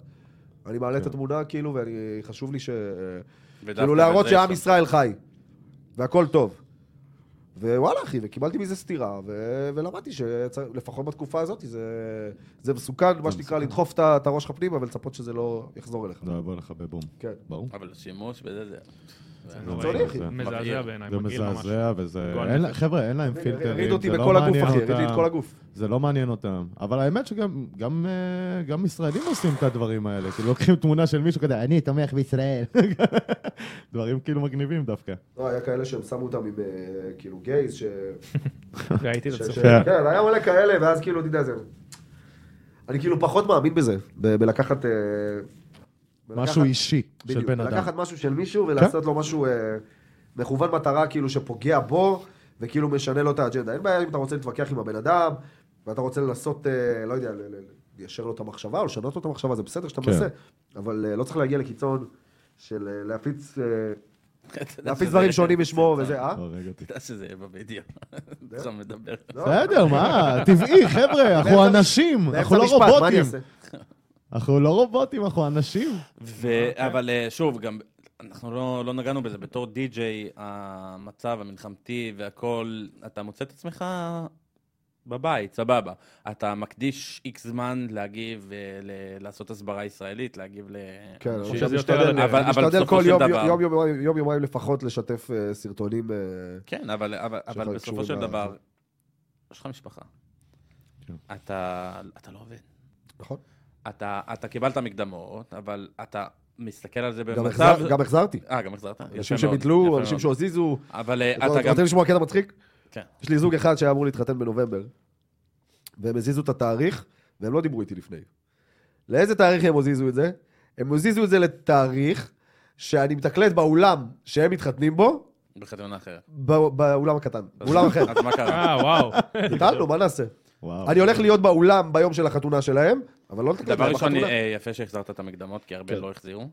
אני מעלה את
כן.
התמונה, כאילו, ואני... חשוב לי ש...
ודווקא
כאילו להראות
בזה
שעם
יש
ישראל חי, והכל טוב. ווואלה אחי, וקיבלתי מזה סטירה, ו... ולמדתי שלפחות בתקופה הזאת זה, זה מסוכן, מה שנקרא, לדחוף את ה- את הראש שלך פנימה ולצפות שזה לא יחזור אליך.
לא יבוא לך בבום.
כן.
ברור.
שם. אבל שימוש בזה זה... זה
זה
נורא.
נוראי.
קיצוני, אחי.
מבהיר.
מזעזע בעיניי,
זה
מגעיל ממש.
מזעזע וזה...
גועל
אין לה-
נפש.
חבר'ה, אין להם פילטרים.
כן, הריד אותי
זה לא
בכל הגוף,
מעניין
אחי, הריד לי את
אותם.
כל הגוף.
זה לא מעניין אותם. אבל האמת שגם גם, אה, גם ישראלים עושים את הדברים האלה. כאילו לוקחים תמונה של מישהו כזה, אני תומך בישראל. דברים כאילו מגניבים דווקא.
לא, היה כאלה שהם שמו אותם עם אה, כאילו גייז, ש...
ראיתי את
ש- ש-
זה.
כן.
כן, היה מלא כאלה, ואז כאילו, אתה יודע, זה... אני כאילו פחות מאמין בזה, ב- בלקחת... אה, בלקחת-
משהו אישי של
בדיוק,
בן אדם. כן.
לקחת משהו של מישהו ולעשות לו משהו אה, מכוון מטרה כאילו שפוגע בו וכאילו משנה לו את האג'נדה. אין בעיה אם אתה רוצה להתווכח עם הבן אדם ואתה רוצה לנסות, אה, לא יודע, ל- ל- ליישר לו את המחשבה או לשנות לו את המחשבה, זה בסדר שאתה
כן.
מנסה, אבל אה, לא צריך להגיע לקיצון של אה, להפיץ אה,
אתה יודע
להפיץ
שזה-
דברים שונים בשמו וזה, אה?
הורג אותי.
אתה יודע שזה יהיה בווידאו. עכשיו מדבר.
לא.
בסדר, מה? טבעי, חבר'ה, אנחנו
באמצע-
אנשים, אנחנו לא
באמצע משפט, מה אני
רובוטים.
אעשה?
אנחנו לא רובוטים, אנחנו אנשים.
ו-
אוקיי.
אבל אה, שוב, גם אנחנו לא, לא נגענו בזה. בתור די-ג'יי, המצב המלחמתי והכל, אתה מוצא את עצמך בבית, סבבה. אתה מקדיש איקס זמן להגיב, אה, ל- לעשות הסברה ישראלית, להגיב ל...
כן, אני
אנשים.
שזה
עכשיו
יותר
משתדל-
על הדרך.
אבל-
אני
אבל
משתדל
בסופו
כל
של
יום-
דבר-
יום- יומיים- יום יומיים לפחות לשתף אה, סרטונים. אה,
כן, אבל, אבל,
שלך
אבל בסופו
קשורים
של
ל-
דבר, יש לך משפחה.
כן.
אתה, אתה לא עובד.
נכון.
אתה, אתה קיבלת מקדמות, אבל אתה מסתכל על זה
גם
במצב...
החזר- גם החזרתי.
אה, גם החזרת? יפה
אנשים
מאוד,
שביטלו,
יפה
אנשים לא,
מאוד.
שהזיזו.
אבל אה,
אתה
אתה גם...
רוצים לשמוע קטע מצחיק?
כן.
יש לי זוג אחד שהיה אמור להתחתן בנובמבר, והם הזיזו את התאריך, והם לא דיברו איתי לפני. לאיזה תאריך הם הזיזו את זה? הם הזיזו את זה לתאריך שאני מתקלט באולם שהם מתחתנים בו,
בחתונה אחרת.
בא- באולם הקטן,
אז-
באולם אחר.
אז מה קרה?
אה, וואו.
נתנו, מה נעשה?
וואו.
אני הולך להיות באולם ביום של החתונה שלהם, אבל לא נתקלט
דבר
להם
ראשון,
בחתונה.
אה, יפה שהחזרת את המקדמות, כי הרבה
כן.
לא החזירו.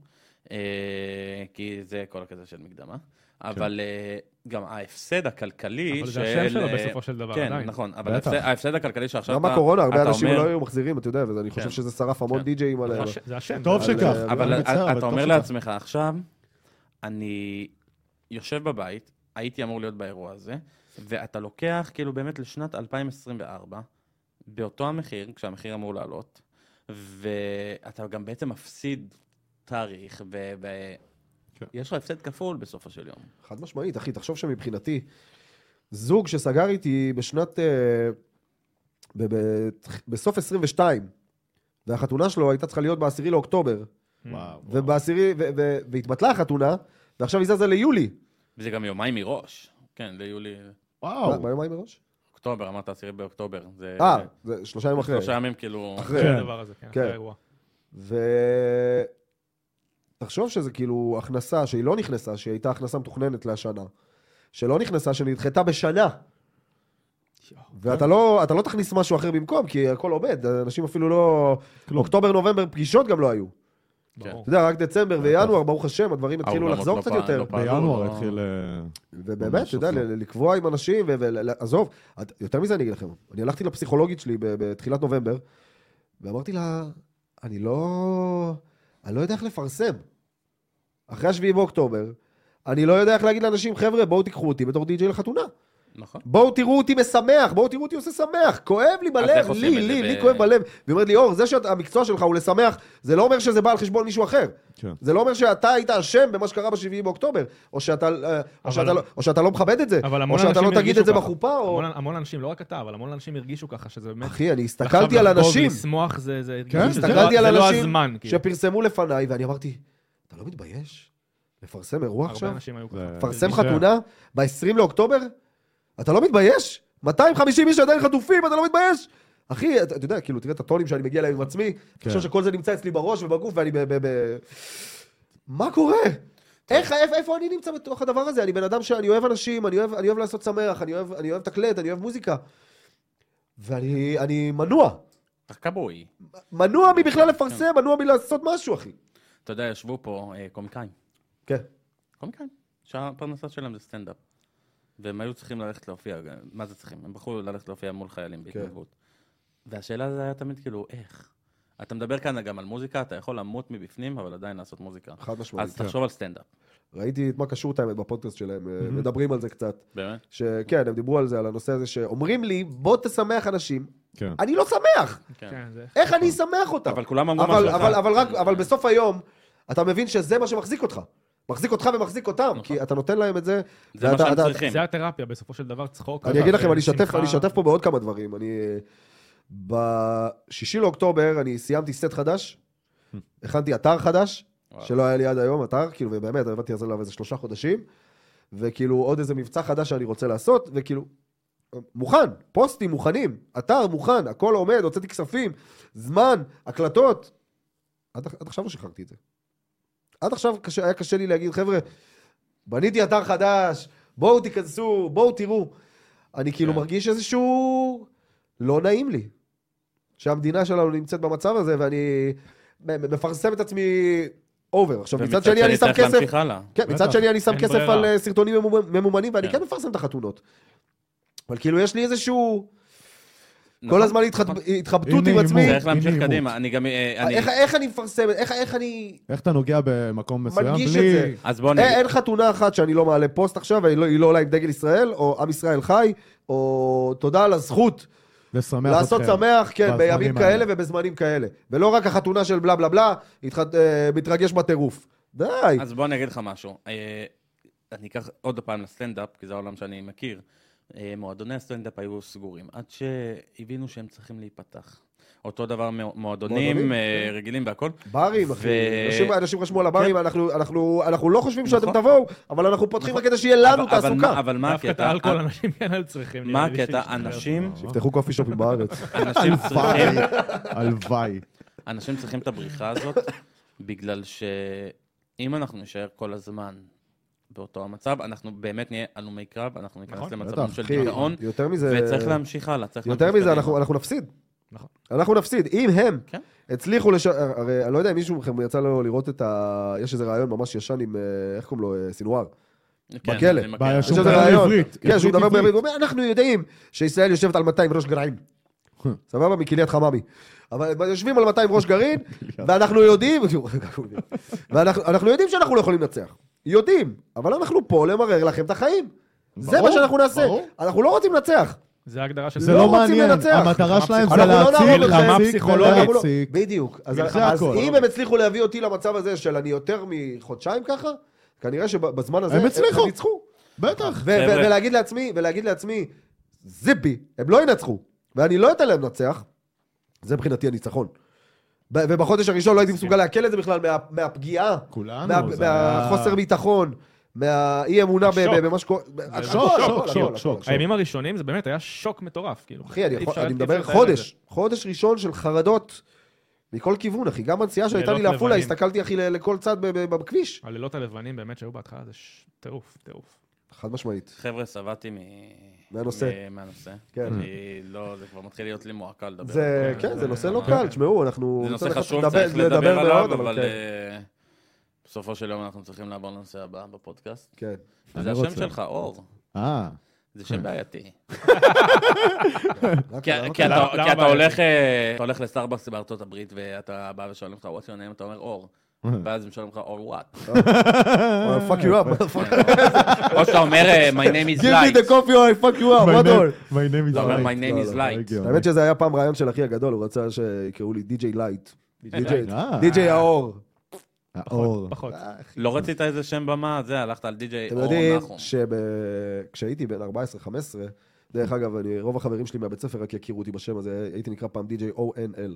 אה, כי זה כל הכסף של מקדמה.
כן.
אבל אה, גם ההפסד הכלכלי
אבל
של...
זה השם שלו
אה,
בסופו של דבר,
כן,
עדיין.
נכון. אבל
בטח.
ההפסד- ההפסד הכלכלי שעכשיו
גם
אתה...
בקורונה, הרבה
אתה
אנשים
אומר-
לא היו מחזירים, אתה יודע, ואני חושב
כן.
שזה שרף המון
כן.
די-ג'אים
נכון
עליהם.
ש-
זה השם.
כן, טוב
זה-
שכך.
אבל-
אני
אבל
מצטער,
אתה- אתה
לא טוב
אומר
שכך.
לעצמך, עכשיו, אני יושב בבית, הייתי אמור להיות באירוע הזה, ואתה לוקח כאילו באמת לשנת 2024, באותו המחיר, כשהמחיר אמור לעלות, ואתה גם בעצם מפסיד תאריך, ו... ו-
כן.
יש לך הפסד כפול בסופו של יום.
חד משמעית, אחי, תחשוב שמבחינתי, זוג שסגר איתי בשנת... אה, ב- ב- בסוף 22, והחתונה שלו הייתה צריכה להיות ב-10 לאוקטובר,
אה,
וואו.
ובעשירי, ו- ו- והתבטלה החתונה, ועכשיו היא זזה ליולי.
וזה גם יומיים מראש. כן, ליולי,
מה,
וואו.
ביומיים מראש?
אוקטובר, אמרת עשירי באוקטובר. זה-
אה, זה שלושה ימים אחרי.
כן, שלושה ימים כאילו...
אחרי.
כן, הדבר הזה, כן,
כן.
אחרי האירוע.
ו... תחשוב שזה כאילו הכנסה שהיא לא נכנסה, שהיא הייתה הכנסה מתוכננת להשנה. שלא נכנסה, שנדחתה בשנה.
כן.
ואתה לא, אתה לא תכניס משהו אחר במקום, כי הכל עומד, אנשים אפילו לא... אוקטובר, נובמבר, פגישות גם לא היו.
ברור.
אתה יודע, רק דצמבר וינואר, ברוך השם, הדברים התחילו
האולמות
לחזור
לא
קצת
פעל-
יותר.
לא פעלו,
בינואר
לא-
התחיל... אה,
ובאמת,
ממש
אתה יודע,
אפילו.
ל- לקבוע עם אנשים, ועזוב, יותר מזה אני אגיד לכם, אני הלכתי לפסיכולוגית שלי ב- בתחילת נובמבר, ואמרתי לה, אני לא... אני לא יודע איך לפרסם. אחרי השביעי באוקטובר, אני לא יודע איך להגיד לאנשים, חבר'ה, בואו תיקחו אותי בתור די-ג'יי לחתונה.
נכון.
בואו תראו אותי משמח, בואו תראו אותי עושה שמח, כואב לי
איך
בלב,
עושים
לי,
את זה
לי,
ב-
לי כואב בלב. והיא אומרת לי, אור, זה שהמקצוע שלך הוא לשמח, זה לא אומר שזה בא על חשבון מישהו אחר.
כן.
זה לא אומר שאתה היית אשם במה שקרה ב-7 באוקטובר, או שאתה, אה, או,
אבל-
שאתה לא, או שאתה לא מכבד את זה,
אבל
או
המון
שאתה
אנשים
לא תגיד את זה
הרגישו ככה.
בחופה, או...
המון- המון אנשים, לא רק אתה, אבל המון אנשים הרגישו ככה, שזה באמת...
אחי, אני
לחגוג,
הסתכלתי על אנשים
לשמוח זה... זה-
כן,
זה
הסתכלתי
לא-
על
זה לא
אנשים
הזמן, כאילו.
שפרסמו לפניי, ואני אמרתי, אתה לא מתבייש לפרסם אירוע
הרבה
עכשיו?
אנשים היו ככה.
זה-
לפרסם
זה-
חתונה ב-20 לאוקטובר? אתה לא מתבייש? 250 איש עדיין חטופים, אתה לא מתבייש? אחי, אתה אתה יודע, כאילו, תראה את הטונים שאני מגיע אליהם עם עצמי,
כן.
אני חושב שכל זה נמצא אצלי בראש ובגוף, ואני ב... ב- ב- מה קורה? איך, איפה, איפה אני נמצא בתוך הדבר הזה? אני בן אדם שאני אוהב אנשים, אני אוהב, אני אוהב לעשות שמח, אני אוהב, אני אוהב תקלט, אני אוהב מוזיקה. ואני אני מנוע.
אתה כבוי.
מנוע מבכלל לפרסם, מנוע מלעשות משהו, אחי.
אתה יודע, ישבו פה אה, קומיקאים.
כן.
קומיקאים, שהפרנסה שלהם זה סטנדאפ. והם היו צריכים ללכת להופיע, מה זה צריכים? הם בחרו ללכת להופיע מול
כן.
חיילים בהתנדבות. והשאלה זה היה תמיד כאילו, איך? אתה מדבר כאן גם על מוזיקה, אתה יכול למות מבפנים, אבל עדיין לעשות מוזיקה.
חד משמעית,
אז
כן.
תחשוב על סטנדאפ.
ראיתי את מה קשור את האמת בפודקאסט שלהם, אה, מדברים על זה קצת.
באמת?
שכן, הם דיברו על זה, על הנושא הזה, שאומרים לי, בוא תשמח אנשים.
כן.
אני לא שמח!
כן.
כן, זה...
איך אני אשמח אותם?
אבל כולם אמרו
אבל,
משהו אחד.
אבל, אבל, רק, אבל בסוף היום, אתה מבין שזה מה שמחזיק אותך. מחזיק אותך ומחזיק אותם,
נכון.
כי אתה נותן להם את זה.
זה מה
ואתה-
שהם
אתה-
צריכים.
זה התרפיה, בסופו של דבר צחוק.
אני אגיד לכם, אני אשתף,
כן. שמחה.
אני אשתף פה בעוד כמה דברים. אני... אה, בשישי לאוקטובר אני סיימתי סט חדש,
Hmm.
הכנתי אתר חדש,
וואו.
שלא היה לי עד היום אתר, כאילו, ובאמת, עבדתי על זה עליו איזה שלושה חודשים, וכאילו עוד איזה מבצע חדש שאני רוצה לעשות, וכאילו, מוכן, פוסטים מוכנים, אתר מוכן, הכל עומד, הוצאתי כספים, זמן, הקלטות. עד, עד עכשיו לא שחררתי את זה. עד עכשיו קשה, היה קשה לי להגיד, חבר'ה, בניתי אתר חדש, בואו תיכנסו, בואו תראו. אני כאילו
כן.
מרגיש איזשהו... לא נעים לי. שהמדינה שלנו נמצאת במצב הזה, ואני מפרסם את עצמי אובר. עכשיו, מצד שני אני שם
צריך
כסף...
להמשיך הלאה.
כן, מצד
בטח,
שני אני שם
אין
כסף
ברירה.
על אה, סרטונים ממומ- ממומנים, ואני
כן.
כן מפרסם את החתונות. אבל כאילו, יש לי איזשהו...
נכון.
כל הזמן התחת-
נכון.
התחבטות עם
הנה,
עצמי.
הנה,
צריך להמשיך
הנה,
קדימה. אני גם... אה, אני-
איך- איך אני מפרסם, איך- איך אני...
איך אתה נוגע במקום מסוים
מנגיש את
בלי...
זה.
אז בוא
אין,
נגיד.
אין חתונה אחת שאני לא מעלה פוסט עכשיו, והיא לא, היא לא עולה עם דגל ישראל, או עם ישראל חי, או תודה על הזכות
לשמח
לעשות
אתכם.
שמח, כן,
בזמנים
בימים
האלה.
כאלה ובזמנים כאלה. ולא רק החתונה של בלה בלה בלה, התחת, אה, מתרגש בטירוף. די.
אז בוא אני אגיד לך משהו. אה, אני אקח עוד פעם לסטנדאפ, כי זה העולם שאני מכיר. אה, מועדוני הסטנדאפ היו סגורים, עד שהבינו שהם צריכים להיפתח. אותו דבר מ-
מועדונים, כן.
מועדונים אה, רגילים והכל.
ברים, אחי.
ו- כן.
אנשים, אנשים רשמו על הברים, אנחנו, אנחנו, אנחנו לא חושבים שאתם
נכון.
תבואו, אבל אנחנו פותחים רק כדי שיהיה
אבל-
לנו
אבל מה-
תעסוקה.
אבל מה
דווקא את
הקטע?
האלכוהול אנשים כן היו צריכים.
מה
נראה לי,
הקטע?
בשביל להשתחרר.
אנשים
תפתחו קופי שופים בארץ.
אנשים צריכים
הלוואי.
אנשים צריכים את הבריחה הזאת, בגלל שאם אנחנו נישאר כל הזמן באותו המצב, אנחנו באמת נהיה הלומי קרב, אנחנו ניכנס
נכון,
למצבים
בטח,
של
אחי,
דיכאון,
יותר מזה...
וצריך להמשיך הלאה. צריך
יותר
להמשיך
מזה,
קדימה.
אנחנו, אנחנו נפסיד.
נכון.
אנחנו נפסיד. אם הם
כן.
הצליחו לש... הרי אני לא יודע אם מישהו מכם יצא לו לראות את ה... יש איזה רעיון ממש ישן עם, אה, איך קוראים לו? אה, סינואר.
כן,
בכלא.
עם
בעיה
יש
שהוא
איזה
מדבר
רעיון.
בעברית.
כן, שהוא
עברית
מדבר
עברית.
בעברית. הוא אומר, אנחנו יודעים שישראל יושבת על 200 ראש גרעין. סבבה? מקהילת חממי. אבל הם יושבים על 200 ראש גרעין, ואנחנו יודעים... ואנחנו אנחנו יודעים שאנחנו לא יכולים לנצח. יודעים. אבל אנחנו פה למרר לכם את החיים. זה מה
ברור,
שאנחנו נעשה.
ברור.
אנחנו לא רוצים לנצח.
זה ההגדרה של
זה
לא
לא
רוצים
מעניין,
לנצח.
המטרה שלהם זה
אנחנו לא נהרוג
להציל,
אתכם.
להציק
פסיכולוגיה,
אנחנו לא-
ולהציק.
בדיוק. אז,
זה
אז
הכל.
אם הם הצליחו להביא אותי למצב הזה של אני יותר מחודשיים ככה, כנראה שבזמן הזה
הם הצליחו.
ניצחו.
בטח.
ו- ו-
חבר'ה.
ולהגיד לעצמי, ולהגיד לעצמי, זיפי, הם לא ינצחו, ואני לא אתן להם לנצח, זה מבחינתי הניצחון. ב- ובחודש הראשון לא הייתי מסוגל לעכל את זה בכלל מה- מהפגיעה, מה-
כולנו, זה היה...
מהחוסר ביטחון, מהאי אמונה ב-
השוק.
ב- במה שקורה. הכל,
שוק,
הכל,
שוק,
הכל,
שוק,
הכל.
שוק.
הימים הראשונים זה באמת היה שוק מטורף, כאילו.
אחי, אני
אי
יכול-
אפשר-
אני
אי אפשר
מדבר
לתאר את
חודש, חודש ראשון של חרדות מכל כיוון, אחי. גם הנסיעה שהייתה לי
לילות
לעפולה,
לבנים.
הסתכלתי, אחי, ל- לכל צד ב- ב- בכביש.
זה. הלילות הלבנים באמת שהיו בהתחלה זה ש- טירוף, טירוף.
חד משמעית.
חבר'ה, שבעתי מ...
מהנושא.
מ- מהנושא.
כן.
אני לא, זה כבר מתחיל להיות לי מועקה לדבר.
זה,
כן,
כן, זה
זה-
נושא לא
אה,
קל, תשמעו, אנחנו...
זה נושא
מצד אחד
חשוב, צריך לדבר
נדבר
עליו,
מאוד,
אבל
כן,
אה, בסופו של יום אנחנו צריכים לעבור לנושא הבא בפודקאסט.
כן.
אני
זה השם
רוצה.
שלך, אור.
אה,
זה שם בעייתי.
רק-
כי
רק-
כי אתה
למה-
כי
למה
אתה
בעייתי?
הולך אה, אתה הולך לסטארבקס בארצות הברית, ואתה בא ושואלים אותך, what's your name? אתה אומר אור. ואז הם שואלים לך, אור what? אה,
אה, fuck you up.
או שאתה אומר, אה, my name is
Give me the
light.
coffee or I fuck you up,
My
what all.
name- my name is
אתה אומר,
Mike.
my name
לא,
is
לא,
light.
הגיוני.
האמת שזה היה פעם רעיון של אחי הגדול, הוא רצה שיקראו לי די.ג'יי לייט.
אה. נכון.
די.ג'יי האור.
האור.
נכון.
פחות.
לא רצית איזה שם במה, זה, הלכת על די.ג'יי
אתם
אוקיי, אור
יודעים
נחום.
שכשהייתי בן 14-15, דרך אגב, אני- רוב החברים שלי מהבית ספר רק יכירו אותי בשם הזה, הייתי נקרא פעם די.ג'יי O-N-L,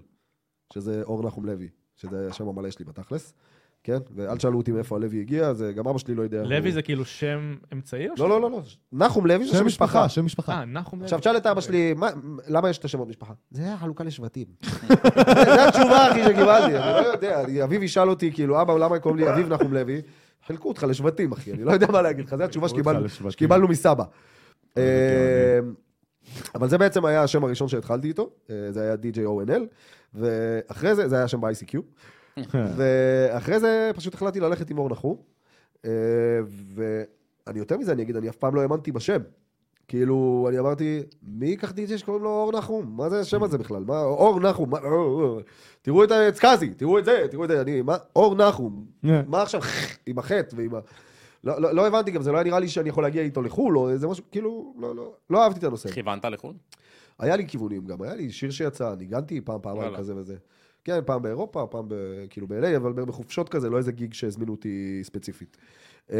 שזה אור נחום לוי, שזה השם המלא שלי בתכלס, כן? ואל תשאלו אותי מאיפה הלוי הגיע, זה גם אבא שלי לא יודע.
לוי
הוא-
זה כאילו שם אמצעי או
לא, לא, לא, לא. נחום לוי זה
שם משפחה, שם משפחה.
אה, נחום לוי.
עכשיו תשאל את אבא שלי, מה- למה יש את השמות משפחה? זה החלוקה לשבטים. זו התשובה, אחי, שקיבלתי, אני לא יודע. אני- אביב ישאל אותי, כאילו, אבא, למה קוראים לי אביב נחום לוי? חילקו אותך לשבטים, אחי, אני לא יודע מה להגיד לך, זו התשובה
אותך
שקיבלנו-
לשבטים.
שקיבלנו מסבא.
אה, זה
אבל זה בעצם היה השם הראשון שהתחלתי איתו, אה, זה היה DJONL, ואחרי זה, זה היה השם ב-ICQ,
כן. אה.
ואחרי זה פשוט החלטתי ללכת עם אור נחום, אה, ואני יותר מזה, אני אגיד, אני אף פעם לא האמנתי בשם. כאילו, אני אמרתי, מי ייקח די.ג'יי שקוראים לו אור נחום? מה זה השם הזה בכלל? מה, אור נחום, מה, אור, אור. תראו את סקאזי, תראו את זה, תראו את זה, אני, מה, אור נחום,
אה.
מה עכשיו, עם החטא ועם ה... לא, לא, לא הבנתי גם, זה לא היה נראה לי שאני יכול להגיע איתו לחו"ל, או איזה משהו, כאילו, לא, לא, לא אהבתי את הנושא.
כיוונת לחו"ל?
היה לי כיוונים גם, היה לי שיר שיצא, ניגנתי פעם, פעמיים
וואלה.
כזה וזה. כן, פעם באירופה, פעם ב, כאילו ב-LA, אבל בחופשות כזה, לא איזה גיג שהזמינו אותי ספציפית. אמ,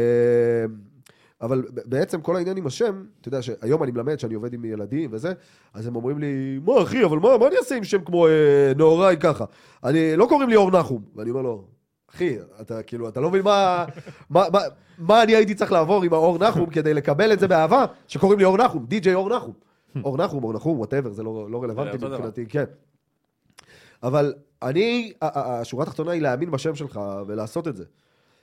אבל ב- בעצם כל העניין עם השם, אתה יודע שהיום אני מלמד שאני עובד עם ילדים וזה, אז הם אומרים לי, מה אחי, אבל מה, מה אני אעשה עם שם כמו אה, נהוראי ככה? אני, לא קוראים לי אור נחום. ואני אומר לו, אחי, אתה כאילו, אתה לא מבין מה, מה, מה, מה אני הייתי צריך לעבור עם האור נחום כדי לקבל את זה באהבה, שקוראים לי אור נחום, די.ג'יי אור נחום. אור נחום, אור נחום, וואטאבר, זה לא, לא רלוונטי
אותו דבר.
מבחינתי, כן. אבל אני, ה- ה- השורה התחתונה היא להאמין בשם שלך ולעשות את זה.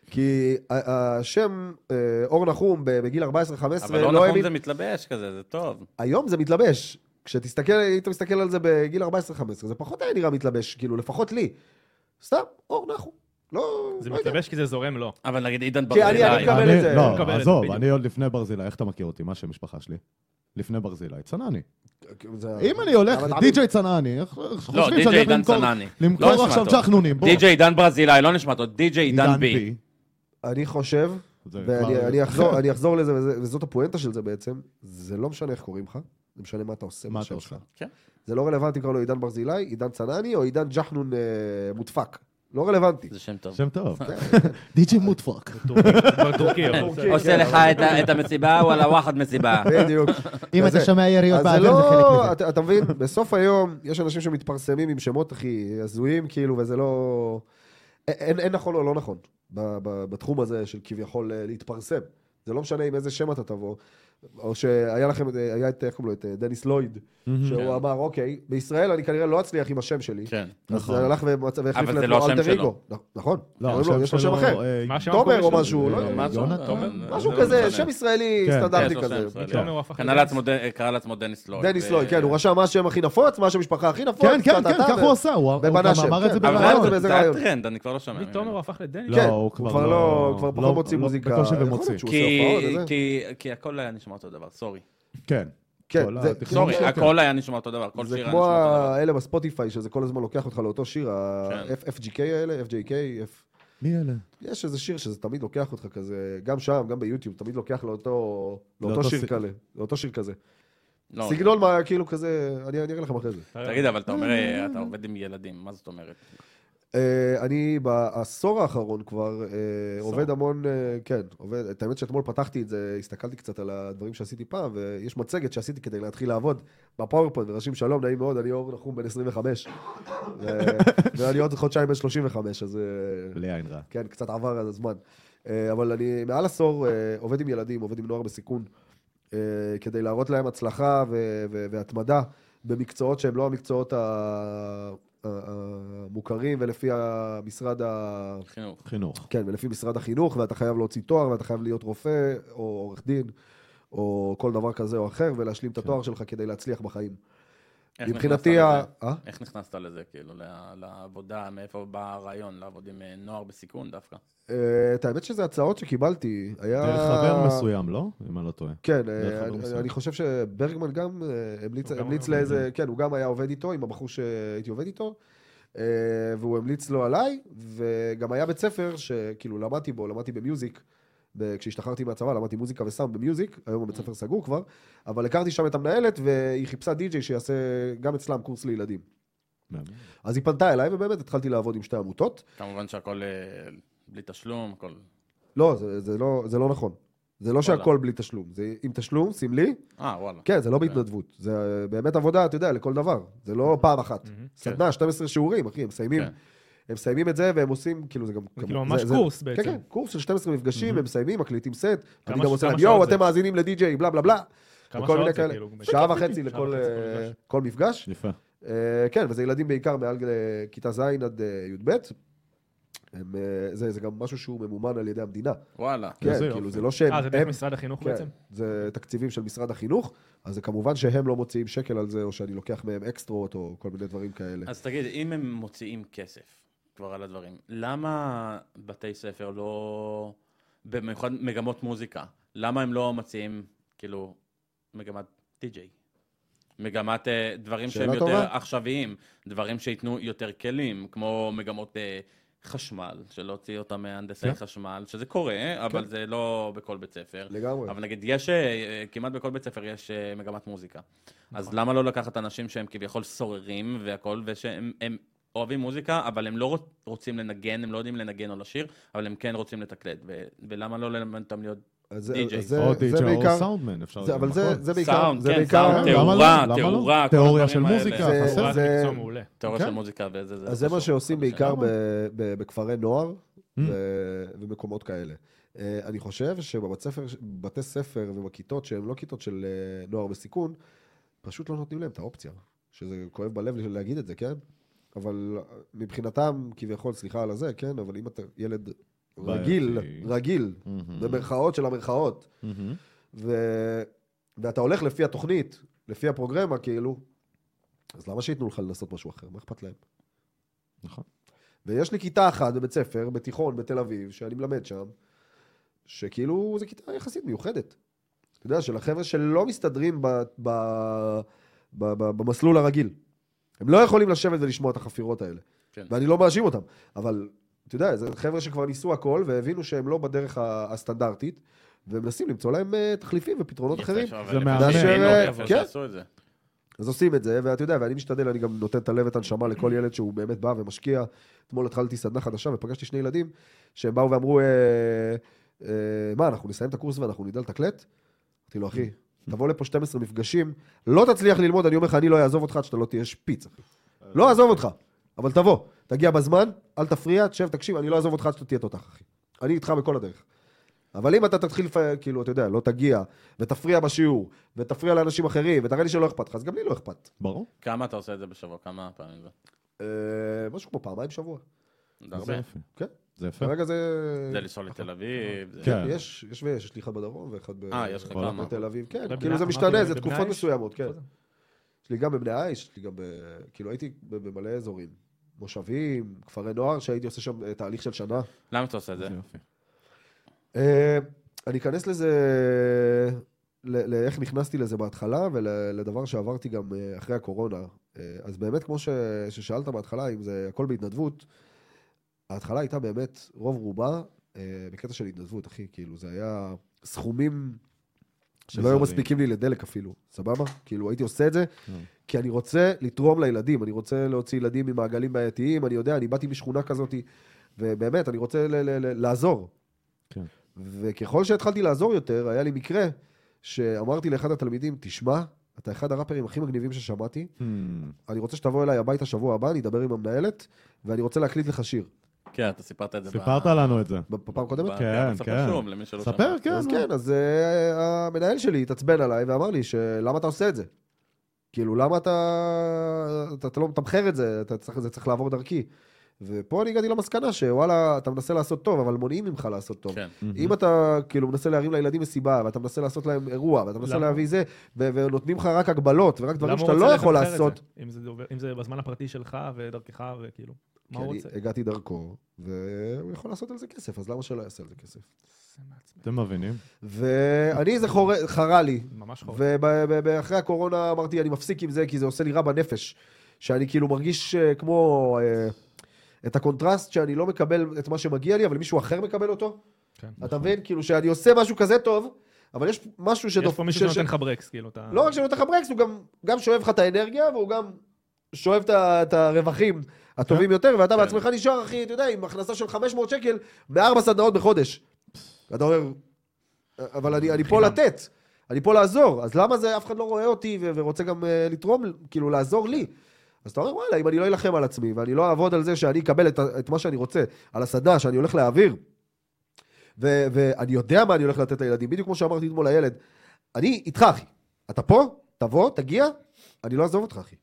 כי ה- השם אה, אור נחום ב- בגיל 14-15
אבל לא
לא
נכון
האמין,
זה מתלבש כזה, זה טוב.
היום זה מתלבש. כשתסתכל, היית מסתכל על זה בגיל 14-15, זה פחות היה נראה מתלבש, כאילו, לפחות לי. סתם, אור נחום. לא,
זה
לא יודע.
מתלבש כי זה זורם לו.
אבל נגיד עידן
כי אני-
ברזילי.
אני מקבל-
אני-
את זה,
מקבל את
לא,
זה,
עזוב,
בדיוק.
אני עוד לפני ברזילי, איך אתה מכיר אותי? מה שם משפחה שלי? לפני ברזילי, צנעני.
זה-
אם אני הולך
לא, אבל אתה מבין,
די.ג'יי צנעני, איך- איך
לא,
חושבים שאני
די.ג'יי
הולך
עידן
למכור-
צנני. לא
למכור
נשמע
עכשיו
טוב.
צ'חנונים, בוא.
די.ג'יי עידן ברזילי, לא נשמע טוב, די.ג'יי עידן בי.
אני חושב,
זה לא, כבר-
ואני אני אחזור, אני אחזור לזה, וזה- וזאת הפואנטה של זה בעצם, זה לא משנה איך קוראים לך, זה משנה מה אתה עושה.
מה
בשם
אתה עושה?
שלך.
כן.
זה לא רלוונטי אם קוראים לו עידן ברזילי, עידן צנני או עידן ג'חנון אה, מודפק. לא רלוונטי.
זה שם טוב.
שם טוב.
כן.
די.ג'יי מוטפאק.
כבר טורקי, אבל
טורקי.
בסדר.
עושה
כן,
לך
אבל-
את ה- את המסיבה, וואלה וואחד מסיבה.
בדיוק.
אם
כזה.
אתה שומע יריות
אז זה
באוויר, זה חלק
לא,
מזה.
אתה, אתה מבין, בסוף היום יש אנשים שמתפרסמים עם שמות הכי הזויים, כאילו, וזה לא... א- אין, אין נכון או לא נכון ב, ב, בתחום הזה של כביכול אה, להתפרסם. זה לא משנה עם איזה שם אתה תבוא, או שהיה לכם, אה, היה את, איך קוראים לו, את אה, דניס לויד,
כן.
שהוא אמר, אוקיי, בישראל אני כנראה לא אצליח עם השם שלי.
כן.
אז
נכון.
הלך ומצ- והחליף
אבל זה
לעצמו
לא השם
אלטר
שלו.
איגו. נ- נכון.
לא,
יש לו
השם
שם
שלו,
אחר.
אה,
אוקיי. מה השם
תומר או
המקורי שלו?
משהו, לא
אה,
יודע.
מה זה?
יונתן?
טוב,
משהו
זה לא
כזה,
משנה.
שם ישראלי
כן.
סטנדרטי
כן, זה
כזה.
שם ישראלי.
תומר הוא הפך
קנה
להיות-
לעצמו ד- קרא לעצמו דניס לויד. אה,
דניס
ו-
לויד, כן, הוא רשם מה השם הכי נפוץ, מה השם משפחה הכי נפוץ.
כן, כן,
טה-טה-טה,
כן, ככה
ו-
הוא עשה, הוא הוא גם
בבננה שם,
אמר את זה
כן.
אבל
בראיון,
היה-
בבננה.
באיזה
זה היה
ראיון.
טרנד, אני כבר לא שומע.
מתומר
ממנו.
הוא הפך לדני.
כן.
לא, הוא
הוא כבר לא, הוא כבר פחות מוציא מוזיקה.
בקושי
יכול להיות
ומוציא.
שהוא
כי-
עושה הופעות וזה.
כי- כי הכל היה נשמע אותו דבר, סורי.
כן.
כן,
כל
זה-
התכנון
סורי,
שלו,
הכל היה נשמע אותו דבר, כל שיר
זה
היה נשמע
כמו
אותו דבר.
האלה בספוטיפיי, שזה כל הזמן לוקח אותך לאותו
כן.
שיר, ה-FGK האלה, FJK, F-
כן. מי אלה?
יש איזה שיר שזה תמיד לוקח אותך כזה, גם שם, גם ביוטיוב, תמיד לוקח לאותו לאותו
לאותו
שיר
ס-
כזה, לאותו שיר כזה.
לא,
סגנון מה, כאילו כזה, אני אני אראה לכם אחרי זה.
תגיד, אבל אתה אומר, אה, אתה עובד עם ילדים, מה זאת אומרת?
אה, אני בעשור האחרון כבר אה, עובד המון, אה, כן, עובד, את האמת שאתמול פתחתי את זה, הסתכלתי קצת על הדברים שעשיתי פעם, ויש מצגת שעשיתי כדי להתחיל לעבוד בפאורפוינט, ורשום שלום, נעים מאוד, אני אור נחום בן 25. ו- ואני עוד חודשיים בן 35, אז... אה,
בלי עין רע.
כן, קצת עבר אז הזמן. אה, אבל אני מעל עשור אה, עובד עם ילדים, עובד עם נוער בסיכון, אה, כדי להראות להם הצלחה ו- ו- והתמדה במקצועות שהם לא המקצועות ה- ה- המוכרים ולפי המשרד ה...
חינוך.
חינוך.
כן, ולפי משרד החינוך, ואתה חייב להוציא תואר, ואתה חייב להיות רופא, או עורך דין, או כל דבר כזה או אחר, ולהשלים את התואר שלך כדי להצליח בחיים.
איך
מבחינתי
נכנסת
ה...
לזה?
אה?
איך נכנסת לזה, כאילו, ל- לעבודה, מאיפה בא הרעיון לעבוד עם אה, נוער בסיכון דווקא?
אה, את האמת שזה הצעות שקיבלתי. היה...
דרך חבר מסוים, לא? אם אני לא טועה.
כן,
דרך
אה,
אגב,
אני-
בסדר.
אני חושב שברגמן גם אה, המליץ-
הוא גם
המליץ
היה
לאיזה, כן, הוא גם היה עובד איתו, עם הבחור שהייתי עובד איתו, אה, והוא המליץ לו עליי, וגם היה בית ספר שכאילו למדתי בו, למדתי במיוזיק. ב- כשהשתחררתי מהצבא למדתי מוזיקה וסאונד במיוזיק, היום הבית ספר סגור כבר, אבל הכרתי שם את המנהלת והיא חיפשה די-ג'יי שיעשה גם אצלם קורס לילדים.
מאמן.
אז היא פנתה אליי ובאמת התחלתי לעבוד עם שתי עמותות.
כמובן שהכל אה, בלי תשלום, הכל...
לא, זה, זה, לא, זה לא נכון. זה לא
וואלה.
שהכל בלי תשלום, זה עם תשלום, סמלי,
אה, וואלה.
כן, זה לא בהתנדבות, זה באמת עבודה, אתה יודע, לכל דבר. זה לא פעם אחת. סדנה, 12 שיעורים, אחי, הם מסיימים.
כן.
הם מסיימים את זה והם עושים, כאילו זה גם...
זה
גם-
כאילו ממש קורס בעצם.
כן, כן, קורס של 12 מפגשים, הם מסיימים, מקליטים סט, אני
כמה-
גם עושה
כמה
להם,
שעות
יואו,
זה?"
אתם מאזינים לדי-ג'יי, בלה בלה בלה.
כמה
וכל
שעות
מיני
זה,
כאלה.
כאילו?
שעה וחצי לכל
שעה וחצי
אה,
כל מפגש.
כל מפגש.
יפה.
אה, כן, וזה ילדים בעיקר מעל אה, כיתה ז' עד אה, י"ב. הם, אה, זה זה גם משהו שהוא ממומן על ידי המדינה.
וואלה.
כן,
איזה
כאילו,
יופי.
זה לא שהם...
אה, זה דרך
הם-
משרד החינוך
כן,
בעצם?
זה תקציבים של משרד החינוך, אז זה כמובן שהם לא מוציאים שקל על זה, או שאני לוקח מהם אקסטרות, או כל מיני דברים כאלה.
אז תגיד, אם הם מוציאים כסף כבר על הדברים, למה בתי ספר לא... במיוחד מגמות מוזיקה, למה הם לא מציעים, כאילו, מגמת די-ג'יי? מגמת אה, דברים
שאלה
שהם יותר
טובה.
עכשוויים, דברים שייתנו יותר כלים, כמו מגמות אה, חשמל, שלא הוציאו אותם מהנדסי
כן.
חשמל, שזה
כן.
קורה, אבל זה לא בכל בית ספר.
לגמרי.
אבל נגיד, יש, אה, אה, כמעט בכל בית ספר יש אה, מגמת מוזיקה.
נכון.
אז למה לא לקחת אנשים שהם כביכול סוררים והכול, ושהם הם אוהבים מוזיקה, אבל הם לא רוצ- רוצים לנגן, הם לא יודעים לנגן או לשיר, אבל הם כן רוצים לתקלט, ו- ולמה לא ללמד אותם להיות...
אז זה-
די-ג'יי.
אז זה-
או
זה
די.ג'י או
בעיקר-
סאונדמן, אפשר...
זה- אבל
גם
זה
הכל.
זה בעיקר,
סאונד,
זה
כן,
בעיקר-
סאונד,
למה לא?
תאורה,
למה לא?
תאורה, כל
תיאוריה
הדברים
של
האלה.
מוזיקה,
זה-
חסר.
רק
זה-
אוקיי. מקצוע מעולה.
תיאוריה
כן.
של מוזיקה וזה, זה...
אז זה מה
חשוב.
שעושים
חד
בעיקר
למה?
ב- ב- בכפרי נוער
Mm.
ו- ומקומות כאלה. אה, אני חושב שבבתי ספר, בתי ספר ובכיתות שהן לא כיתות של אה, נוער בסיכון, פשוט לא נותנים להם את האופציה. שזה כואב בלב להגיד את זה, כן? אבל מבחינתם, כביכול, סליחה על הזה, כן? אבל אם אתה ילד
בעייתי. Mm.
רגיל, רגיל,
מהמם.
במרכאות של המרכאות,
מהמם.
ו... ואתה הולך לפי התוכנית, לפי הפרוגרמה, כאילו, אז למה שייתנו לך לנסות משהו אחר? מה אכפת להם?
נכון.
ויש לי כיתה אחת בבית ספר, בתיכון, בתל אביב, שאני מלמד שם, שכאילו, זו כיתה יחסית מיוחדת. אתה יודע, של החבר'ה שלא מסתדרים ב, ב, ב, ב, במסלול הרגיל. הם לא יכולים לשבת ולשמוע את החפירות האלה.
כן.
ואני לא מאשים אותם, אבל, אתה יודע, זה חבר'ה שכבר ניסו הכל והבינו שהם לא בדרך ה- הסטנדרטית, ומנסים למצוא להם אה, תחליפים ופתרונות
יפה
אחרים.
שעבד
זה
לך.
מהמם.
יפה
מאשר,
שעשו
כן.
את זה.
אז עושים את זה, ואתה יודע, ואני משתדל, אני גם נותן את הלב ואת הנשמה לכל ילד שהוא באמת בא ומשקיע. אתמול התחלתי סדנה חדשה ופגשתי שני ילדים שהם באו ואמרו, אה, אה, מה, אנחנו נסיים את הקורס ואנחנו נדע לתקלט? אמרתי לו, אחי, תבוא לפה 12 מפגשים, לא תצליח ללמוד, אני אומר לך, אני לא אעזוב אותך עד שאתה לא תהיה שפיץ. אחי. לא אעזוב אותך, אבל תבוא, תגיע בזמן, אל תפריע, תשב, תקשיב, אני לא אעזוב אותך עד שאתה תהיה תותח, אחי. אני איתך בכל הדרך. אבל אם אתה תתחיל, לפ- כאילו, אתה יודע, לא תגיע, ותפריע בשיעור, ותפריע לאנשים אחרים, ותראה לי שלא אכפת לך, אז גם לי לא אכפת.
ברור.
כמה אתה עושה את זה בשבוע? כמה פעמים זה?
אה, משהו כמו פעמיים שבוע.
זה
זה
הרבה.
יפה.
כן.
זה יפה.
כרגע זה...
זה לנסוע לתל אביב. זה-
כן.
יש, יש ויש, יש לי אחד בדרום ואחד ב...
אה, יש לך
וואלה.
כמה.
בתל אביב, כן.
בבני-
כאילו זה
אמרתי,
משתנה, זה
בבני
תקופות
עיש?
מסוימות, כן.
איפה זה?
יש לי גם בבני עיש, יש לי גם ב... כאילו הייתי ב- במלא אזורים. מושבים, כפרי נוער, שהייתי עושה שם אה, תהליך של שנה.
למה אתה עושה את זה?
זה יופי.
אה, אני אכנס לזה, ל- לאיך נכנסתי לזה בהתחלה ולדבר שעברתי גם אה, אחרי הקורונה. אה, אז באמת, כמו ש- ששאלת בהתחלה, אם זה הכל בהתנדבות, ההתחלה הייתה באמת רוב רובה אה, בקטע של התנדבות, אחי. כאילו, זה היה סכומים שלא היו
מזערי.
מספיקים לי לדלק אפילו, סבבה? כאילו, הייתי עושה את זה, כי אני רוצה לתרום לילדים, אני רוצה להוציא ילדים ממעגלים בעייתיים, אני יודע, אני באתי משכונה כזאת, ובאמת, אני רוצה ל- ל- ל- לעזור.
כן.
וככל שהתחלתי לעזור יותר, היה לי מקרה שאמרתי לאחד התלמידים, תשמע, אתה אחד הראפרים הכי מגניבים ששמעתי,
Mm.
אני רוצה שתבוא אליי הביתה שבוע הבא, אני אדבר עם המנהלת, ואני רוצה להקליט לך שיר.
כן, אתה סיפרת את זה. ב- לא
סיפרת לנו את זה.
בפעם
ב-
הקודמת?
כן,
בסוף
כן.
רשום, למי שלא
ספר, כן.
אז
נו.
כן, אז אה, המנהל שלי התעצבן עליי ואמר לי, שלמה אתה עושה את זה? כאילו, למה אתה... אתה, אתה לא מתמחר את זה, אתה צריך, זה צריך לעבור דרכי. ופה אני הגעתי למסקנה שוואלה, אתה מנסה לעשות טוב, אבל מונעים ממך לעשות טוב.
כן.
Mm-hmm.
אם אתה כאילו מנסה להרים לילדים מסיבה, ואתה מנסה לעשות להם אירוע, ואתה מנסה
למה?
להביא זה, ו- ונותנים לך רק הגבלות, ורק דברים
למה הוא
שאתה
רוצה
לא יכול
לתמחר את
לעשות,
זה? אם זה דובר- אם זה בזמן הפרטי שלך ודרכך וכאילו,
כי
מה הוא
אני
רוצה?
הגעתי דרכו, והוא יכול לעשות על זה כסף, אז למה שלא יעשה על זה כסף?
זה מעצבן.
אתם מבינים?
ואני, זה חורה- חרה לי,
ממש חור.
ואחרי הקורונה אמרתי, אני מפסיק עם זה, כי זה עושה לי רע בנפש. שאני כאילו מרגיש אה, כמו אה, את הקונטרסט, שאני לא מקבל את מה שמגיע לי, אבל מישהו אחר מקבל אותו.
כן.
אתה מבין? כאילו שאני עושה משהו כזה טוב, אבל יש משהו שדופ...
יש פה מישהו
ש-
שנותן
ש-
לך ברקס, כאילו, אתה...
לא רק שנותן לך ברקס, הוא גם, גם שואב לך את האנרגיה, והוא גם שואב את ה- את הרווחים הטובים יותר, ואתה בעצמך נשאר, אחי, אתה יודע, עם הכנסה של 500 שקל מארבע סדנאות בחודש. אתה אומר, אבל אני, אני פה לתת, אני פה לעזור, אז למה זה אף אחד לא רואה אותי ו- ורוצה גם אה, לתרום, כאילו לעזור לי? אז אתה אומר, וואלה, אם אני לא אלחם על עצמי, ואני לא אעבוד על זה שאני אקבל את, ה- את מה שאני רוצה, על הסדנה שאני הולך להעביר, ו- ואני יודע מה אני הולך לתת לילדים, בדיוק כמו שאמרתי אתמול לילד, אני איתך, אחי. אתה פה, תבוא, תגיע, אני לא אעזוב אותך, אחי.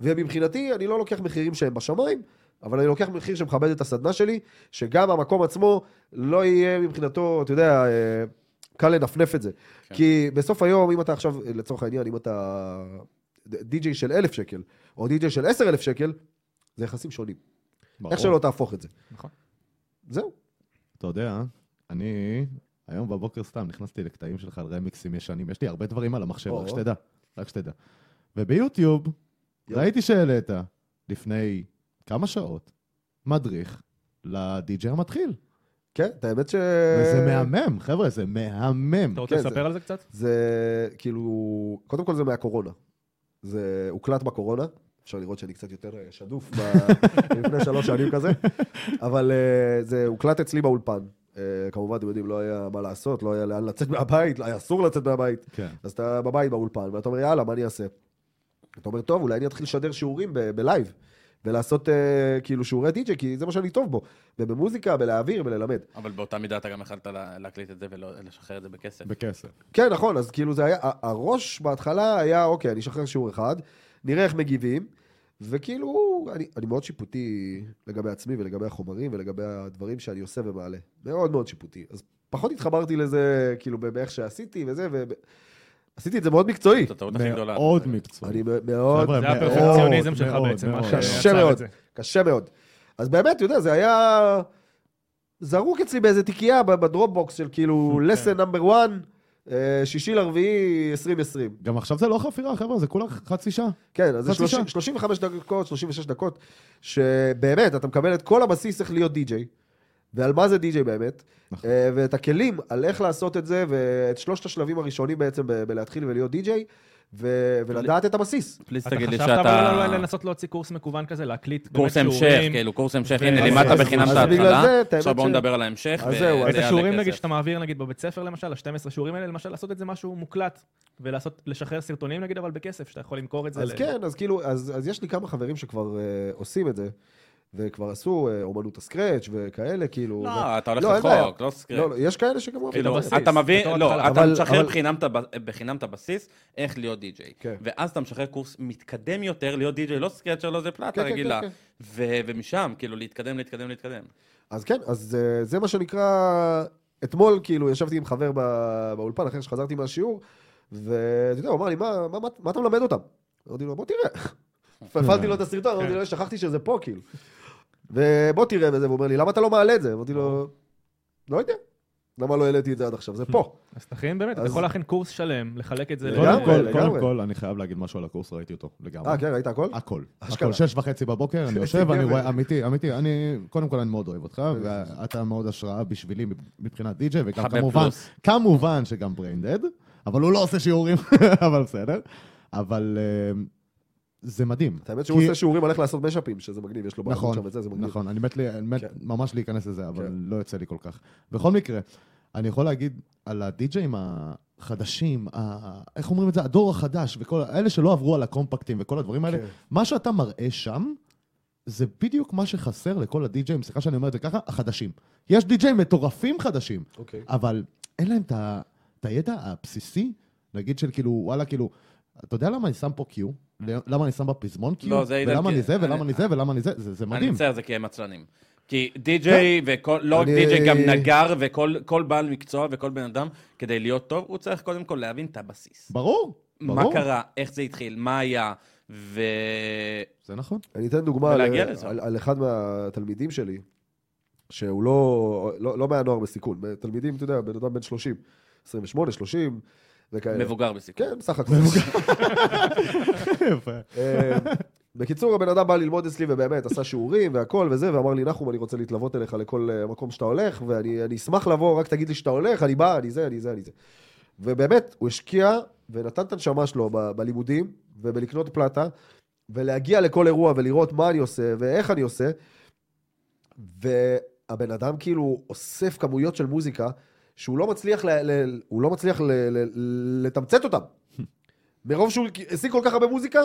ומבחינתי, אני לא לוקח מחירים שהם בשמיים, אבל אני לוקח מחיר שמכבד את הסדנה שלי, שגם המקום עצמו לא יהיה מבחינתו, אתה יודע, אה, קל לנפנף את זה. כן.
כן.
כי בסוף היום, אם אתה עכשיו, לצורך העניין, אם אתה די-ג'יי של אלף שקל, או די-ג'יי של עשר אלף שקל, זה יחסים שונים. ברור. איך שלא תהפוך את זה.
נכון.
זהו.
אתה יודע, אני היום בבוקר סתם נכנסתי לקטעים שלך על רמיקסים ישנים. יש לי הרבה דברים על המחשב,
או.
רק שתדע. רק שתדע. וביוטיוב,
יופי.
ראיתי שהעלית לפני כמה שעות מדריך לדי-ג'יי המתחיל.
כן, את האמת ש...
וזה מהמם, חבר'ה, זה מהמם.
אתה רוצה
כן, זה-
לספר על זה
אה,
קצת?
זה כאילו, קודם כל זה מהקורונה. זה הוקלט בקורונה, אפשר לראות שאני קצת יותר אה, שדוף ב- לפני שלוש שנים כזה, אבל אה, זה הוקלט אצלי באולפן. אה, כמובן, אתם יודעים, לא היה מה לעשות, לא היה לאן לצאת מהבית, היה אסור לצאת מהבית.
כן.
אז אתה בבית באולפן, ואתה אומר, יאללה, מה אני אעשה? אתה אומר, טוב, אולי אני אתחיל לשדר שיעורים ב- בלייב, ולעשות אה, כאילו שיעורי די-ג'יי, כי זה מה שאני טוב בו, ובמוזיקה, בלהעביר, בללמד.
אבל באותה מידה אתה גם יכלת לה- להקליט את זה ולשחרר את זה בכסף.
בכסף.
כן, נכון, אז כאילו זה היה, ה- הראש בהתחלה היה, אוקיי, אני אשחרר שיעור אחד, נראה איך מגיבים, וכאילו, אני, אני מאוד שיפוטי לגבי עצמי ולגבי החומרים ולגבי הדברים שאני עושה ומעלה. מאוד מאוד שיפוטי. אז פחות התחברתי לזה, כאילו, ב- באיך שעשיתי וזה, ו... עשיתי את זה מאוד מקצועי.
זאת הטעות הכי גדולה.
מאוד מקצועי.
אני מ- מאוד,
חבר'ה,
זה
מאוד,
הפרפקציוניזם שלך
מאוד,
בעצם, מה
מאוד.
שעצר
קשה
את
מאוד.
זה.
קשה מאוד. אז באמת, אתה יודע, זה היה זרוק אצלי באיזה תיקייה ב- בדרופבוקס של כאילו, lesson number one, אה, שישי לרביעי 2020.
גם עכשיו זה לא חפירה, חבר'ה, זה כולה חצי שעה.
כן, אז זה
חצי שעה.
30, 35 דקות, 36 דקות, שבאמת, אתה מקבל את כל הבסיס איך להיות די-ג'יי, ועל מה זה די-ג'יי באמת,
נכון.
אה, ואת הכלים על איך לעשות את זה, ואת שלושת השלבים הראשונים בעצם ב- בלהתחיל ולהיות די-ג'יי, ו- ולדעת את הבסיס.
פליז
אתה
תגיד לי
חשבת אבל אולי לא
שאתה...
לנסות להוציא קורס מקוון כזה, להקליט באמת
קורס המשך,
שיעורים?
כאילו, קורס המשך,
ו-
הנה,
אז-
לימדת
אז-
בחינם
אז
את
בגלל
ההתחלה,
זה, את האמת
עכשיו בואו
ש-
נדבר על ההמשך.
אז
ו-
זהו, אז
זה
את
יעלה
השיעורים, נגיד,
כסף.
שאתה מעביר, נגיד, בבית ספר, למשל, ה-12 שיעורים האלה, למשל, לעשות את זה משהו מוקלט, ולעשות, לשחרר סרטונים, נגיד, אבל בכסף, שאתה יכול למכור את זה.
אז
ל-
כן, אז כאילו, אז, אז יש לי כמה חברים שכבר אה, עושים את זה, וכבר עשו אה, אומנות הסקרץ' וכאלה, כאילו... ו-
לא, אתה הולך
לא, אין בעיה.
לחוק, לא סקרט.
לא, לא, יש כאלה שכמובן...
כאילו,
הבסיס,
אתה מביא,
בתור
לא,
התחלה.
אתה
אבל-
משחרר
אבל-
בחינם את הבס- בחינם את הבסיס, איך להיות די-ג'יי.
כן.
ואז אתה משחרר קורס מתקדם יותר להיות די-ג'יי, לא סקרצ'ר, לא זה פלטה
כן, כן,
רגילה.
כן, כן.
ו- ומשם, כאילו, להתקדם, להתקדם, להתקדם.
אז כן, אז אה, זה מה שנקרא, אתמול כאילו ישבתי עם חבר ב- באולפן אחרי שחזרתי מהשיעור, ואתה יודע, הוא אמר לי, מה, מה, מה, מה אתה מלמד אותם? אמרתי לו, בוא תראה. הפעלתי לו
כן.
את הסרטון, אמרתי לו, שכחתי שזה פה, כאילו. ובוא תראה וזה, והוא אומר לי, למה אתה לא מעלה את זה? אמרתי לו, לא יודע, למה לא העליתי את זה עד עכשיו? זה פה.
אז תכין, באמת, אתה
אז-
יכול להכין קורס שלם, לחלק את זה. ל-
קודם כל,
לגמרי.
קודם כל, אני חייב להגיד משהו על הקורס, ראיתי אותו לגמרי.
אה, כן, ראית הכל?
הכל.
אשכרה.
הכל. שש וחצי בבוקר, אני יושב, אני
גבר.
רואה, אמיתי, אמיתי, אני, קודם כל אני מאוד אוהב אותך, ואתה מאוד השראה בשבילי מבחינת די-ג'יי, וגם
חבר
כמובן,
פלוס.
כמובן שגם בריינדד, אבל הוא לא עושה שיעורים, אבל בסדר. אבל אה, זה מדהים.
את האמת שהוא
כי-
עושה שיעורים, הולך לעשות משאפים, שזה מגניב, יש לו בעיה
נכון,
שם את זה, זה מגניב.
נכון, אני מת, לי, אני מת
כן.
ממש להיכנס לזה, אבל
כן.
לא יוצא לי כל כך. בכל מקרה, אני יכול להגיד על הדי-ג'אים החדשים, ה... איך אומרים את זה? הדור החדש, וכל אלה שלא עברו על הקומפקטים וכל הדברים האלה,
כן.
מה שאתה מראה שם, זה בדיוק מה שחסר לכל הדי-ג'אים, סליחה שאני אומר את זה ככה, החדשים. יש די-ג'אים מטורפים חדשים,
אוקיי.
אבל אין להם את ה- את הידע הבסיסי, נגיד של כאילו, וואלה, כאילו, אתה יודע למה אני שם פה קיו? למה אני שם בפזמון קיו?
Mm. לא, זה עידן,
ולמה
כי-
אני זה, ולמה
אני-
אני זה, ולמה אני זה, זה זה
אני
מדהים.
מצטער, זה כי הם עצלנים. כי די-ג'יי, וכל- לא רק
אני-
די-ג'יי, גם נגר, וכל כל בעל מקצוע וכל בן אדם, כדי להיות טוב, הוא צריך קודם כל להבין את הבסיס.
ברור,
מה
ברור.
קרה, איך זה התחיל, מה היה, ו...
זה נכון.
אני אתן דוגמה על,
ולהגיע לזה.
על, על אחד מהתלמידים שלי, שהוא לא, לא, לא מהנוער בסיכון, תלמידים, אתה יודע, בן אדם בן 30, 28, 30, וכאלה.
מבוגר בסיכון.
כן, בסך הכל. אה, בקיצור, הבן אדם בא ללמוד אצלי, ובאמת, עשה שיעורים והכל וזה, ואמר לי, נחום, אני רוצה להתלוות אליך לכל אה, מקום שאתה הולך, ואני אני אשמח לבוא, רק תגיד לי שאתה הולך, אני בא, אני זה, אני זה, אני זה. ובאמת, הוא השקיע ונתן את הנשמה שלו ב- בלימודים, ובלקנות פלטה, ולהגיע לכל אירוע ולראות מה אני עושה, ואיך אני עושה. והבן אדם כאילו אוסף כמויות של מוזיקה, שהוא לא מצליח, ל, ל, הוא לא מצליח ל, ל, לתמצת אותם. מרוב שהוא השיג כל כך הרבה מוזיקה,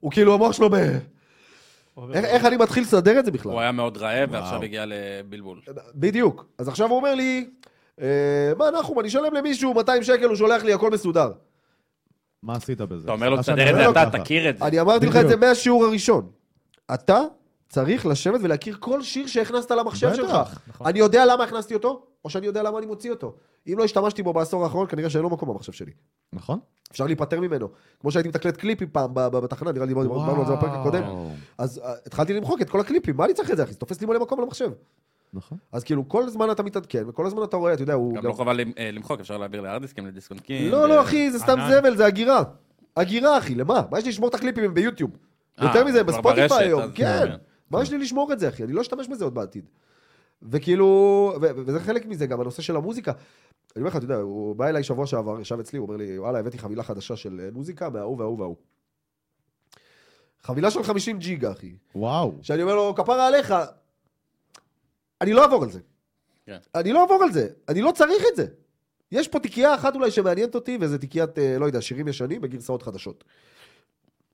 הוא כאילו המוח שלו ב... איך, איך אני מתחיל לסדר את זה בכלל?
הוא היה מאוד רעב, ועכשיו
וואו.
הגיע לבלבול.
בדיוק. אז עכשיו הוא אומר לי, אה, מה נחום, אני אשלם למישהו 200 שקל, הוא שולח לי, הכל מסודר.
מה עשית בזה?
אתה
לא
אומר לו,
מה
תסדר
שאני
את
אומר
זה
לו
אתה,
ככה.
תכיר את זה.
אני אמרתי לך את זה
בדיוק.
מהשיעור הראשון. אתה צריך לשבת ולהכיר כל שיר שהכנסת למחשב
בטח, נכון.
שלך. אני יודע למה הכנסתי אותו, או שאני יודע למה אני מוציא אותו. אם לא השתמשתי בו בעשור האחרון, כנראה שאין לו מקום במחשב שלי.
נכון.
אפשר להיפטר ממנו. כמו שהייתי מתקלט קליפים פעם ב- ב- בתחנה, נראה לי דיברנו על זה בפרק הקודם.
וואו.
אז אה, התחלתי למחוק את כל הקליפים, מה אני צריך את זה, אחי? זה תופס לי מלא מקום למחשב.
נכון.
אז כאילו, כל הזמן אתה מתעדכן, וכל הזמן אתה רואה, אתה יודע, הוא...
גם לא חובה למ- אה, למחוק, אפשר להעביר להארד דיסקים, לדיסקונקים.
לא, לא, אחי, זה סתם
ענן.
זבל, זה הגירה. הגירה, אחי, למה? מה יש לי לשמור את הקליפים הם ביוטיוב?
אה,
יותר מזה, הם
כבר ברשת,
בספוטיפיי היום,
אז-
כן.
כן.
מה יש לי לשמור את זה, אחי? אני לא אשתמש בזה עוד בעתיד. וכאילו, ו- ו- וזה חלק מזה, גם הנושא של המוזיקה. אני אומר לך, אתה יודע, הוא בא אליי שבוע שעבר, ישב אצלי, הוא אומר לי, וואלה, הבאתי חבילה חדשה של אה, מוזיקה מההוא וההוא וההוא. חבילה של 50 ג'יגה, אחי.
וואו.
שאני אומר לו, כפרה עליך, אני לא אעבור על זה.
כן.
אני לא אעבור על זה, אני לא צריך את זה. יש פה תיקייה אחת אולי שמעניינת אותי, וזה תיקיית, אה, לא יודע, שירים ישנים בגרסאות חדשות.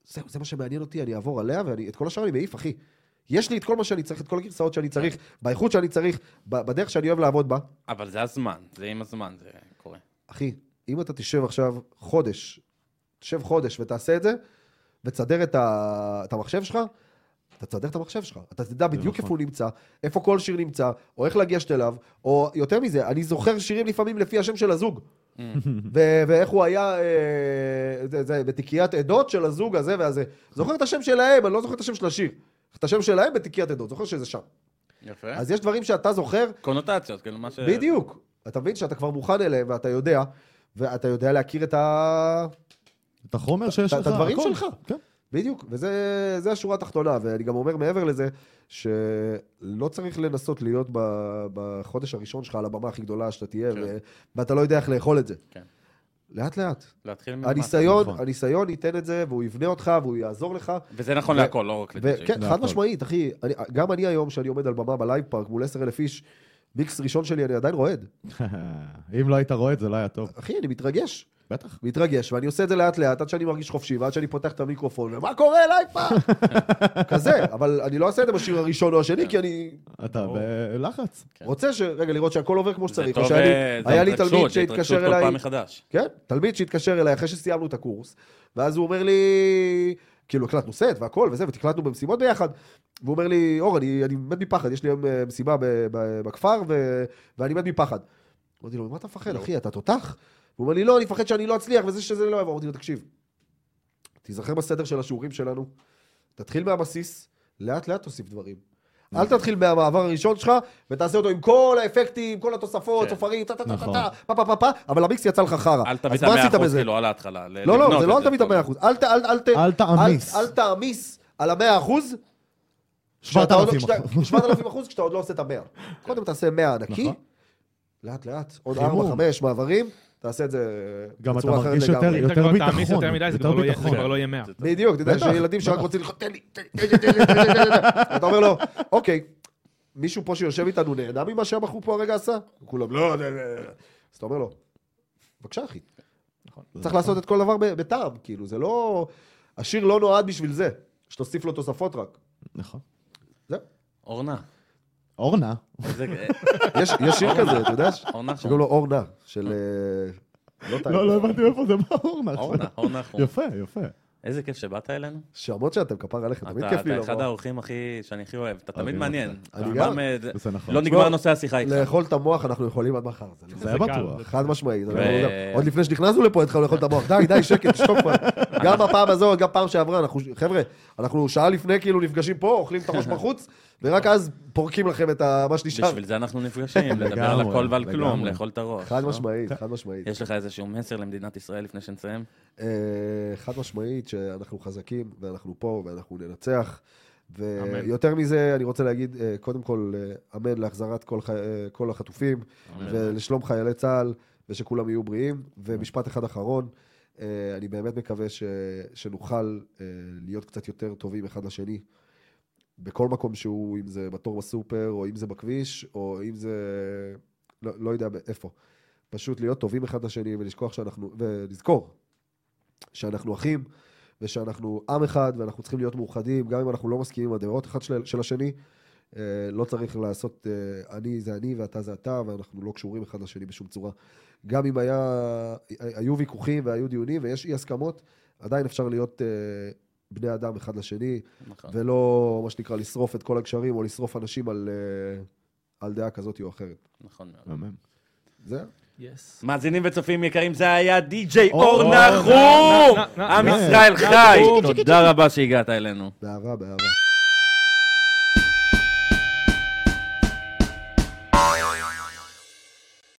זהו, זה מה שמעניין אותי, אני אעבור עליה, ואת כל השאר אני מעיף, אחי. יש לי את כל מה שאני צריך, את כל הגרסאות שאני צריך, באיכות שאני צריך, ב- בדרך שאני אוהב לעבוד בה.
אבל זה הזמן, זה עם הזמן, זה קורה.
אחי, אם אתה תשב עכשיו חודש, תשב חודש ותעשה את זה, ותסדר את, ה... את המחשב שלך, אתה תסדר את המחשב שלך. אתה תדע בדיוק איפה הוא נמצא, איפה כל שיר נמצא, או איך לגשת אליו, או יותר מזה, אני זוכר שירים לפעמים לפי השם של הזוג. ו- ואיך הוא היה אה, זה, זה, בתיקיית עדות של הזוג הזה והזה. זוכר את השם שלהם, אני לא זוכר את השם של השיר. את השם שלהם בתיקיית עדות, זוכר שזה שם.
יפה.
אז יש דברים שאתה זוכר,
קונוטציות, כאילו מה ש...
בדיוק. אתה מבין שאתה כבר מוכן אליהם, ואתה יודע, ואתה יודע להכיר את ה...
את החומר שיש
את
לך.
הדברים
הכל.
שלך.
כן.
בדיוק, וזה זה השורה התחתונה, ואני גם אומר מעבר לזה, שלא צריך לנסות להיות ב- בחודש הראשון שלך על הבמה הכי גדולה שאתה תהיה,
כן.
ו- ואתה לא יודע איך לאכול את זה.
כן.
לאט לאט.
להתחיל מלמטה.
הניסיון,
נכון.
הניסיון ייתן את זה, והוא יבנה אותך, והוא יעזור לך.
וזה נכון
ו-
להכל, לא רק
ו-
לדיג'יי.
כן,
זה
חד
הכל.
משמעית, אחי. אני, גם אני היום, שאני עומד על במה בלייב פארק מול 10,000 איש, מיקס ראשון שלי, אני עדיין רועד.
אם לא היית רואה את זה, לא היה טוב.
אחי, אני מתרגש.
בטח.
מתרגש, ואני עושה את זה לאט לאט, עד שאני מרגיש חופשי, ועד שאני פותח את המיקרופון, ומה קורה אליי פעם? כזה, אבל אני לא אעשה את זה בשיר הראשון או השני, כי אני
אתה בלחץ.
רוצה ש... רגע, לראות שהכל עובר כמו
זה
שצריך. או
טוב,
שאני-
אה, זה
היה לי
התרגשות,
תלמיד
זה התרגשות
שהתקשר
כל
אליי,
פעם מחדש.
כן, תלמיד שהתקשר אליי אחרי שסיימנו את הקורס, ואז הוא אומר לי, כאילו הקלטנו סט והכל וזה, ותקלטנו במשימות ביחד, והוא אומר לי, אור, אני, אני מת מפחד, יש לי היום אה, משימה ב- ב- בכפר, ו... ואני מת מפחד. אמרתי לו, ממה אתה
לא.
מפחד, אחי, אתה תותח? הוא אומר לי, לא, אני מפחד שאני לא אצליח, וזה שזה לא יבוא. אמרתי לו, תקשיב, תיזכר בסדר של השיעורים שלנו, תתחיל מהבסיס, לאט לאט תוסיף דברים.
נכון.
אל תתחיל מהמעבר הראשון שלך, ותעשה אותו עם כל האפקטים, כל התוספות,
כן.
צופרים, טה טה טה טה,
נכון.
טה, פה פה פה פה, אבל המיקס יצא לך חרא.
אל תביא
אז
את
מה
המאה
עשית
אחוז,
בזה?
כאילו, על ההתחלה. ל-
לא,
לבנות
לא, זה
את
לא אל תביא את
כל
המאה אחוז. אל ת- אל- אל ת-
אל תעמיס.
אל- אל תעמיס על המאה אחוז.
שבעת
כשאתה עוד- לא-
אלפים
כשאתה-
אחוז.
שבעת אלפים אחוז כשאתה עוד לא עושה את המאה. קודם תעשה מאה ענקי,
נכון.
לאט לאט, עוד
חימום.
ארבע, חמש מעברים, תעשה את זה
גם אתה
בצורה אחרת
מרגיש יותר
לגמרי.
אם אתה
יותר
כבר תעמיס
ביטחון,
יותר מדי, זה
יותר
כבר לא יהיה- זה
ביטחון.
כבר לא יהיה 100.
בדיוק, אתה יודע,
בטח,
יש ילדים שרק
בטח.
רוצים ללחוץ, תן לי, תן לי, תן לי, תן לי, תן לי, תן לי, תן לי. אתה אומר לו, אוקיי, מישהו פה שיושב איתנו נהנה ממה שהבחור פה הרגע עשה? כולם, לא, לא, לא, לא." אז אתה אומר לו, בבקשה, אחי. צריך לעשות את כל דבר ב- בטעם, כאילו, זה לא... השיר לא נועד בשביל זה, שתוסיף לו תוספות רק.
נכון.
אורנה.
אורנה,
איזה-
יש יש שיר כזה, אתה יודע? ש-
אורנה
שקוראים
חום.
לו אורנה, של... אה, לא
לא, לא
טייב.
הבנתי איפה זה, מה אורנה?
אורנה, אורנה חום.
יפה, יפה.
איזה כיף שבאת אלינו.
שמות שאתם כפר עליכם, תמיד
אתה
כיף לי
אתה אחד
לבוא.
האורחים הכי, שאני הכי אוהב. אתה תמיד
אוהבים
מעניין.
אותך.
אתה
אני
בא
גם.
מ- זה-
זה נכון.
לא
תשמע,
נגמר נושא השיחה איתך.
לאכול את המוח אנחנו יכולים עד מחר. זה לא-
זה היה
זה קל.
בטוח.
חד משמעית. אנחנו
ו-
יודעים. עוד לפני שנכנסנו לפה התחלנו לאכול את המוח. די, די, שקט, תשתוק כבר. גם הפעם הזו, גם פעם שעברה, אנחנו, חבר'ה, אנחנו שעה לפני כאילו נפגשים פה, אוכלים את הראש בחוץ, ורק אז פורקים לכם את ה- מה שנשאר.
בשביל זה אנחנו נפגשים, לדבר על
לגמרי,
הכל ועל כלום,
לגמרי.
לאכול את הראש.
חד
לא?
משמעית, חד משמעית.
יש לך איזשהו מסר למדינת ישראל לפני שנסיים?
אה, חד משמעית שאנחנו חזקים, ואנחנו פה, ואנחנו ננצח.
אמן.
ויותר מזה, אני רוצה להגיד, אה, קודם כל, אה, אמן להחזרת כל, חי- אה, כל החטופים, ולשלום חיילי צה"ל, ושכולם יהיו בריאים. ומשפט אחד אחרון, אה, אני באמת מקווה ש... שנוכל אה, להיות קצת יותר טובים אחד לשני. בכל מקום שהוא, אם זה בתור בסופר, או אם זה בכביש, או אם זה... לא, לא יודע איפה. פשוט להיות טובים אחד לשני ולשכוח שאנחנו... ולזכור שאנחנו אחים, ושאנחנו עם אחד, ואנחנו צריכים להיות מאוחדים, גם אם אנחנו לא מסכימים עם הדעות אחד של, של השני. אה, לא צריך לעשות אה, אני זה אני ואתה זה אתה, ואנחנו לא קשורים אחד לשני בשום צורה. גם אם היה, היו ויכוחים והיו דיונים ויש אי הסכמות, עדיין אפשר להיות אה, בני אדם אחד לשני,
נכון.
ולא, מה שנקרא, לשרוף את כל הגשרים או לשרוף אנשים על, אה, על דעה כזאת או אחרת.
נכון מאוד.
מהמם.
זהו.
יס.
מאזינים וצופים יקרים, זה היה די.ג'יי
אורנה
אורנה חום!
נא, נא,
עם
נא.
ישראל חי!
חום.
תודה רבה שהגעת אלינו.
באהבה, באהבה.